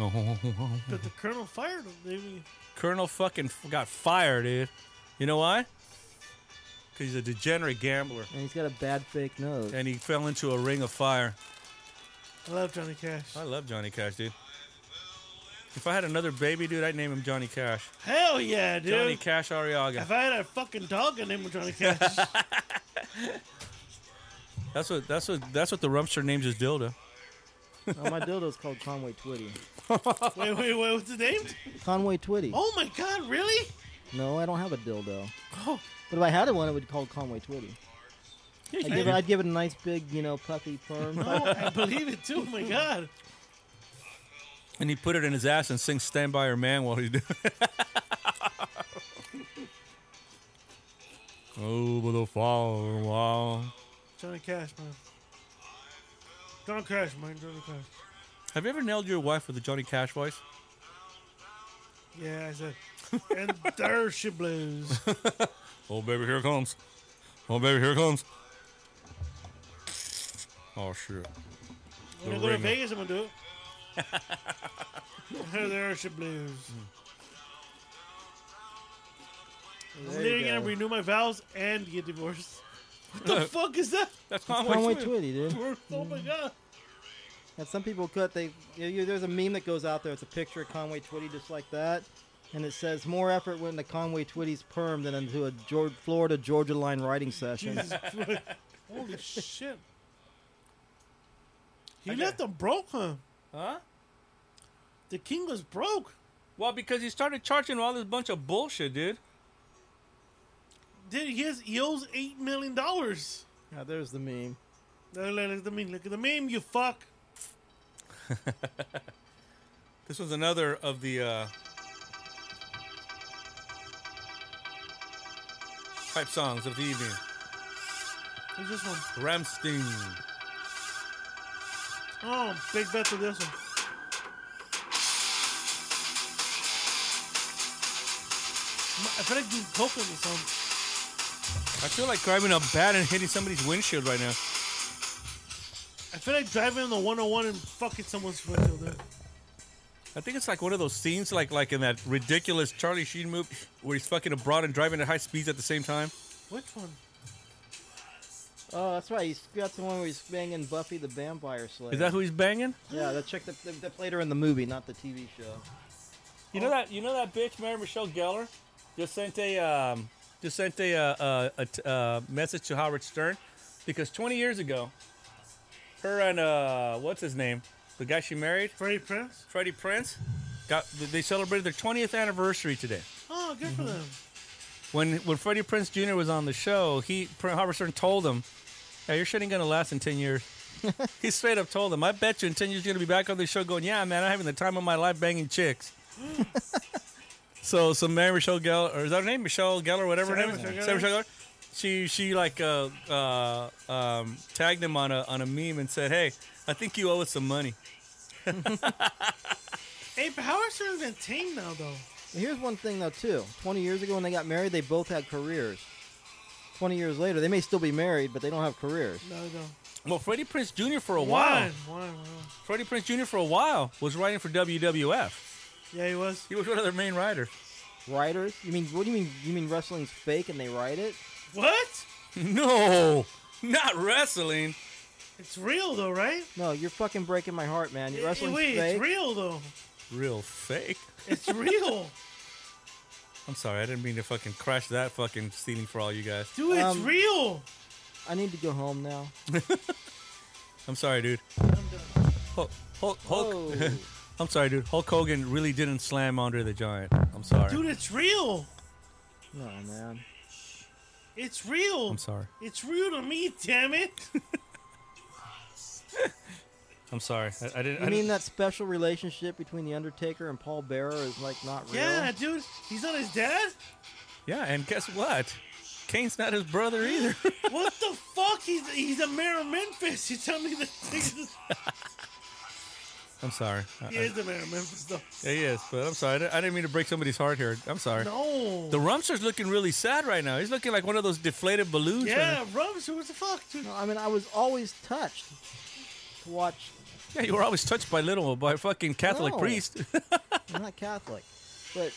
Okay.
But the colonel fired him. They mean,
Colonel fucking f- got fired, dude. You know why? Because he's a degenerate gambler.
And he's got a bad fake nose.
And he fell into a ring of fire.
I love Johnny Cash.
I love Johnny Cash, dude. If I had another baby, dude, I'd name him Johnny Cash.
Hell yeah, dude.
Johnny Cash Ariaga.
if I had a fucking dog, I'd name him Johnny Cash.
That's what that's what that's what the rumpster names his dildo.
oh, my dildo's called Conway Twitty.
wait, wait, wait. What's his name?
Conway Twitty.
Oh my god, really?
No, I don't have a dildo.
Oh.
But if I had one, it would be called Conway Twitty.
Yeah,
I'd give, it, I'd give it a nice big, you know, puffy perm.
Oh, I believe it too. Oh my god.
And he put it in his ass and sings "Stand by Your Man" while he's doing. it. Over the fallen wall.
Johnny Cash, man. Johnny Cash, man. Johnny Cash.
Have you ever nailed your wife with a Johnny Cash voice?
Yeah, I said. And there she blows.
Oh baby, here it comes. Oh baby, here it comes. Oh shit.
When I go to
The ringer.
Vegas, I'm gonna do it. there she blows. I'm
There you
literally gonna
go.
renew my vows and get divorced. What the fuck is that?
That's Conway.
Conway
Twitty.
Twitty, dude.
Oh my god.
And some people cut. They you, you, there's a meme that goes out there. It's a picture of Conway Twitty just like that, and it says more effort went into Conway Twitty's perm than into a George, Florida Georgia line writing session.
Jesus Christ. Holy shit. He left them broke, huh?
Huh?
The king was broke.
Well, because he started charging all this bunch of bullshit, dude.
Dude, he has he owes eight million dollars.
Now there's the meme.
Look look at the meme. Look at the meme. You fuck.
This was another of the uh, type songs of the evening.
Who's this one?
Ramstein.
Oh, big bet to this one. Ma- I feel like doing coke on this song.
I feel like grabbing a bat and hitting somebody's windshield right now.
I feel like driving on the 101 and fucking someone's windshield. dude.
I think it's like one of those scenes, like like in that ridiculous Charlie Sheen movie where he's fucking abroad and driving at high speeds at the same time.
Which one?
Oh, that's right. He's got the one where he's banging Buffy the Vampire Slayer.
Is that who he's banging?
yeah, that chick that, that, that played her in the movie, not the TV show.
You know that you know that bitch Mary Michelle Gellar just sent a um, just sent a, uh, uh, a t- uh, message to Howard Stern because 20 years ago, her and uh, what's his name, the guy she married,
Freddie Prince?
Freddie Prince, got they celebrated their 20th anniversary today.
Oh, good for them.
when when Freddie Prince Jr. was on the show, he Pr- Howard Stern told him, "Yeah, your shit ain't gonna last in ten years." he straight up told him, "I bet you in ten years you're gonna be back on the show going, yeah, man, I'm having the time of my life banging chicks." so, so Mary Michelle Geller, or is that her name, Michelle Geller, whatever her
Sarah
name is,
Michelle
Sarah
Gellar?
Michelle Gellar. She she like uh, uh, um, tagged him on a on a meme and said, "Hey, I think you owe us some money."
Hey, but how are certain been tame now, though?
And here's one thing though too. 20 years ago when they got married, they both had careers. 20 years later, they may still be married, but they don't have careers.
No, no.
Well, Freddie Prince Jr. for a while,
One. One, one.
Freddie Prince Jr. for a while was writing for WWF.
Yeah, he was.
He was one of their main writers.
Writers? You mean what do you mean? You mean wrestling's fake and they write it?
What?
No, not wrestling.
It's real, though, right?
No, you're fucking breaking my heart, man.
Hey,
You're wrestling's
Wait,
fake.
it's real, though.
Real fake.
It's real.
I'm sorry, I didn't mean to fucking crash that fucking ceiling for all you guys.
Dude, it's
Um,
real.
I need to go home now.
I'm sorry, dude. Hulk, Hulk, Hulk.
Whoa.
I'm sorry, dude. Hulk Hogan really didn't slam Andre the Giant. I'm sorry.
Dude, it's real.
No, man.
It's real.
I'm sorry.
It's real to me, damn it.
I'm sorry. I, I didn't.
You
I
mean
didn't-
that special relationship between The Undertaker and Paul Bearer is like not real?
yeah, dude. He's not his dad?
Yeah, and guess what? Kane's not his brother either.
What the fuck? He's he's a mayor of Memphis. You tell me that.
I'm sorry. I- I-
He is the mayor of Memphis, though.
Yeah, he is, but I'm sorry. I di- I didn't mean to break somebody's heart here. I'm sorry.
No.
The Rumster's looking really sad right now. He's looking like one of those deflated balloons. right
yeah,
now.
Rums, who was the fuck, dude?
No, I mean, I was always touched to watch.
Yeah, you were always touched by little by a fucking Catholic
No.
priest.
I'm not Catholic, but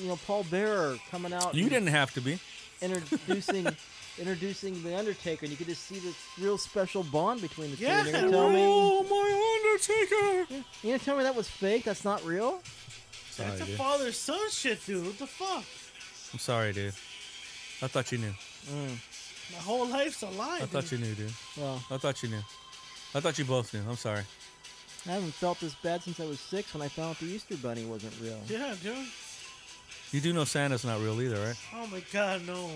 you know, Paul Bearer coming out.
you
and
didn't have to be.
introducing introducing the Undertaker, and you could just see this real special bond between the two.
Yeah, Oh,
and you're gonna tell me,
my Undertaker!
you're gonna tell me that was fake? That's not real?
Sorry,
That's a
dude.
father son shit, dude. What the fuck?
I'm sorry, dude. I thought you knew.
My whole life's a lie.
I thought you knew, dude.
Well,
I thought you knew. I thought you both knew. I'm sorry.
I haven't felt this bad since I was six when I found out the Easter Bunny wasn't real.
Yeah, dude.
You do know Santa's not real either, right?
Oh my god, no.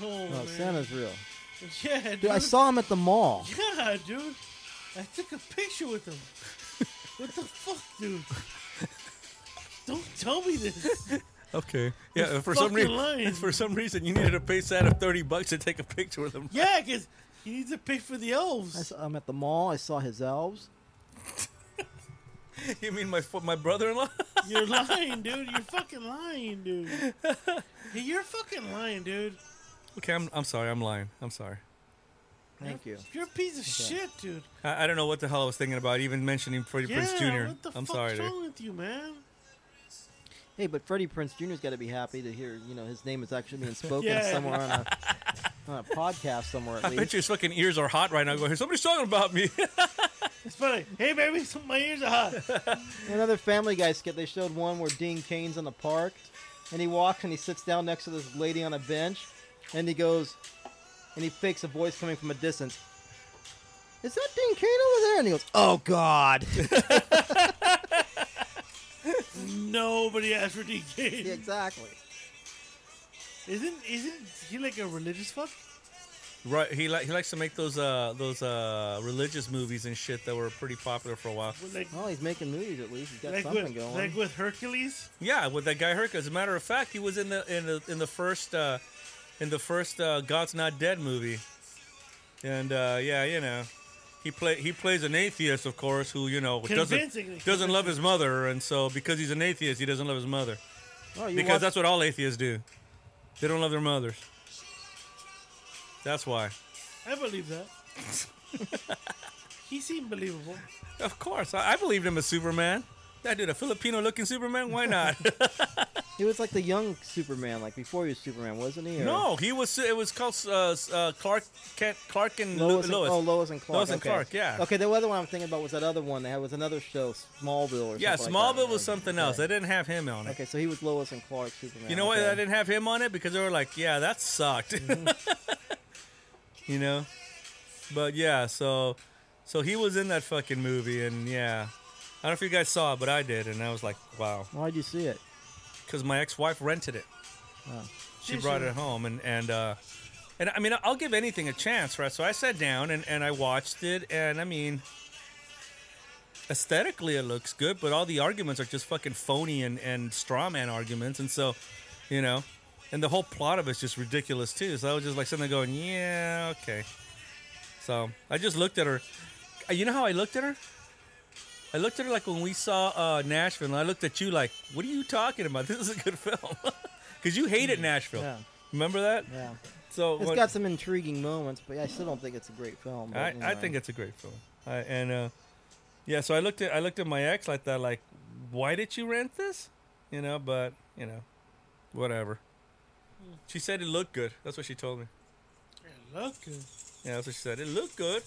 No,
No,
man.
Oh, Santa's real.
Yeah, dude.
Dude, I saw him at the mall.
Yeah, dude. I took a picture with him. what the fuck, dude? Don't tell me this.
Okay. Yeah. For
fucking
some reason,
lying.
for some reason, you needed to pay Santa thirty bucks to take a picture with him.
Yeah, because he needs to pay for the elves.
I saw him at the mall. I saw his elves.
You mean my fo- my brother-in-law?
You're lying, dude. You're fucking lying, dude. Hey, You're fucking lying, dude.
okay, I'm I'm sorry. I'm lying. I'm sorry.
Thank you.
You're a piece of shit, dude.
I, I don't know what the hell I was thinking about even mentioning Freddie
Yeah,
Prince Jr.
what the
I'm
fuck's
sorry, dude.
wrong with you, man?
Hey, but Freddie Prince Jr.'s got to be happy to hear you know his name is actually being spoken
Yeah.
somewhere on a, on a podcast somewhere at
I bet
least.
you his fucking ears are hot right now. Going, somebody's talking about me.
It's funny. Hey, baby, some, my ears are hot.
Another Family Guy skit. They showed one where Dean Kane's in the park, and he walks and he sits down next to this lady on a bench, and he goes, and he fakes a voice coming from a distance. Is that Dean Kane over there? And he goes, "Oh God!"
Nobody asked for DK.
yeah, exactly.
Isn't isn't he like a religious fuck?
right. He like he likes to make those uh those uh religious movies and shit that were pretty popular for a while.
With, Like
Well, he's making movies at least. He's got
like
Oh,
with
something going.
like with Hercules.
Yeah, with that guy Herc. As a matter of fact, he was in the in the in the first uh, in the first uh, God's Not Dead movie, and uh, yeah, you know, he play he plays an atheist, of course, who you know
Convincingly.
doesn't doesn't love his mother, and so because he's an atheist, he doesn't love his mother
oh, you
because
watch-
that's what all atheists do. They don't love their mothers. That's why.
I believe that. he seemed believable.
Of course, I, I believed him as Superman. That dude, a Filipino-looking Superman. Why not?
he was like the young Superman, like before he was Superman, wasn't he? Or-
no, he was. It was called uh, uh, Clark Kent, Clark and Lu-
Lois, and,
Lois.
Oh, Lois and Clark.
Lois and
okay.
Clark, yeah.
Okay, the other one I'm thinking about was that other one. They had was another show, Smallville or
Yeah,
something like
Smallville
that.
was something else.
Okay.
I didn't have him on it.
Okay, so he was Lois and Clark Superman.
You know why
okay. Mm-hmm.
I didn't have him on it? Because they were like, yeah, that sucked. you know? But yeah, so so he was in that fucking movie and yeah. I don't know if you guys saw it, but I did and I was like, wow.
Why'd you see it?
Cuz my ex-wife rented it. She
Yeah,
brought
sure.
it home and and uh and I mean, I'll give anything a chance, right? So I sat down and, and I watched it, and I mean, aesthetically it looks good, but all the arguments are just fucking phony and, and straw man arguments. And so, you know, and the whole plot of it's just ridiculous too. So I was just like sitting there going, yeah, okay. So I just looked at her. Uh, You know how I looked at her? I looked at her like when we saw uh, Nashville, and I looked at you like, what are you talking about? This is a good film. Because you hated Nashville.
Mm, Yeah.
Remember that?
Yeah,
So
it's
when-
got some intriguing moments, but I still don't think it's a great film. but,
I,
you
I
know.
think it's a great film. I, and uh, yeah, so I looked at I looked at my ex like that, like, why did you rent this? You know, but you know, whatever. She said it looked good. That's what she told me.
It looked good.
Yeah, that's what she said. It looked good.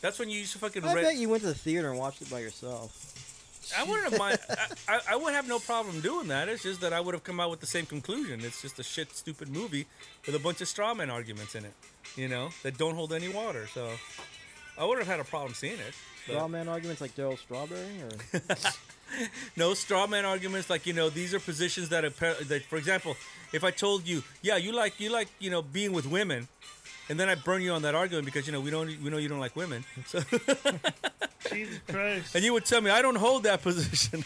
That's when you used to fucking
I bet
rent.
you went to the theater and watched it by yourself.
I wouldn't have mind. I, I, I would have no problem doing that. It's just that I would have come out with the same conclusion. It's just a shit, stupid movie with a bunch of straw man arguments in it. You know, that don't hold any water. So I would have had a problem seeing it. but-
Straw man arguments like Daryl Strawberry, or
No straw man arguments like you know these are positions that appa- that for example, if I told you yeah you like you like you know being with women, and then I burn you on that argument because you know we don't we know you don't like women, so,
Jesus Christ.
and you would tell me I don't hold that position.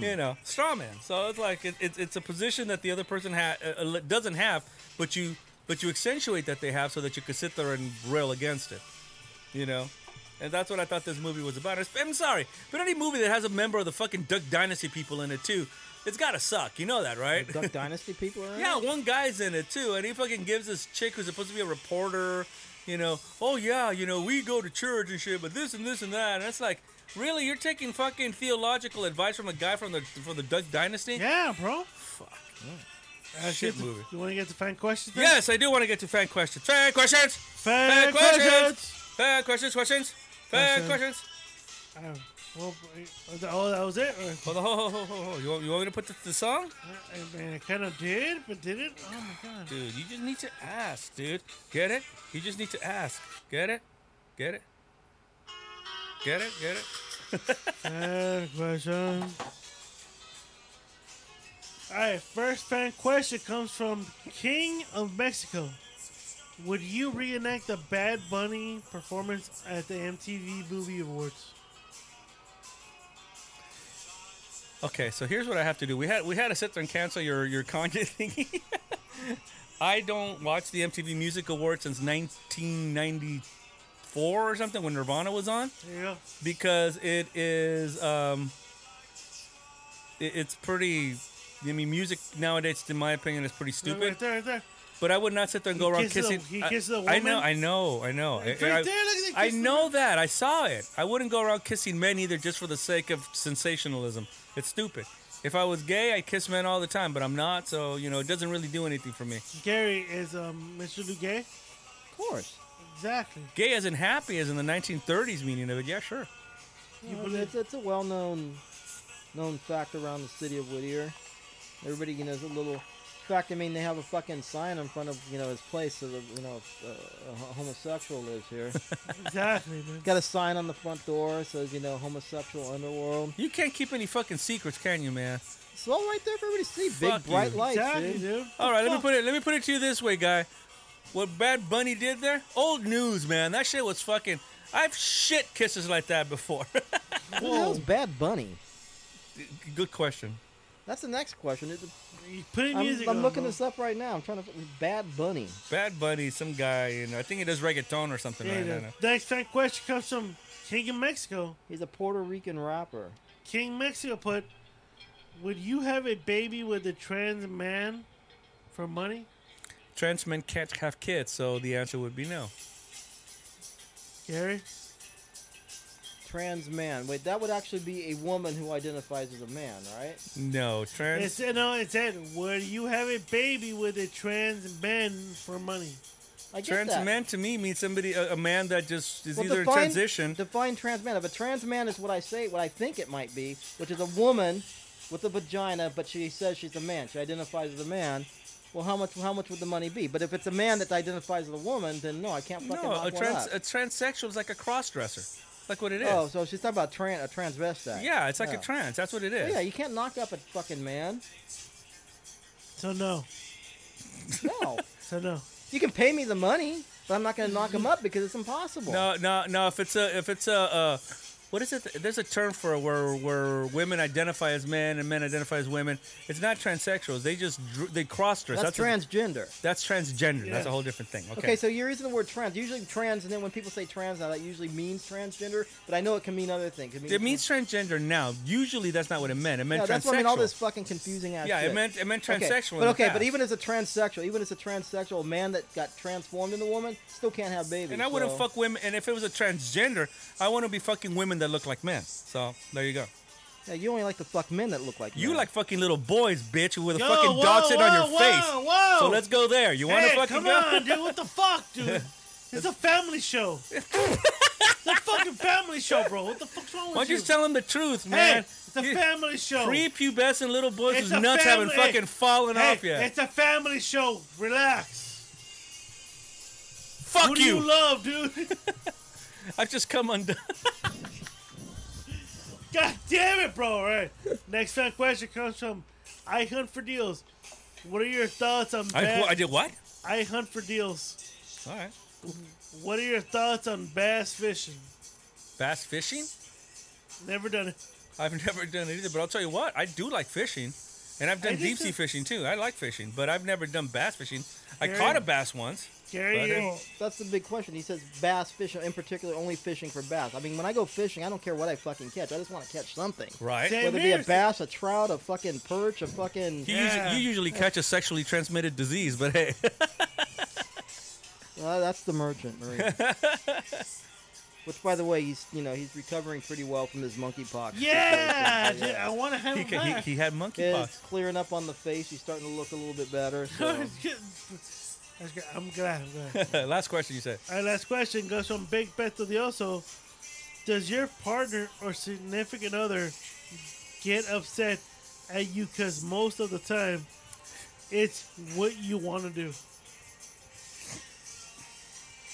You know, straw man. So it's like it, it's it's a position that the other person ha- uh, uh, doesn't have, but you but you accentuate that they have so that you could sit there and rail against it. You know, And that's what I thought this movie was about. I'm sorry, but any movie that has a member of the fucking Duck Dynasty people in it too, it's gotta suck. You know that, right?
Duck Dynasty people are in
Yeah,
it?
one guy's in it too, and he fucking gives this chick who's supposed to be a reporter, you know, oh yeah, you know, we go to church and shit, but this and this and that, and it's like, really, you're taking fucking theological advice from a guy from the from the Duck Dynasty?
Yeah, bro.
That shit movie.
You want to get to fan questions? then?
Yes, I do want to get to fan questions. Fan questions.
Fan,
Fan questions!
questions.
Fan questions. Questions. Fan
Question. Uh,
questions.
well, uh, oh, that was it. Uh,
Hold on, hold on, hold on, hold on. You want, you want me to put the, the song?
I mean, it kind of did, but did it? Oh my god.
Dude, you just need to ask, dude. Get it? You just need to ask. Get it? Get it? Get it? Get it?
Fan question. Alright, first fan question comes from King of Mexico. Would you reenact the Bad Bunny performance at the MTV Movie Awards?
Okay, so here's what I have to do. We had we had to sit there and cancel your your Kanye thingy. I don't watch the MTV Music Awards since 1994 or something when Nirvana was on.
There you go.
because it is um it, it's pretty I mean music nowadays in my opinion is pretty
Right,
stupid
Right there, right there.
but I would not sit there and go
He
around
kisses a-
kissing
he
I-
kisses a
I know
woman?
I know I know
Right
I,
there, look at the
I
kiss the
know that I saw it I wouldn't go around kissing men either just for the sake of sensationalism it's stupid if I was gay I'd kiss men all the time but I'm not so you know it doesn't really do anything for me
Gary is um, Mr. Luguay.
Of course.
Exactly.
gay as in happy as in the 1930s meaning of it yeah sure
You
Well,
believe-
it's, it's a well-known known fact around the city of Whittier. Everybody, you know, is a little. In fact, I mean, they have a fucking sign in front of you know his place, so that you know if, uh, a ho- homosexual lives here.
Exactly, man.
Got a sign on the front door says you know homosexual underworld.
you can't keep any fucking secrets can you man
It's all right there for everybody to see.
Fuck
Big bright
you.
lights,
Exactly,
dude.
dude.
All right, let me
Fuck.
put it. Let me put it to you this way, guy. What Bad Bunny did there? Old news, man. That shit was fucking. I've shit kisses like that before.
Who the hell's Bad Bunny?
Good question.
That's the next question. It,
You putting music
I'm, I'm
on,
looking
bro.
this up right now. I'm trying to Bad Bunny.
Bad Bunny, some guy. You know, I think he does reggaeton or something.
Yeah,
right? I
yeah.
don't know.
Next fan question comes from King of Mexico.
He's a Puerto Rican rapper.
King Mexico put, "Would you have a baby with a trans man for money?"
Trans men can't have kids, so the answer would be no.
Gary,
Trans man. Wait, that would actually be a woman who identifies as a man, right?
No, trans.
it said no. It said, "Would you have a baby with a trans man for money?"
I get
trans
that.
man to me means somebody, a, a man that just is
Well,
either in transition.
Define trans man. If a trans man is what I say, what I think it might be, which is a woman with a vagina, but she says she's a man. She identifies as a man. Well, how much? How much would the money be? But if it's a man that identifies as a woman, then no, I can't fucking
no,
knock
a
one
trans,
up.
a transsexual is like a cross-dresser, like what it is.
oh, so she's talking about tran, a transvestite. Oh.
yeah, it's like
Yeah.
a trans. That's what it
Well,
is.
yeah, you can't knock up a fucking man.
So no.
No,
So no.
you can pay me the money, but I'm not going to knock him up because it's impossible.
No, no, no. If it's a, if it's a, uh, what is it? There's a term for it where where women identify as men and men identify as women. It's not transsexuals. They just dr- they cross dress.
that's, transgender.
that's transgender. That's a
Yeah.
whole different thing. Okay.
Okay, so you're using the word trans. Usually trans, and then when people say trans now, that usually means transgender. But I know it can mean other things. It means,
it means transgender now. Usually, that's not what it meant. It meant
yeah,
transsexual.
that's what I mean. All this fucking confusing ass.
yeah,
shit.
it meant it meant
Okay,
transsexual. in
But
the
okay, but
past.
even as a transsexual, even as a transsexual man that got transformed into a woman, still can't have babies.
and I wouldn't
so-
fuck women. And if it was a transgender, I want to be fucking women that look like men. So there you go.
Yeah, you only like to fuck men that look like
You
men.
like fucking little boys, bitch, with a
Yo,
fucking
whoa,
dot sitting on your
whoa,
face.
whoa, whoa.
So let's go there. You want to
Hey,
fucking
come
go?
on, dude. What the fuck, dude? It's a family show. it's a fucking family show, bro. What the fuck's wrong with
Why don't
you?
you just tell him the truth,
hey,
man?
it's a
You-
family show.
Prepubescent little boys
It's
whose
a
nuts haven't
family-
fucking fallen
Hey,
off yet.
It's a family show. Relax. Who
Fuck
do
you.
you love, dude?
I've just come undone.
God damn it, bro. All right. Next fan question comes from I Hunt for Deals. What are your thoughts on
I,
bad,
wh- I did what?
I Hunt for Deals?
All right.
What are your thoughts on bass fishing?
Bass fishing?
Never done it.
I've never done it either, but I'll tell you what, I do like fishing. And I've done
I think
deep sea
that-
fishing too. I like fishing, but I've never done bass fishing. I
Gary-
caught a bass once.
Gary,
Butter.
you-
That's the big question. He says bass fishing, in particular, only fishing for bass. I mean, when I go fishing, I don't care what I fucking catch. I just want to catch something.
Right.
Say-
Whether it be a
Embarrassing.
bass, a trout, a fucking perch, a fucking.
You,
Yeah.
usually, you usually catch a sexually transmitted disease, but hey,
Uh, that's the merchant marine. Which, by the way, he's you know he's recovering pretty well from his monkeypox.
yeah,
situation, so,
dude, I want to have
he,
him
ca- he,
back.
he had
Yeah,
monkeypox.
It's clearing up on the face. He's starting to look a little bit better. So.
That's good. I'm glad. I'm glad.
Last question you said.
All right, last question goes from Big Bestudioso. Does your partner or significant other get upset at you because most of the time it's what you want to do?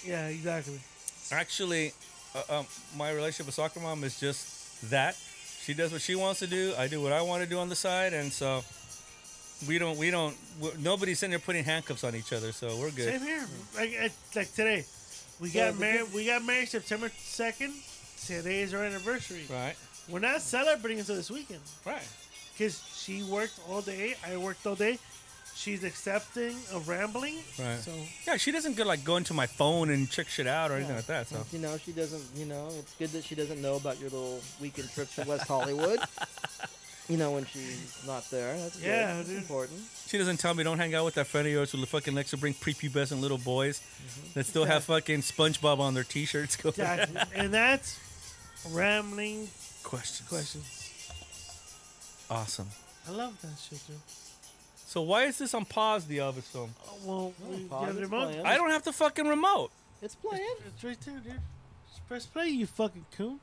Yeah, exactly.
Actually, uh, um, my relationship with Soccer Mom is just that. She does what she wants to do. I do what I want to do on the side, and so we don't we don't we- nobody's in there putting handcuffs on each other. So we're good.
Same here. Like I- like today, we
Yeah,
got
but
married. We got married September second. Today is our anniversary.
Right.
We're not celebrating until this weekend.
Right.
because she worked all day, I worked all day. She's accepting of rambling,
Right.
so
Yeah, she doesn't go like go into my phone and check shit out or anything
Yeah.
like that. So
You know she doesn't. You know it's good that she doesn't know about your little weekend trip to West Hollywood. You know when she's not there. That's good.
Yeah,
That's
dude.
important.
she doesn't tell me don't hang out with that friend of yours who fucking likes to bring prepubescent little boys that still have fucking SpongeBob on their t-shirts. Go
that, and that's rambling
questions.
questions.
Awesome.
I love that shit, dude.
So why is this on pause? The Elvis film.
Oh, well, we, you
pause,
have the
it's
remote?
playing.
I don't have the fucking remote.
It's playing.
It's right there, dude. Just press play, you fucking coon.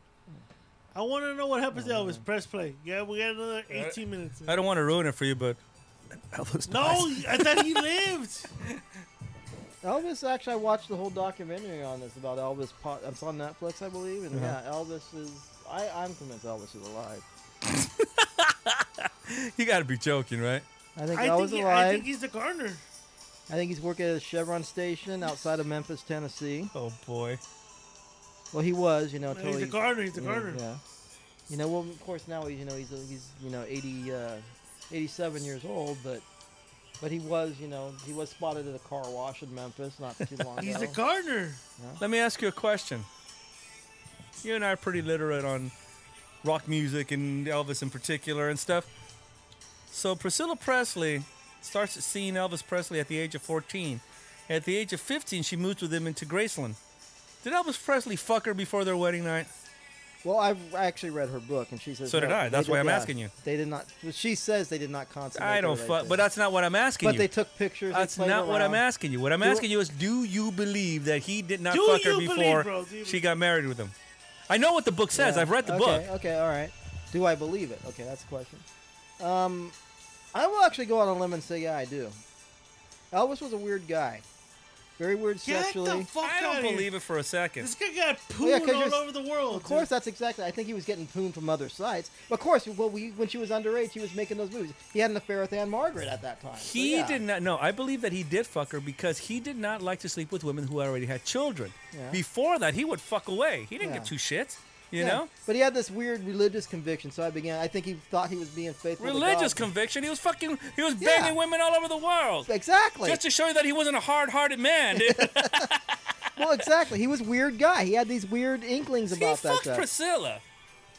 I want to know what happens
Oh,
to Elvis. Press play. Yeah, we got
Uh,
another 18 minutes.
I don't want to ruin it for you, but Elvis.
No,
dies.
I thought he lived.
Elvis. Actually, I watched the whole documentary on this about Elvis. Po- it's on Netflix, I believe. And yeah, Elvis is. I, I'm convinced Elvis is alive.
you got to be joking, right?
I think
I
Elvis
think,
is
he-
alive.
I think he's the gardener.
he's working at a Chevron station outside of Memphis, Tennessee.
Oh boy.
Well, he was, you know,
he's
totally.
the gardener. He's the
you know,
gardener.
Yeah. You know, well, of course now he's you know he's he's you know 80, uh, 87 years old, but but he was you know he was spotted at a car wash in Memphis not too long
He's
ago.
the gardener.
Let me ask you a question. You and I are pretty literate on rock music and Elvis in particular and stuff. So Priscilla Presley starts seeing Elvis Presley at the age of 14. At the age of 15, she moves with him into Graceland. Did Elvis Presley fuck her before their wedding night?
well, I've actually read her book, and she says
So did
no,
I.
they
That's
did-
why I'm
yeah,
asking you.
They did not. Well, she says they did not consummate.
I
their
don't fuck, but
relationship.
that's not what I'm asking
But
you.
they took pictures.
that's
they played
not what I'm
around.
asking you. What I'm
Do-
asking you is, do you believe that he did not
Do
fuck her
you believe,
before
bro? Do you
she
believe-
got married with him? I know what the book says.
Yeah.
I've read the
okay,
book.
Okay, all right. Do I believe it? Okay, that's the question. Um, I will actually go on a limb and say, yeah, I do. Elvis was a weird guy, very weird
Get
sexually.
the fuck
I
out
don't
of here.
believe it for a second.
This guy got
Well, yeah,
pooed
'cause you're-
all over the world.
Of course, that's exactly. I think he was getting pooned from other sites. Of course, well, we, when she was underage, he was making those movies. He had an affair with Anne Margaret at that time. so
He
yeah.
did not. No, I believe that he did fuck her because he did not like to sleep with women who already had children.
Yeah.
Before that, he would fuck away. He didn't
Yeah.
give two shits. You
Yeah.
know,
But he had this weird religious conviction, so I began. I think he thought he was being faithful.
religious
to God.
conviction. He was fucking. He was
Yeah.
banging women all over the world.
Exactly.
Just to show you that he wasn't a hard-hearted man. Dude.
well, exactly. He was a weird guy. He had these weird inklings
he
about that
fucked
stuff.
Priscilla.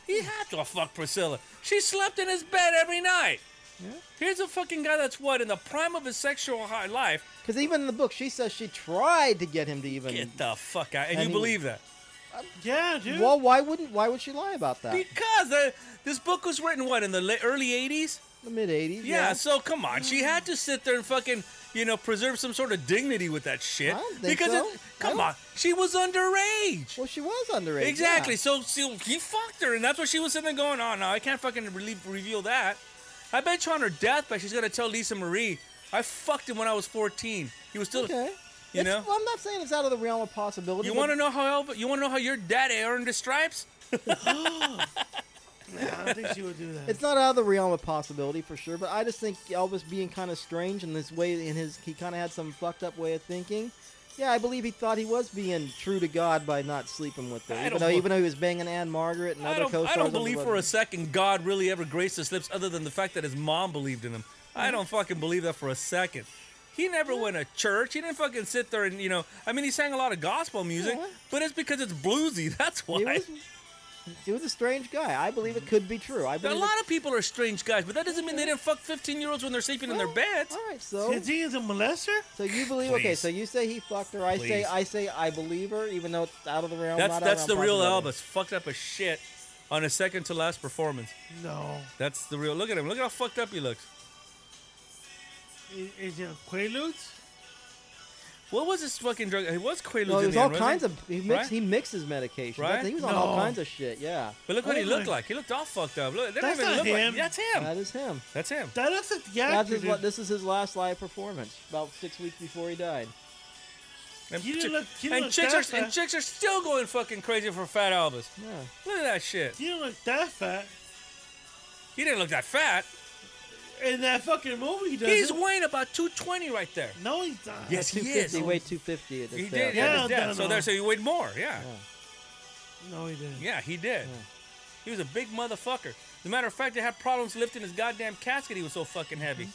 He had to fuck Priscilla. She slept in his bed every night. Here's a fucking guy that's what in the prime of his sexual hi- life.
Because even in the book, she says she tried to get him to even.
Get the fuck out! And,
And
you
he-
believe that?
Yeah, dude.
Well, why wouldn't? Why would she lie about that?
Because uh, this book was written what in the la- early '80s.
the mid '80s.
Yeah, so come on. She had to sit there and fucking, you know, preserve some sort of dignity with that shit.
I don't think
because
so.
it,
I
come
don't-
on, she was underage.
Well, she was underage.
exactly.
yeah.
So, so he fucked her, and that's what she was sitting there going, "Oh no, I can't fucking re- reveal that." I bet you on her deathbed, she's gonna tell Lisa Marie, "I fucked him when I was 14. He was still."
Okay.
You
It's-
know?
well, I'm not saying it's out of the realm of possibility.
You
but
want to know how? Elvis- You want to know how your dad earned his stripes?
I don't think she would do that.
It's not out of the realm of possibility for sure, but I just think Elvis being kind of strange in this way, in his he kind of had some fucked up way of thinking. Yeah, I believe he thought he was being true to God by not sleeping with her,
I
even
don't
though
bel-
even though he was banging Anne Margaret and
I
other
don't,
co-stars.
I
on
don't
the
believe for
level.
a second God really ever graced his lips other than the fact that his mom believed in him. I don't fucking believe that for a second. He never went to church. He didn't fucking sit there and, you know, I mean, he sang a lot of gospel music,
Yeah.
but it's because it's bluesy. That's why.
He was, he was a strange guy. I believe it could be true. I
a
believe
lot of people are strange guys, but that doesn't mean they didn't fuck 15 year olds when they're sleeping in their beds.
All right, so
Since he is a molester?
so you believe? Okay,
Please.
so you say he fucked her. I say
Please.
I say I believe her, even though it's out of the realm.
That's
not out
that's
of
the real
possibility.
Elvis. Fucked up as shit on his second to last performance.
No.
That's the real. Look at him. Look at how fucked up he looks.
Is, is it Quaaludes?
What was his fucking drug? It was Quaaludes.
No,
in
it was
the
all
end, wasn't
kinds
it?
of he mixed
Right?
he mixes medication. That's-
Right?
He was on all
No.
kinds of shit. Yeah,
But look what he
Oh
looked
my-
like. He looked all fucked up. Look, they don't
That's
even
not
look like-
him. Uh,
That's him.
that is him.
That's him.
That looks like the
That's
actor.
his, la-
dude.
this is his last live performance, about six weeks before he died.
And,
He didn't
chick-
look- he didn't
and
look
chicks
that
are and
fat.
chicks are still going fucking crazy for Fat Elvis.
Yeah.
Look at that shit.
You don't look that fat.
He didn't look that fat.
In that fucking movie, he doesn't.
He's weighing about 220 right there.
no, he's not.
Yes, he is.
250, he weighed 250 at this
He
sale.
did. Yeah,
Yeah,
his dad.
no,
So
no.
there, so he weighed more. Yeah.
Yeah.
No, he didn't.
Yeah, he did. He was a big motherfucker. As a matter of fact, they had problems lifting his goddamn casket. He was so fucking heavy.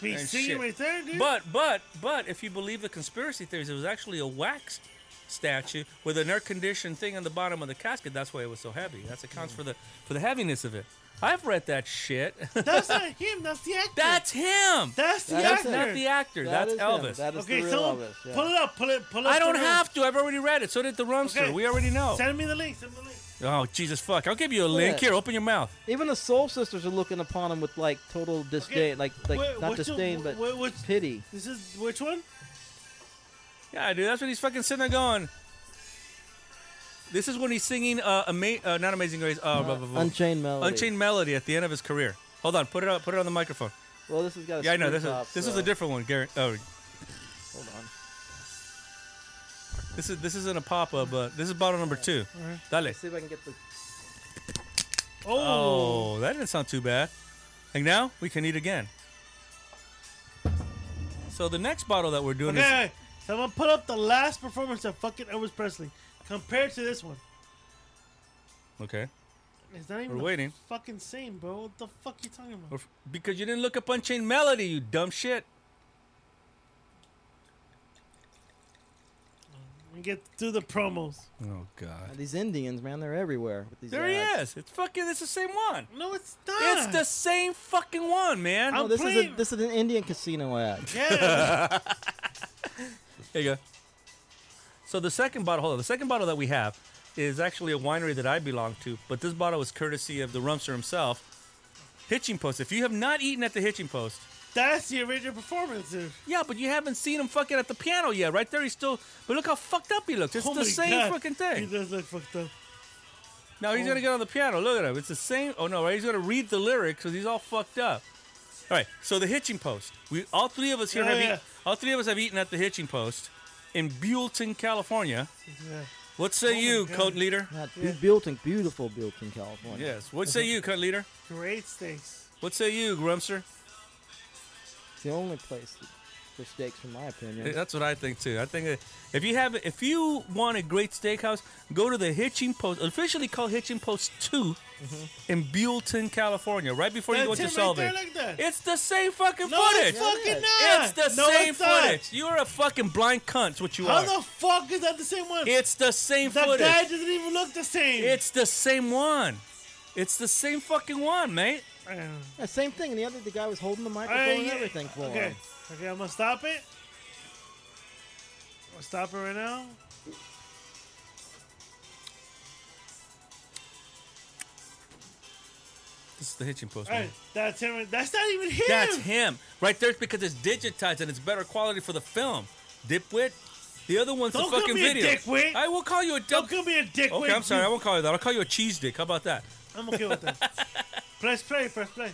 He's
And
singing
shit.
right there, dude.
But but but if you believe the conspiracy theories, it was actually a wax statue with an air conditioned thing on the bottom of the casket. That's why it was so heavy. That accounts for the for the heaviness of it. I've read that shit.
that's not him. That's the actor.
That's him.
that's the
That's
That's
actor.
not the actor.
That
That's
is him.
Elvis.
That is
okay,
the real
so
Elvis. Yeah.
pull it up. Pull it. Pull it.
I don't
through.
have to. I've already read it. So did the rumster.
Okay.
We already know.
Send me the link. Send me the link.
Oh Jesus fuck! I'll give you a link
at
here. Open your mouth.
Even the Soul Sisters are looking upon him with like total disdain, like like
Wait,
not
which one-
disdain, but
wh- which-
pity.
This is which one?
Yeah, dude, that's when he's fucking sitting there going. This is when he's singing uh, ama- uh not Amazing Grace, uh, blah, blah, blah.
Unchained Melody.
Unchained Melody at the end of his career. Hold on, put it up, put it on the microphone.
Well, this has got. A
Yeah, I know
screw
this
top,
is this is
so-
a different one, Garrett. Oh,
Hold on.
this is this isn't a pop up, but this is bottle number two. Dale.
Let's see if I can get the.
Oh,
Oh, that didn't sound too bad. And now we can eat again. So the next bottle that we're doing is
okay. So I'm gonna put up the last performance of fucking Elvis Presley compared to this one.
okay
It's not even
We're
the
waiting.
fucking same, bro. What the fuck you talking about?
Or- because you didn't look up Unchained Melody, you dumb shit.
We get through the promos.
Oh God,
These Indians, man, they're everywhere with these.
there
ads.
he is. It's fucking. It's the same one.
No, it's not.
It's the same fucking one, man.
No,
I'm
this is a,
playing-
this is an Indian casino ad.
yeah.
There you go. So the second bottle, hold on, the second bottle that we have is actually a winery that I belong to, but this bottle is courtesy of the rumster himself, Hitching Post. If you have not eaten at the Hitching Post,
That's the original performance, dude.
yeah, but you haven't seen him fucking at the piano yet, right there. He's still, but look how fucked up he looks. It's
Oh
the
my
same
God.
fucking
He
thing.
does look fucked up.
Now he's gonna get on the piano. Look at him. It's the same. Oh no, right? He's gonna read the lyrics because he's all fucked up. All right. So the Hitching Post. We all three of us here
Oh,
have
yeah.
eaten. All three of us have eaten at the Hitching Post in Buellton, California.
Yeah.
What say
my
you,
God.
code leader?
Not be- built in beautiful, built in California.
Yes. What say you, cut leader?
Great stakes.
What say you, Grumster?
It's the only place that- for steaks, from my opinion.
That's what I think too. I think that if you have, if you want a great steakhouse, go to the Hitching Post, officially called Hitching Post 2 in Buellton, California, right before you go
That's
to
him Mm-hmm. right
Solvay.
there like that.
it's the same fucking
no,
footage.
it's fucking not.
It's the
no,
same
it's not.
footage. You're a fucking blind cunt. is What you
How
are.
the fuck is that the same one?
it's the same
the
footage.
guy doesn't even look the same.
It's the same one. It's the same fucking one, mate.
Uh,
Yeah, same thing. And the other, the guy was holding the microphone
Alright,
and
yeah,
everything for
okay.
him.
Okay, I'm gonna stop it. I'm gonna stop it right now.
This is the Hitching Post.
All
man.
right, that's him. right- That's not even him.
That's him. Right there because it's digitized and it's better quality for the film. Dipwit. The other one's
Don't
the
call
fucking
me a
video.
dickwit.
I will call you a
Don't
dump.
call me a dick.
Okay,
wig,
I'm sorry. I
dude.
won't call you that. I'll call you a cheese dick. How about that?
I'm okay with that. press play. Press play.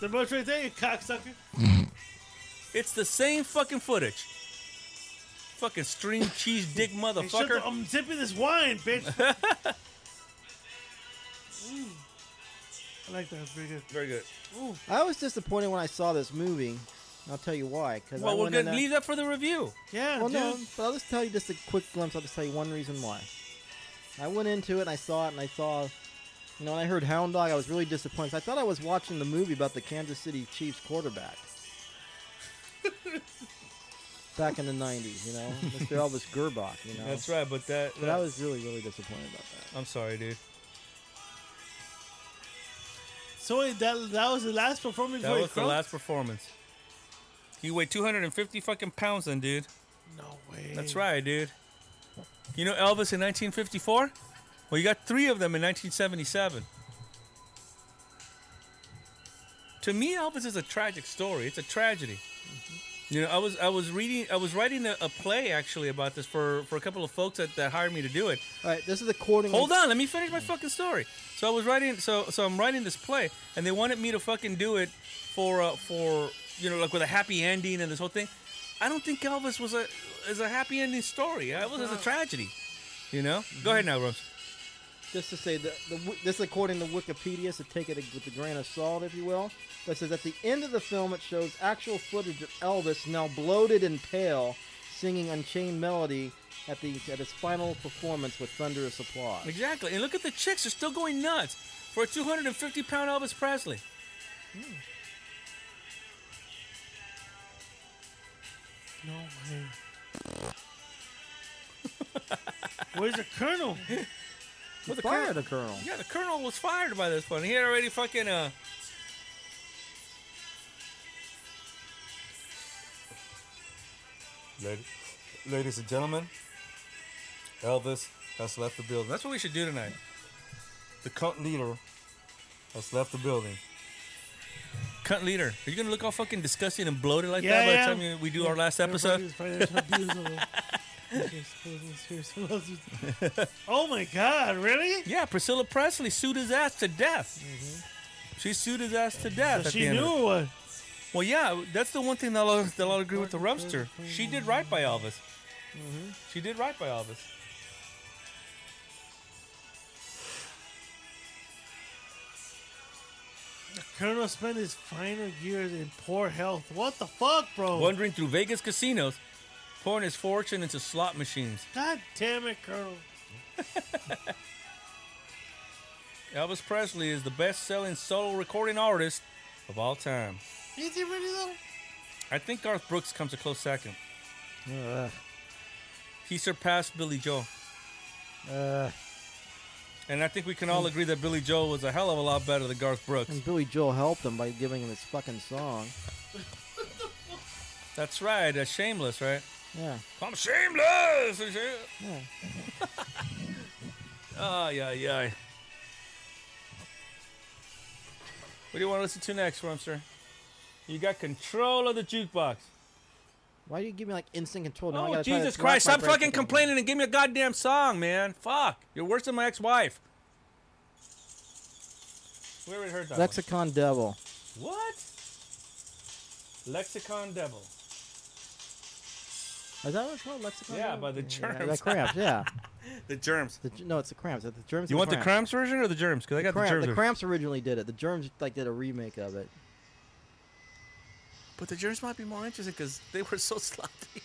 The remote's right there, you cocksucker.
It's the same fucking footage. Fucking stream cheese dick
Hey, shut the- um
motherfucker.
I'm zipping this wine, bitch. Mm. I like that. It's pretty good.
Very good.
I was disappointed when I saw this movie I'll tell you why. Cause I
Well, we're
went in
gonna
that- Oh.
leave that for the review.
Yeah,
Well,
dude.
no, but I'll just tell you just a quick glimpse. I'll just tell you one reason why. I went into it and I saw it and I saw, you know, when I heard Hound Dog, I was really disappointed. I thought I was watching the movie about the Kansas City Chiefs quarterback. Back in the 90s, you know, Mr. Elvis Gerbach, you know.
That's right, but that,
But I was really, really disappointed about that.
I'm sorry, dude.
So wait, that that was the last performance.
That
for
was the last performance. You weigh 250 fucking pounds, then, dude.
No way.
That's right, dude. You know Elvis in 1954? Well, you got three of them in 1977. To me, Elvis is a tragic story. It's a tragedy. You know, I was I was reading I was writing a, a play actually about this for, for a couple of folks that, that hired me to do it.
All right, this is the quoting.
Hold on, let me finish my fucking story. So I was writing, so so I'm writing this play, and they wanted me to fucking do it for uh, for you know like with a happy ending and this whole thing. I don't think Elvis was a is a happy ending story. Elvis is a tragedy. You know. Go ahead now, Rose.
Just to say, the, the, wi- this is according to Wikipedia, so take it with a grain of salt, if you will. That says at the end of the film, it shows actual footage of Elvis, now bloated and pale, singing Unchained Melody at the at his final performance with thunderous applause.
Exactly. And look at the chicks; they're still going nuts for a 250 pound Elvis Presley.
No way. Where's the colonel?
He
the
fired a colonel.
Yeah, the colonel was fired by this point. He had already fucking uh. Ladies, ladies and gentlemen, Elvis has left the building. That's what we should do tonight. The cunt leader has left the building. Cunt leader, are you gonna look all fucking disgusting and bloated like
Yeah,
that by
I
the
am.
time you- we do our last episode?
oh my god, really?
Yeah, Priscilla Presley sued his ass to death. She sued his ass to death. at
Mm-hmm.
the
She
end
knew
of
or
it.
what?
Well, yeah, that's the one thing that I'll, that I'll agree with the Rumpster. She did right by Elvis.
Mm-hmm.
She did right by Elvis.
Colonel spent his final years in poor health. What the fuck, bro?
Oh.
Wandering through Vegas casinos, pouring his fortune into slot machines.
God damn it, Colonel.
Elvis Presley is the best-selling solo recording artist of all time.
Is he really though?
I think Garth Brooks comes a close second.
Ugh,
He surpassed Billy Joel,
ugh. Hmm.
and I think we can all agree that Billy Joel was a hell of a lot better than Garth Brooks.
and Billy Joel helped him by giving him his fucking song.
That's right. That's shameless, right?
Yeah,
I'm shameless.
yeah.
Ay, ay, ay. What do you want to listen to next, Rumster? You got control of the jukebox.
Why do you give me like instant control? Now I
Oh,
gotta try to
Jesus
rock
Christ.
my
Stop
brain
fucking
again.
complaining and give me a goddamn song, man. Fuck. You're worse than my ex wife. We already heard that. one.
Lexicon Devil.
What? Lexicon Devil.
Is that what it's called? Lexicon.
Yeah,
Devil?
by the
Yeah, the
germs.
cramps. Yeah.
The germs.
The, no, it's the cramps. The germs.
You
and
want the cramps
Cramps.
version or the germs? Because I got
Cramp-
the germs.
the
version.
Cramps originally did it. The Germs like did a remake of it.
But the germs might be more interesting because they were so sloppy.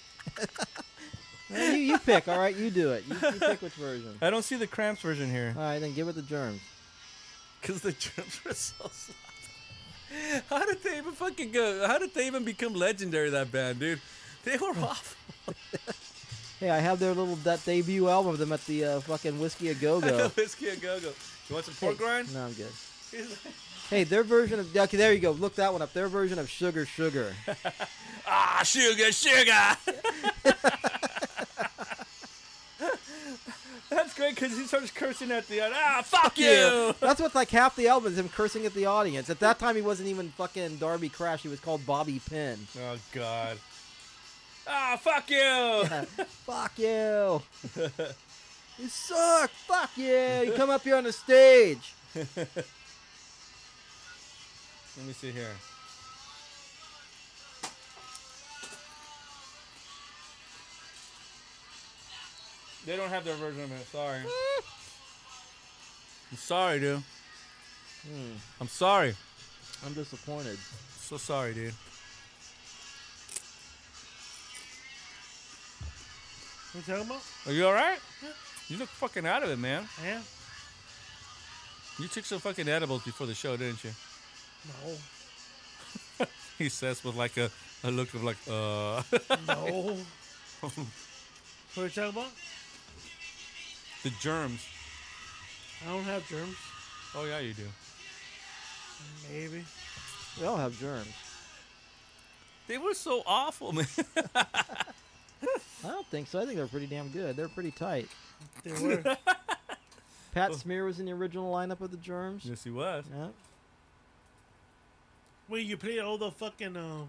Eh, you, you pick, all right? You do it. You, you pick which version.
I don't see the cramps version here.
All right, then give it the Germs.
Because the germs were so sloppy. How did they even fucking go? How did they even become legendary? That band, dude, they were off.
Hey, I have their little that debut album of them at the uh, fucking Whiskey a Go Go.
Whiskey a go go. You want some
Hey,
pork rind?
No, I'm good. Hey, their version of okay, there you go. Look that one up. Their version of Sugar Sugar.
Ah, sugar, sugar. That's great because he starts cursing at the end. Ah, fuck you.
That's what like half the album is him cursing at the audience. At that time, he wasn't even fucking Darby Crash. He was called Bobby Penn.
Oh God. Ah, fuck you.
Fuck you. you suck. Fuck you. You come up here on the stage.
Let me see here. They don't have their version of it. Sorry. I'm sorry, dude. I'm sorry.
I'm disappointed.
So sorry, dude.
What you talking about?
Are you all right? You look fucking out of it, man.
Yeah.
You took some fucking edibles before the show, didn't you?
No.
He says with like a, a look of like, uh.
No. what you talking about?
the germs.
I don't have germs.
Oh, yeah, you do.
Maybe.
They all have germs.
They were so awful, man.
I don't think so. I think they're pretty damn good. They're pretty tight.
They were.
Pat Smear was in the original lineup of the Germs.
yes, he was.
Yeah.
Wait, you played all the fucking uh,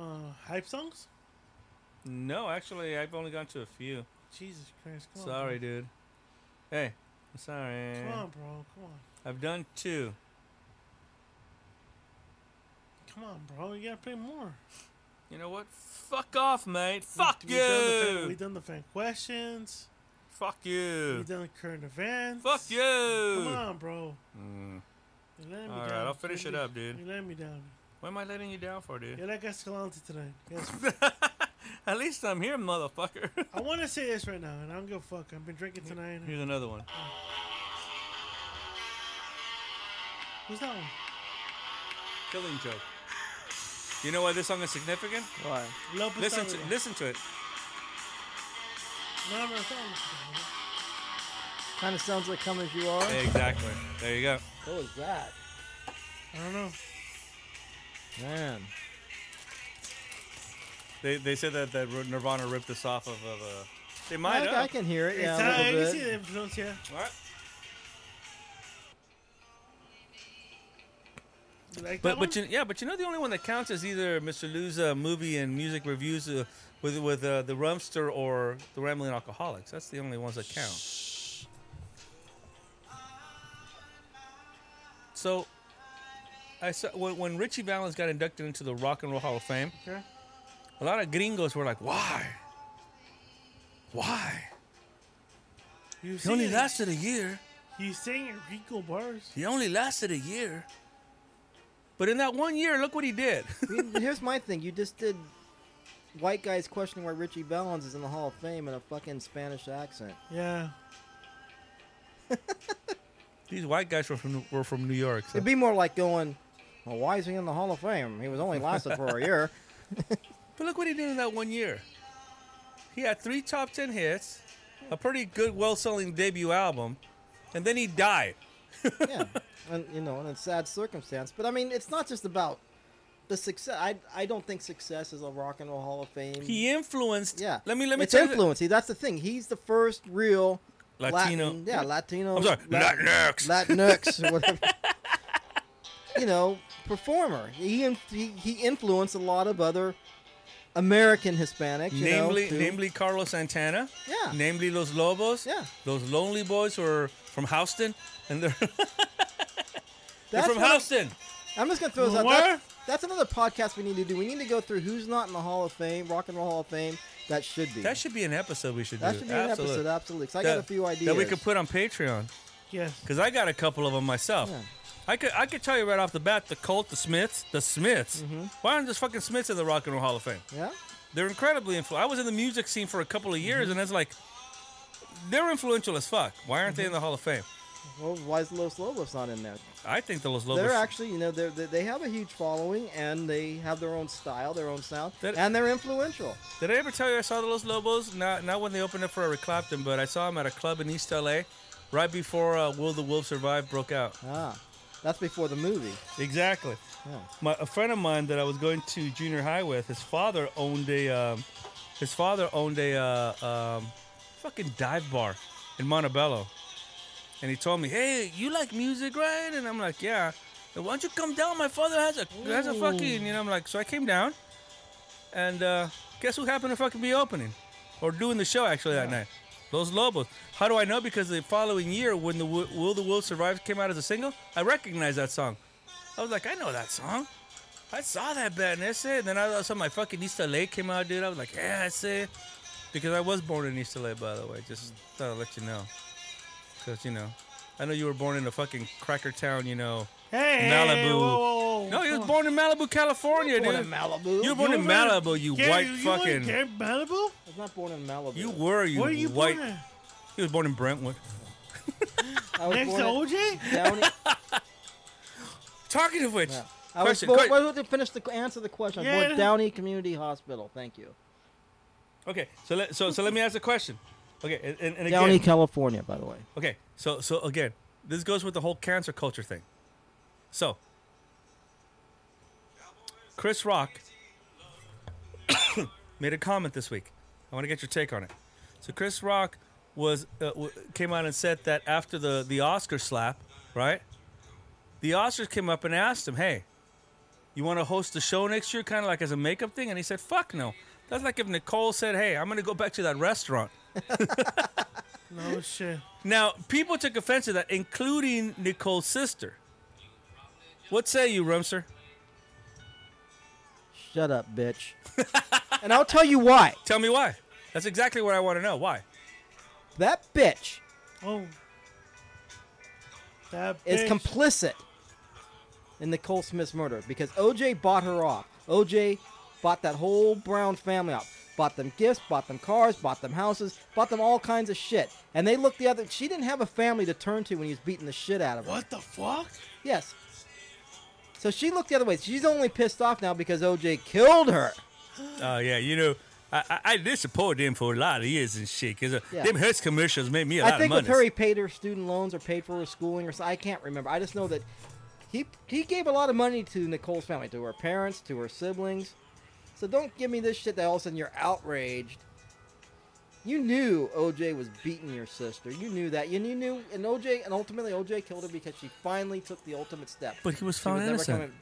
uh, hype songs?
No, actually, I've only gone to a few.
Jesus Christ! Come on,
Sorry,
bro.
dude. Hey, I'm sorry.
Come on, bro. Come on.
I've done two.
Come on, bro. You gotta play more.
You know what? Fuck off, mate. Fuck
we, we Done the fan, we
you.
done the fan questions.
Fuck
We
you.
done the current events.
Fuck you.
Come on, bro.
Mm.
You let me
All right,
down.
I'll finish
You
it
let-
up, dude.
You let me down.
What am I letting you down for, dude?
You're like Escalante tonight. Yes.
At least I'm here, motherfucker.
I want to say this right now, and I don't give a fuck. I've been drinking tonight.
Here's another one.
Who's that one?
Killing joke. You know why this song is significant?
Why?
Lopez
Listen to
Tarrio.
listen to it.
No, I'm not following this guy.
Kind of sounds like Come As You Are.
Exactly. There you go.
What was that?
I don't know.
Man.
They they said that, that Nirvana ripped this off of, of uh, they might
I,
have.
I can hear it. Yeah,
it's,
a
uh, you
little
see
bit.
the influence here.
All right.
You like that
But
one?
but you, yeah, but you know the only one that counts is either Mr. Lou's uh, movie and music reviews uh, with with uh, the Rumster or the Rambling Alcoholics. That's the only ones that count. So, I saw when, when Richie Valens got inducted into the Rock and Roll Hall of Fame.
Okay.
A lot of gringos were like, "Why? Why?
you
He only
singing-
lasted a year.
You sang at Rico bars.
He only lasted a year." But in that one year, look what he did.
I mean, here's my thing. You just did white guys questioning why Richie Valens is in the Hall of Fame in a fucking Spanish accent.
Yeah.
These white guys were from were from New York. so-
It'd be more like going, well, why is he in the Hall of Fame? He was only lasted for a year.
But look what he did in that one year. He had three top 10 hits, a pretty good, well selling debut album, and then he died.
yeah, and you know, in a sad circumstance. But I mean, it's not just about the success. I I don't think success is a Rock and Roll Hall of Fame.
He influenced.
yeah,
Let me let me
It's
tell
influence. See, that's the thing. He's the first real
you. Latino.
Latin, yeah, Latino.
I'm sorry.
Lat-
Latinx.
Latinx, or whatever. you know, performer. He, in- he he influenced a lot of other American Hispanics. You
namely,
know, to-
namely Carlos Santana.
Yeah.
Namely Los Lobos.
Yeah.
Those Lonely Boys were from Houston, and they're, they're
That's
from
what I'm-
Houston.
I'm just gonna throw this out.
Where?
That's, that's another podcast we need to do. We need to go through who's not in the Hall of Fame, Rock and Roll Hall of Fame. That should be.
That should be an episode we should
That
do.
should be an
Absolute.
episode, absolutely. 'cause I
That-
got a few ideas.
That we could put on Patreon.
Yes.
Cause I got a couple of them myself.
Yeah.
I could I could tell you right off the bat the Colt, the Smiths, the Smiths.
Mm-hmm.
Why aren't those fucking Smiths in the Rock and Roll Hall of Fame?
Yeah,
They're incredibly influential. I was in the music scene for a couple of
Mm-hmm.
years, and it's like they're influential as fuck. Why aren't
Mm-hmm.
they in the Hall of Fame?
well, why is Los Lobos not in there?
I think the Los Lobos.
They're actually, you know, they're, they they have a huge following and they have their own style, their own sound,
That-
and they're influential.
Did I ever tell you I saw the Los Lobos? Not not when they opened up for Eric Clapton, but I saw them at a club in East LA, right before uh, Will the Wolf Survive broke out.
Ah, that's before the movie.
Exactly.
Yeah.
my a friend of mine that I was going to junior high with, his father owned a um, his father owned a uh, um, fucking dive bar in Montebello, and he told me, "Hey, you like music, right?" And I'm like, "Yeah." "Then Why don't you come down? My father has a has a fucking you know. I'm like, so I came down, and uh, guess who happened to fucking be opening or doing the show actually that night? Those Lobos. How do I know? Because the following year, when the Wi- Will the Will Survive came out as a single, I recognized that song. I was like, I know that song. I saw that band, that's it. And then I saw my fucking East LA came out, dude. I was like, yeah, that's it. Because I was born in East LA, by the way. Just thought I'd let you know. Because, you know, I know you were born in a fucking cracker town, you know.
Hey, hey,
Malibu.
Hey, whoa, whoa, whoa.
No, you
Come
was
on.
born in Malibu, California,
Born
dude.
in Malibu.
You were born
You
in
were born-
Malibu, you
Gary,
white
you weren't
fucking.
Gary Malibu?
was not born in Malibu.
You were you,
Where are you
white.
born?
He was born in Brentwood.
I was
Next to
born in
OJ?
Downey-
Talking of which,
yeah. I was
Question,
born.
go ahead.
Wait, wait, finish the answer the question. I was
Yeah.
born Downey Community Hospital. Thank you.
okay. So let so so let me ask a question. Okay, and, and, and again,
Downey, California, by the way.
Okay, so so again, this goes with the whole cancer culture thing. So, Chris Rock made a comment this week. I want to get your take on it. So Chris Rock was uh, w- came out and said that after the the Oscar slap, right? The Oscars came up and asked him, "Hey, you want to host the show next year, kind of like as a makeup thing?" And he said, "Fuck no." That's like if Nicole said, "Hey, I'm going to go back to that restaurant."
No Oh, shit.
Now, people took offense to that, including Nicole's sister. What say you, Rumster?
Shut up, bitch. and I'll tell you why.
Tell me why. That's exactly what I want to know. Why?
That bitch
Oh. That
is
bitch.
complicit in Nicole Smith's murder because OJ bought her off. OJ bought that whole Brown family off. Bought them gifts, bought them cars, bought them houses, bought them all kinds of shit. And they looked the other. She didn't have a family to turn to when he was beating the shit out of her.
What the fuck?
Yes. So she looked the other way. She's only pissed off now because OJ killed her.
Oh, yeah, you know, I, I, I did support them for a lot of years and shit, because
Yeah.
them Hertz commercials made me a
I
lot
think
of
with
money.
her, he paid her student loans or paid for her schooling or something. I can't remember. I just know that he he gave a lot of money to Nicole's family, to her parents, to her siblings. So don't give me this shit that all of a sudden you're outraged. You knew OJ was beating your sister. You knew that. And you knew, and OJ, and ultimately OJ killed her because she finally took the ultimate step.
But he was
She
found
never
innocent.
coming-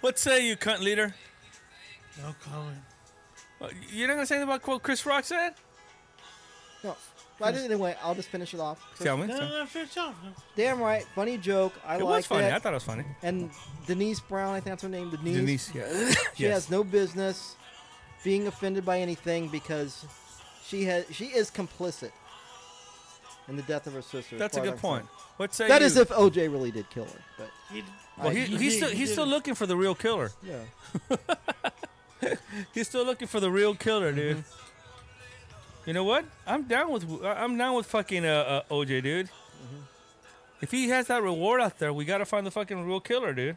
What say you, cunt leader?
No comment.
Uh, You're not going to say anything about what Chris Rock said?
No. But anyway, I'll just finish it off.
Tell me.
No,
Tell-
no, no, finish off.
Damn right, funny joke. I
It was
like
funny.
it.
I thought it was funny.
and Denise Brown, I think that's her name. Denise.
Denise, yeah.
She
Yes.
has no business being offended by anything because she has she is complicit in the death of her sister. as
That's a
far as
good
I'm
point.
concerned.
What say
That
you?
is if OJ really did kill her, but
He,
Well, he,
he
he's
did-
still,
he
he's
did
still
it.
looking for the real killer.
yeah.
He's still looking for the real killer, dude.
Mm-hmm.
You know what? I'm down with I- I'm down with fucking uh, uh, OJ, dude.
Mm-hmm.
If he has that reward out there, we gotta find the fucking real killer, dude.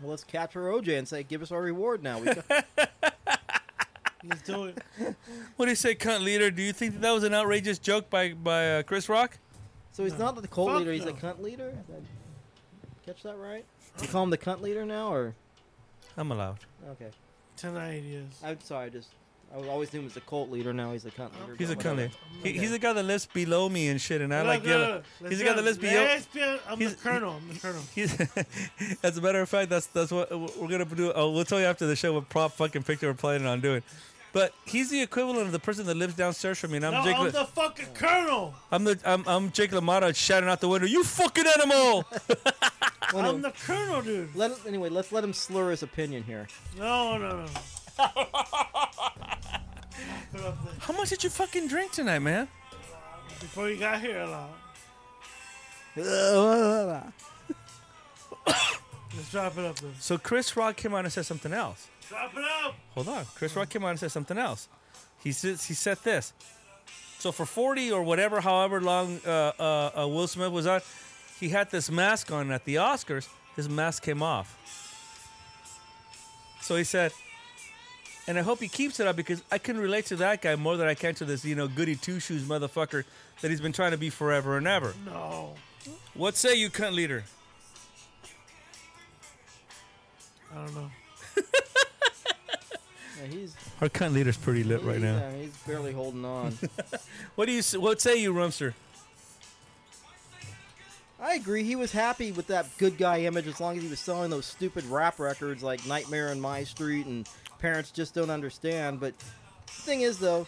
Well, let's capture OJ and say, "Give us our reward now." We
Let's do it.
What do you say, cunt leader? Do you think that, that was an outrageous joke by by uh, Chris Rock?
so he's not the cult
Fuck
leader; he's the
no.
cunt leader. Did I Catch that right? You call him the cunt leader now, or
I'm allowed.
okay?
Tonight is.
I'm sorry, I just I always knew him as the cult leader. Now he's the cunt leader.
He's
but
a cunt
whatever.
leader. He, he's the guy that lives below me and shit, and I like yelling. He's the guy that lives below.
lesbian. I'm the
he's-
colonel. I'm the colonel.
He's, as a matter of fact, that's that's what we're gonna do. Oh, we'll tell you after the show what prop fucking picture we're planning on doing. But he's the equivalent of the person that lives downstairs from me, and I'm
No,
Jake.
I'm
Le-
the fucking colonel.
I'm the I'm, I'm Jake LaMotta shouting out the window, "You fucking animal!"
Well,
I'm
no,
the colonel, dude.
let, anyway, let's let him slur his opinion here.
No, no, no. Put up the-
How much did you fucking drink tonight, man?
Before you got here, a lot. Let's drop it up, then.
So Chris Rock came out and said something else.
Drop it up.
Hold on, Chris Rock came out and said something else. He says he said this. So for 40 or whatever, however long uh, uh, uh, Will Smith was on, he had this mask on at the Oscars. His mask came off. So he said, and I hope he keeps it up because I can relate to that guy more than I can to this, you know, goody two shoes motherfucker that he's been trying to be forever and ever.
No.
What say you, cunt leader?
I don't know.
Yeah, he's
Our cunt leader's pretty lit right now.
Yeah, he's barely holding on.
What do you? s- What say you, Rumster?
I agree. He was happy with that good guy image as long as he was selling those stupid rap records like Nightmare on My Street and Parents Just Don't Understand. But the thing is, though,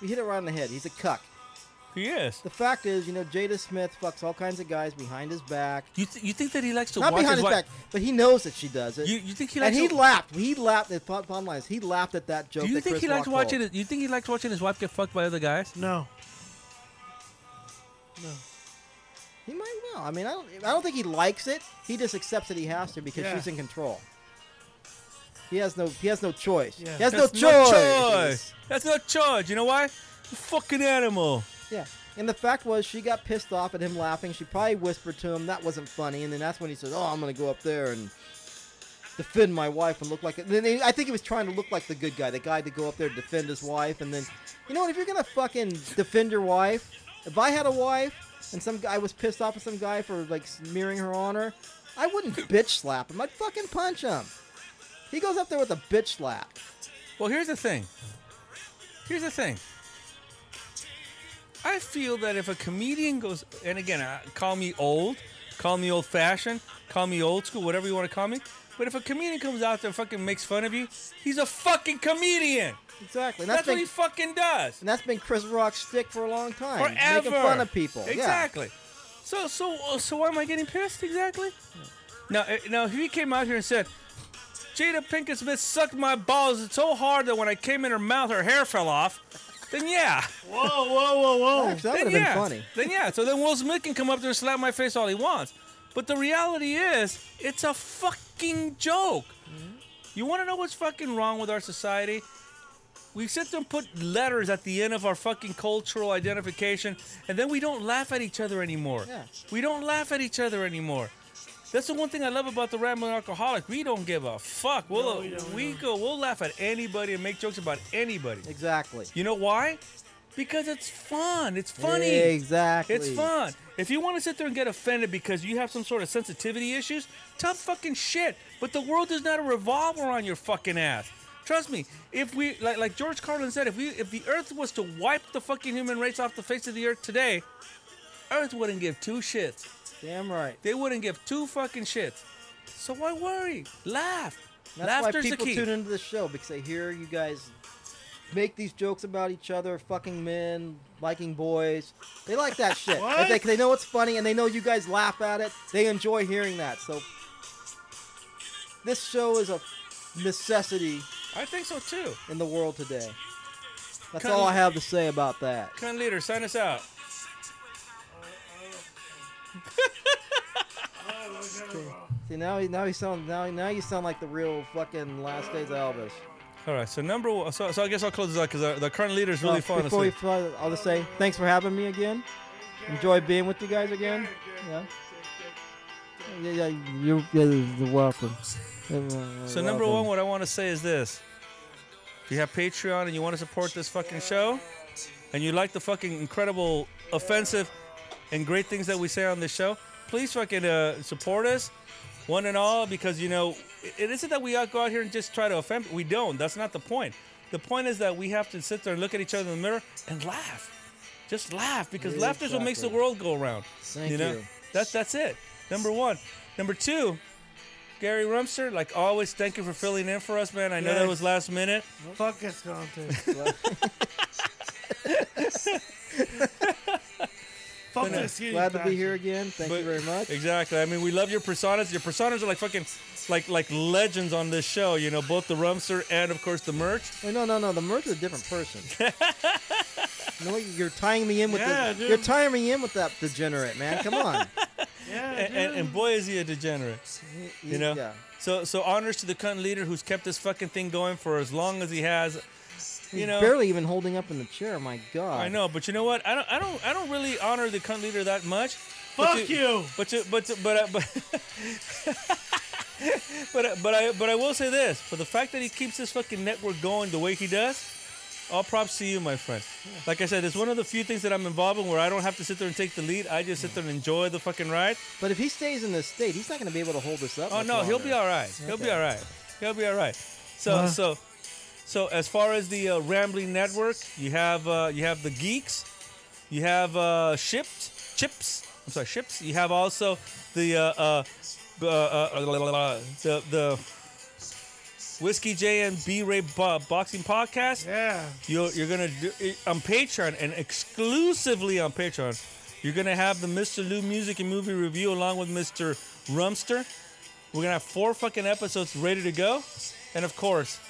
you hit it right on the head. He's a cuck.
Yes.
The fact is, you know, Jada Smith fucks all kinds of guys behind his back.
You th- you think that he likes to
Not
watch
behind
his
his
wife?
back, but he knows that she does it.
You you think he
and
likes?
he
to-
laughed. He laughed. The bot- bottom line is, he laughed at that joke.
do you
that
think
Chris
he likes
Rock
watching?
told.
His, you think he likes watching his wife get fucked by other guys?
No. No.
He might well. I mean, I don't. I don't think he likes it. He just accepts that he has to because
Yeah.
she's in control. He has no. He has no choice.
Yeah.
He has
That's
no
no
choice.
choice. That's no choice. You know why? Fucking animal.
Yeah. And the fact was, she got pissed off at him laughing. She probably whispered to him that wasn't funny, and then that's when he said, "Oh, I'm gonna go up there and defend my wife and look like." It. Then he, I think he was trying to look like the good guy, the guy to go up there to defend his wife. And then, you know what? If you're gonna fucking defend your wife, if I had a wife and some guy was pissed off at some guy for like smearing her honor, I wouldn't bitch slap him. I'd fucking punch him. He goes up there with a bitch slap.
Well, here's the thing. Here's the thing. I feel that if a comedian goes, and again, uh, call me old, call me old fashioned, call me old school, whatever you want to call me, but if a comedian comes out there and fucking makes fun of you, he's a fucking comedian.
Exactly. And
That's,
been,
what he fucking does.
and that's been Chris Rock's stick for a long time.
Forever.
Making fun of people. Yeah.
Exactly. So so uh, so why am I getting pissed exactly? Now eh, now if he came out here and said, Jada Pinkett Smith sucked my balls so hard that when I came in her mouth her hair fell off. Then yeah,
Whoa, whoa, whoa, whoa.
Actually, that
then
would have
yeah,
been funny.
then yeah. So then Will Smith can come up there and slap my face all he wants. But the reality is, it's a fucking joke.
Mm-hmm.
You want to know what's fucking wrong with our society? We sit there and put letters at the end of our fucking cultural identification, and then we don't laugh at each other anymore.
Yeah.
We don't laugh at each other anymore. That's the one thing I love about the rambling alcoholic. We don't give a fuck. We'll
we don't,
we go. We'll laugh at anybody and make jokes about anybody.
Exactly.
You know why? Because it's fun. It's funny.
Exactly.
It's fun. If you want to sit there and get offended because you have some sort of sensitivity issues, tough fucking shit. But the world does not revolve around your fucking ass. Trust me. If we like like George Carlin said, if we if the earth was to wipe the fucking human race off the face of the earth today, Earth wouldn't give two shits.
Damn right.
They wouldn't give two fucking shits. So why worry? Laugh.
That's
Laughter's
why
the
people
key.
tune into the show because they hear you guys make these jokes about each other, fucking men, liking boys. They like that shit.
What?
They, they know it's funny and they know you guys laugh at it. They enjoy hearing that. So this show is a necessity
I think so too.
in the world today. That's
Come-
all I have to say about that.
Cunt leader, sign us out.
See now, he- now you sound now now you sound like the real fucking last days of Elvis.
All right, so number one. So, so I guess I'll close this out because the, the current leader is really
Uh,
fun.
Before we fly, I'll just say thanks for having me again. Enjoy being with you guys again. Yeah. Yeah, yeah, you're, yeah, you're welcome. Uh,
So number one, what I want to say is this: if you have Patreon and you want to support this fucking show, and you like the fucking incredible, offensive, and great things that we say on this show, please fucking uh, support us, one and all, because you know it- it isn't that we out- go out here and just try to offend. We don't. That's not the point. The point is that we have to sit there and look at each other in the mirror and laugh. Just laugh because
Yeah,
laughter is what makes the
exactly.
world go around.
Thank you.
That's that's it. Number one. Number two, Gary Rumster, like always, thank you for filling in for us, man. I know that
Yes.
was last minute.
Fuck it's gone to. Fuck this huge
Glad to be
bastard.
here again. Thank you
But-
very much.
Exactly. I mean, we love your personas. Your personas are like fucking, like like legends on this show. You know, both the Rumster and of course the merch.
Wait, Oh, no, no, no. The merch is a different person. you know what? You're tying me in with
Yeah,
the,
dude.
You're tying me in with that degenerate man. Come on.
Yeah,
And, and, and boy, is he a degenerate. You know.
Yeah.
So so honors to the cunt leader who's kept this fucking thing going for as long as he has.
He's
You know.
barely even holding up in the chair. My God.
I know, but you know what? I don't, I don't, I don't really honor the cunt leader that much. But
Fuck you.
But you, but but uh, but. But, uh, but I but I will say this for the fact that he keeps this fucking network going the way he does, all props to you, my friend. Like I said, it's one of the few things that I'm involved in where I don't have to sit there and take the lead. I just sit there and enjoy the fucking ride.
But if he stays in this state, he's not going to be able to hold this up.
Oh
much
no, he'll be
longer.
all right. He'll be
Okay.
all right. He'll be all right. So
Huh.
so so as far as the uh, Rambling Network, you have uh, you have the Geeks, you have uh, Shipped Chips. I'm sorry, Ships. You have also the uh, uh, uh, uh, uh, la- la- la- the the Whiskey J and B Ray Bo- Boxing Podcast.
Yeah.
You're, you're gonna do it on Patreon and exclusively on Patreon. You're gonna have the Mr. Lou music and movie review along with Mr. Rumster. We're gonna have four fucking episodes ready to go, and of course,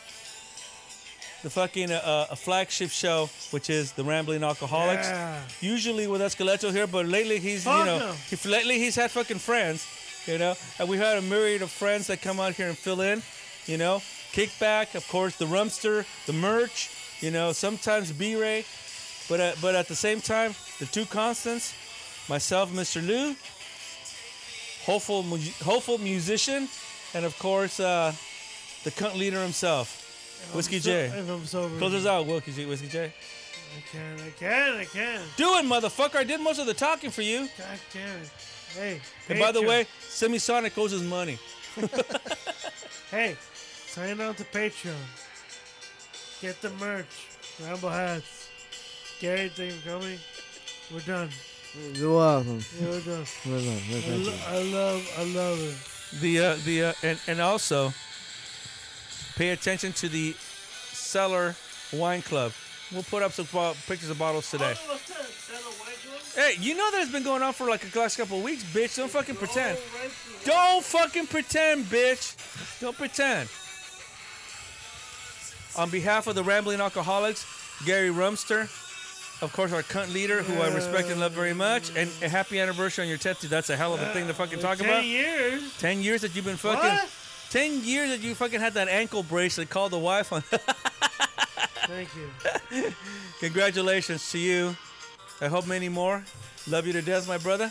the fucking uh, uh, flagship show, which is the Rambling Alcoholics.
Yeah.
Usually with Esqueleto here, but lately he's you
Fuck
know
him.
he, lately he's had fucking friends, you know, and we've had a myriad of friends that come out here and fill in, you know. Kickback, of course, the Rumster, the merch, you know, sometimes B-Ray. But, uh, but at the same time, the two constants, myself, Mr. Lou, hopeful, mu- hopeful musician, and of course, uh, the cunt leader himself, Whiskey
So-
J.
If I'm sober.
Close us out, Whiskey J. Whiskey J.
I can, I can, I can.
Do it, motherfucker. I did most of the talking for you.
God damn it. Hey.
And by the
Patreon.
way, Semisonic owes his money.
hey, sign on to Patreon. Get the merch. Ramble hats. Get everything coming. We're done.
You're welcome.
We're done.
You're welcome.
I,
Thank you.
lo- I love, I love it.
The uh, the uh, and and also pay attention to the cellar wine club. We'll put up some bo- pictures of bottles today. Hey, you know that it's been going on for like the last couple of weeks, bitch. Don't fucking pretend. Don't fucking pretend, bitch. Don't pretend. On behalf of the Rambling Alcoholics, Gary Rumster, of course, our cunt leader, who I respect and love very much, and a happy anniversary on your 10th. dude. That's a hell of a thing to fucking talk about.
Uh, Ten years.
10 years that you've been fucking.
What?
10 years that you fucking had that ankle bracelet called the wife on.
Thank you.
Congratulations to you. I hope many more. Love you to death, my brother.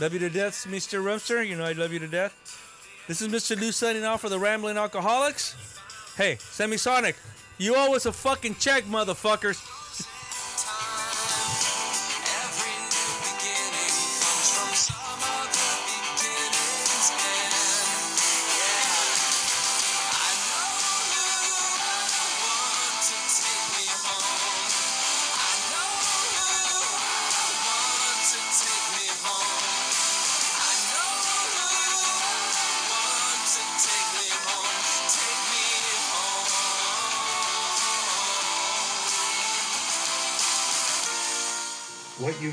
Love you to death, Mr. Rumster. You know I love you to death. This is Mr. Lou signing off for the Rambling Alcoholics. Hey, Semisonic, you owe us a fucking check, motherfuckers.
Every new beginning comes from some other beginning's end. Yeah, I know you want to take me home. I know you want to take me home. I know you want to take me home. Take me home.
What you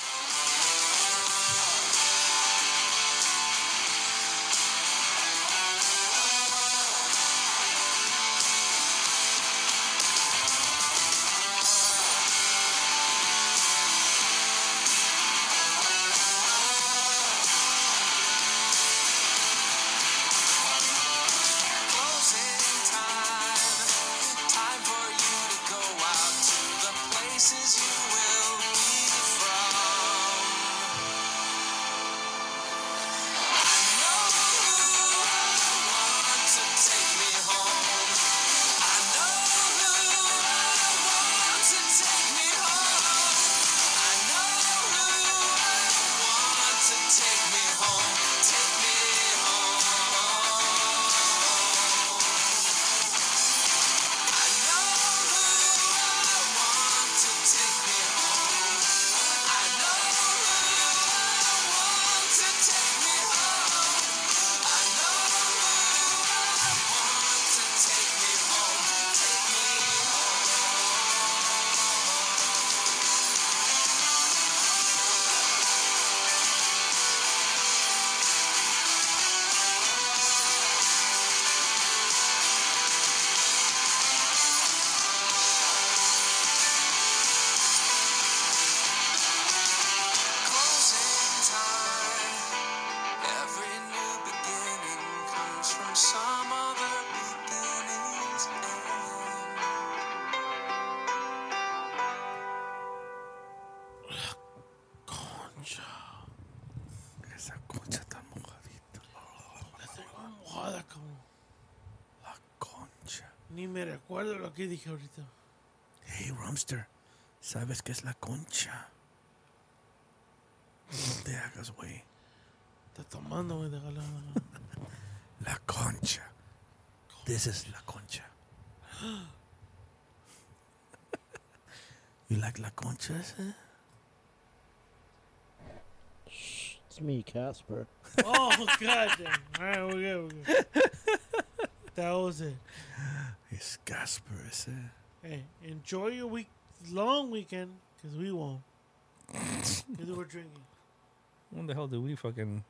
Closing time, time for you to go out to the places you will be from. I know who want to take me home. I know who want to take me home. I know who want to take me home. Take me home. I know who I want to take me home. I know who I want to take me home. I know who I want to take me home. Take me home. Closing time. Every new beginning comes from some other beginning's end.
Joda, cabrón. Ni me recuerdo lo que dije ahorita.
Hey, Rumster, ¿sabes qué es la concha? No te hagas, güey.
Está tomando, güey, de galán.
La concha. This is la concha. you like la conchas? Huh?
It's me, Casper.
Oh, god damn. All right, we're good, we're good. That was it.
It's Gasper, is it?
Hey, enjoy your week, long weekend, because we won't. Here's what we're drinking.
When the hell did we fucking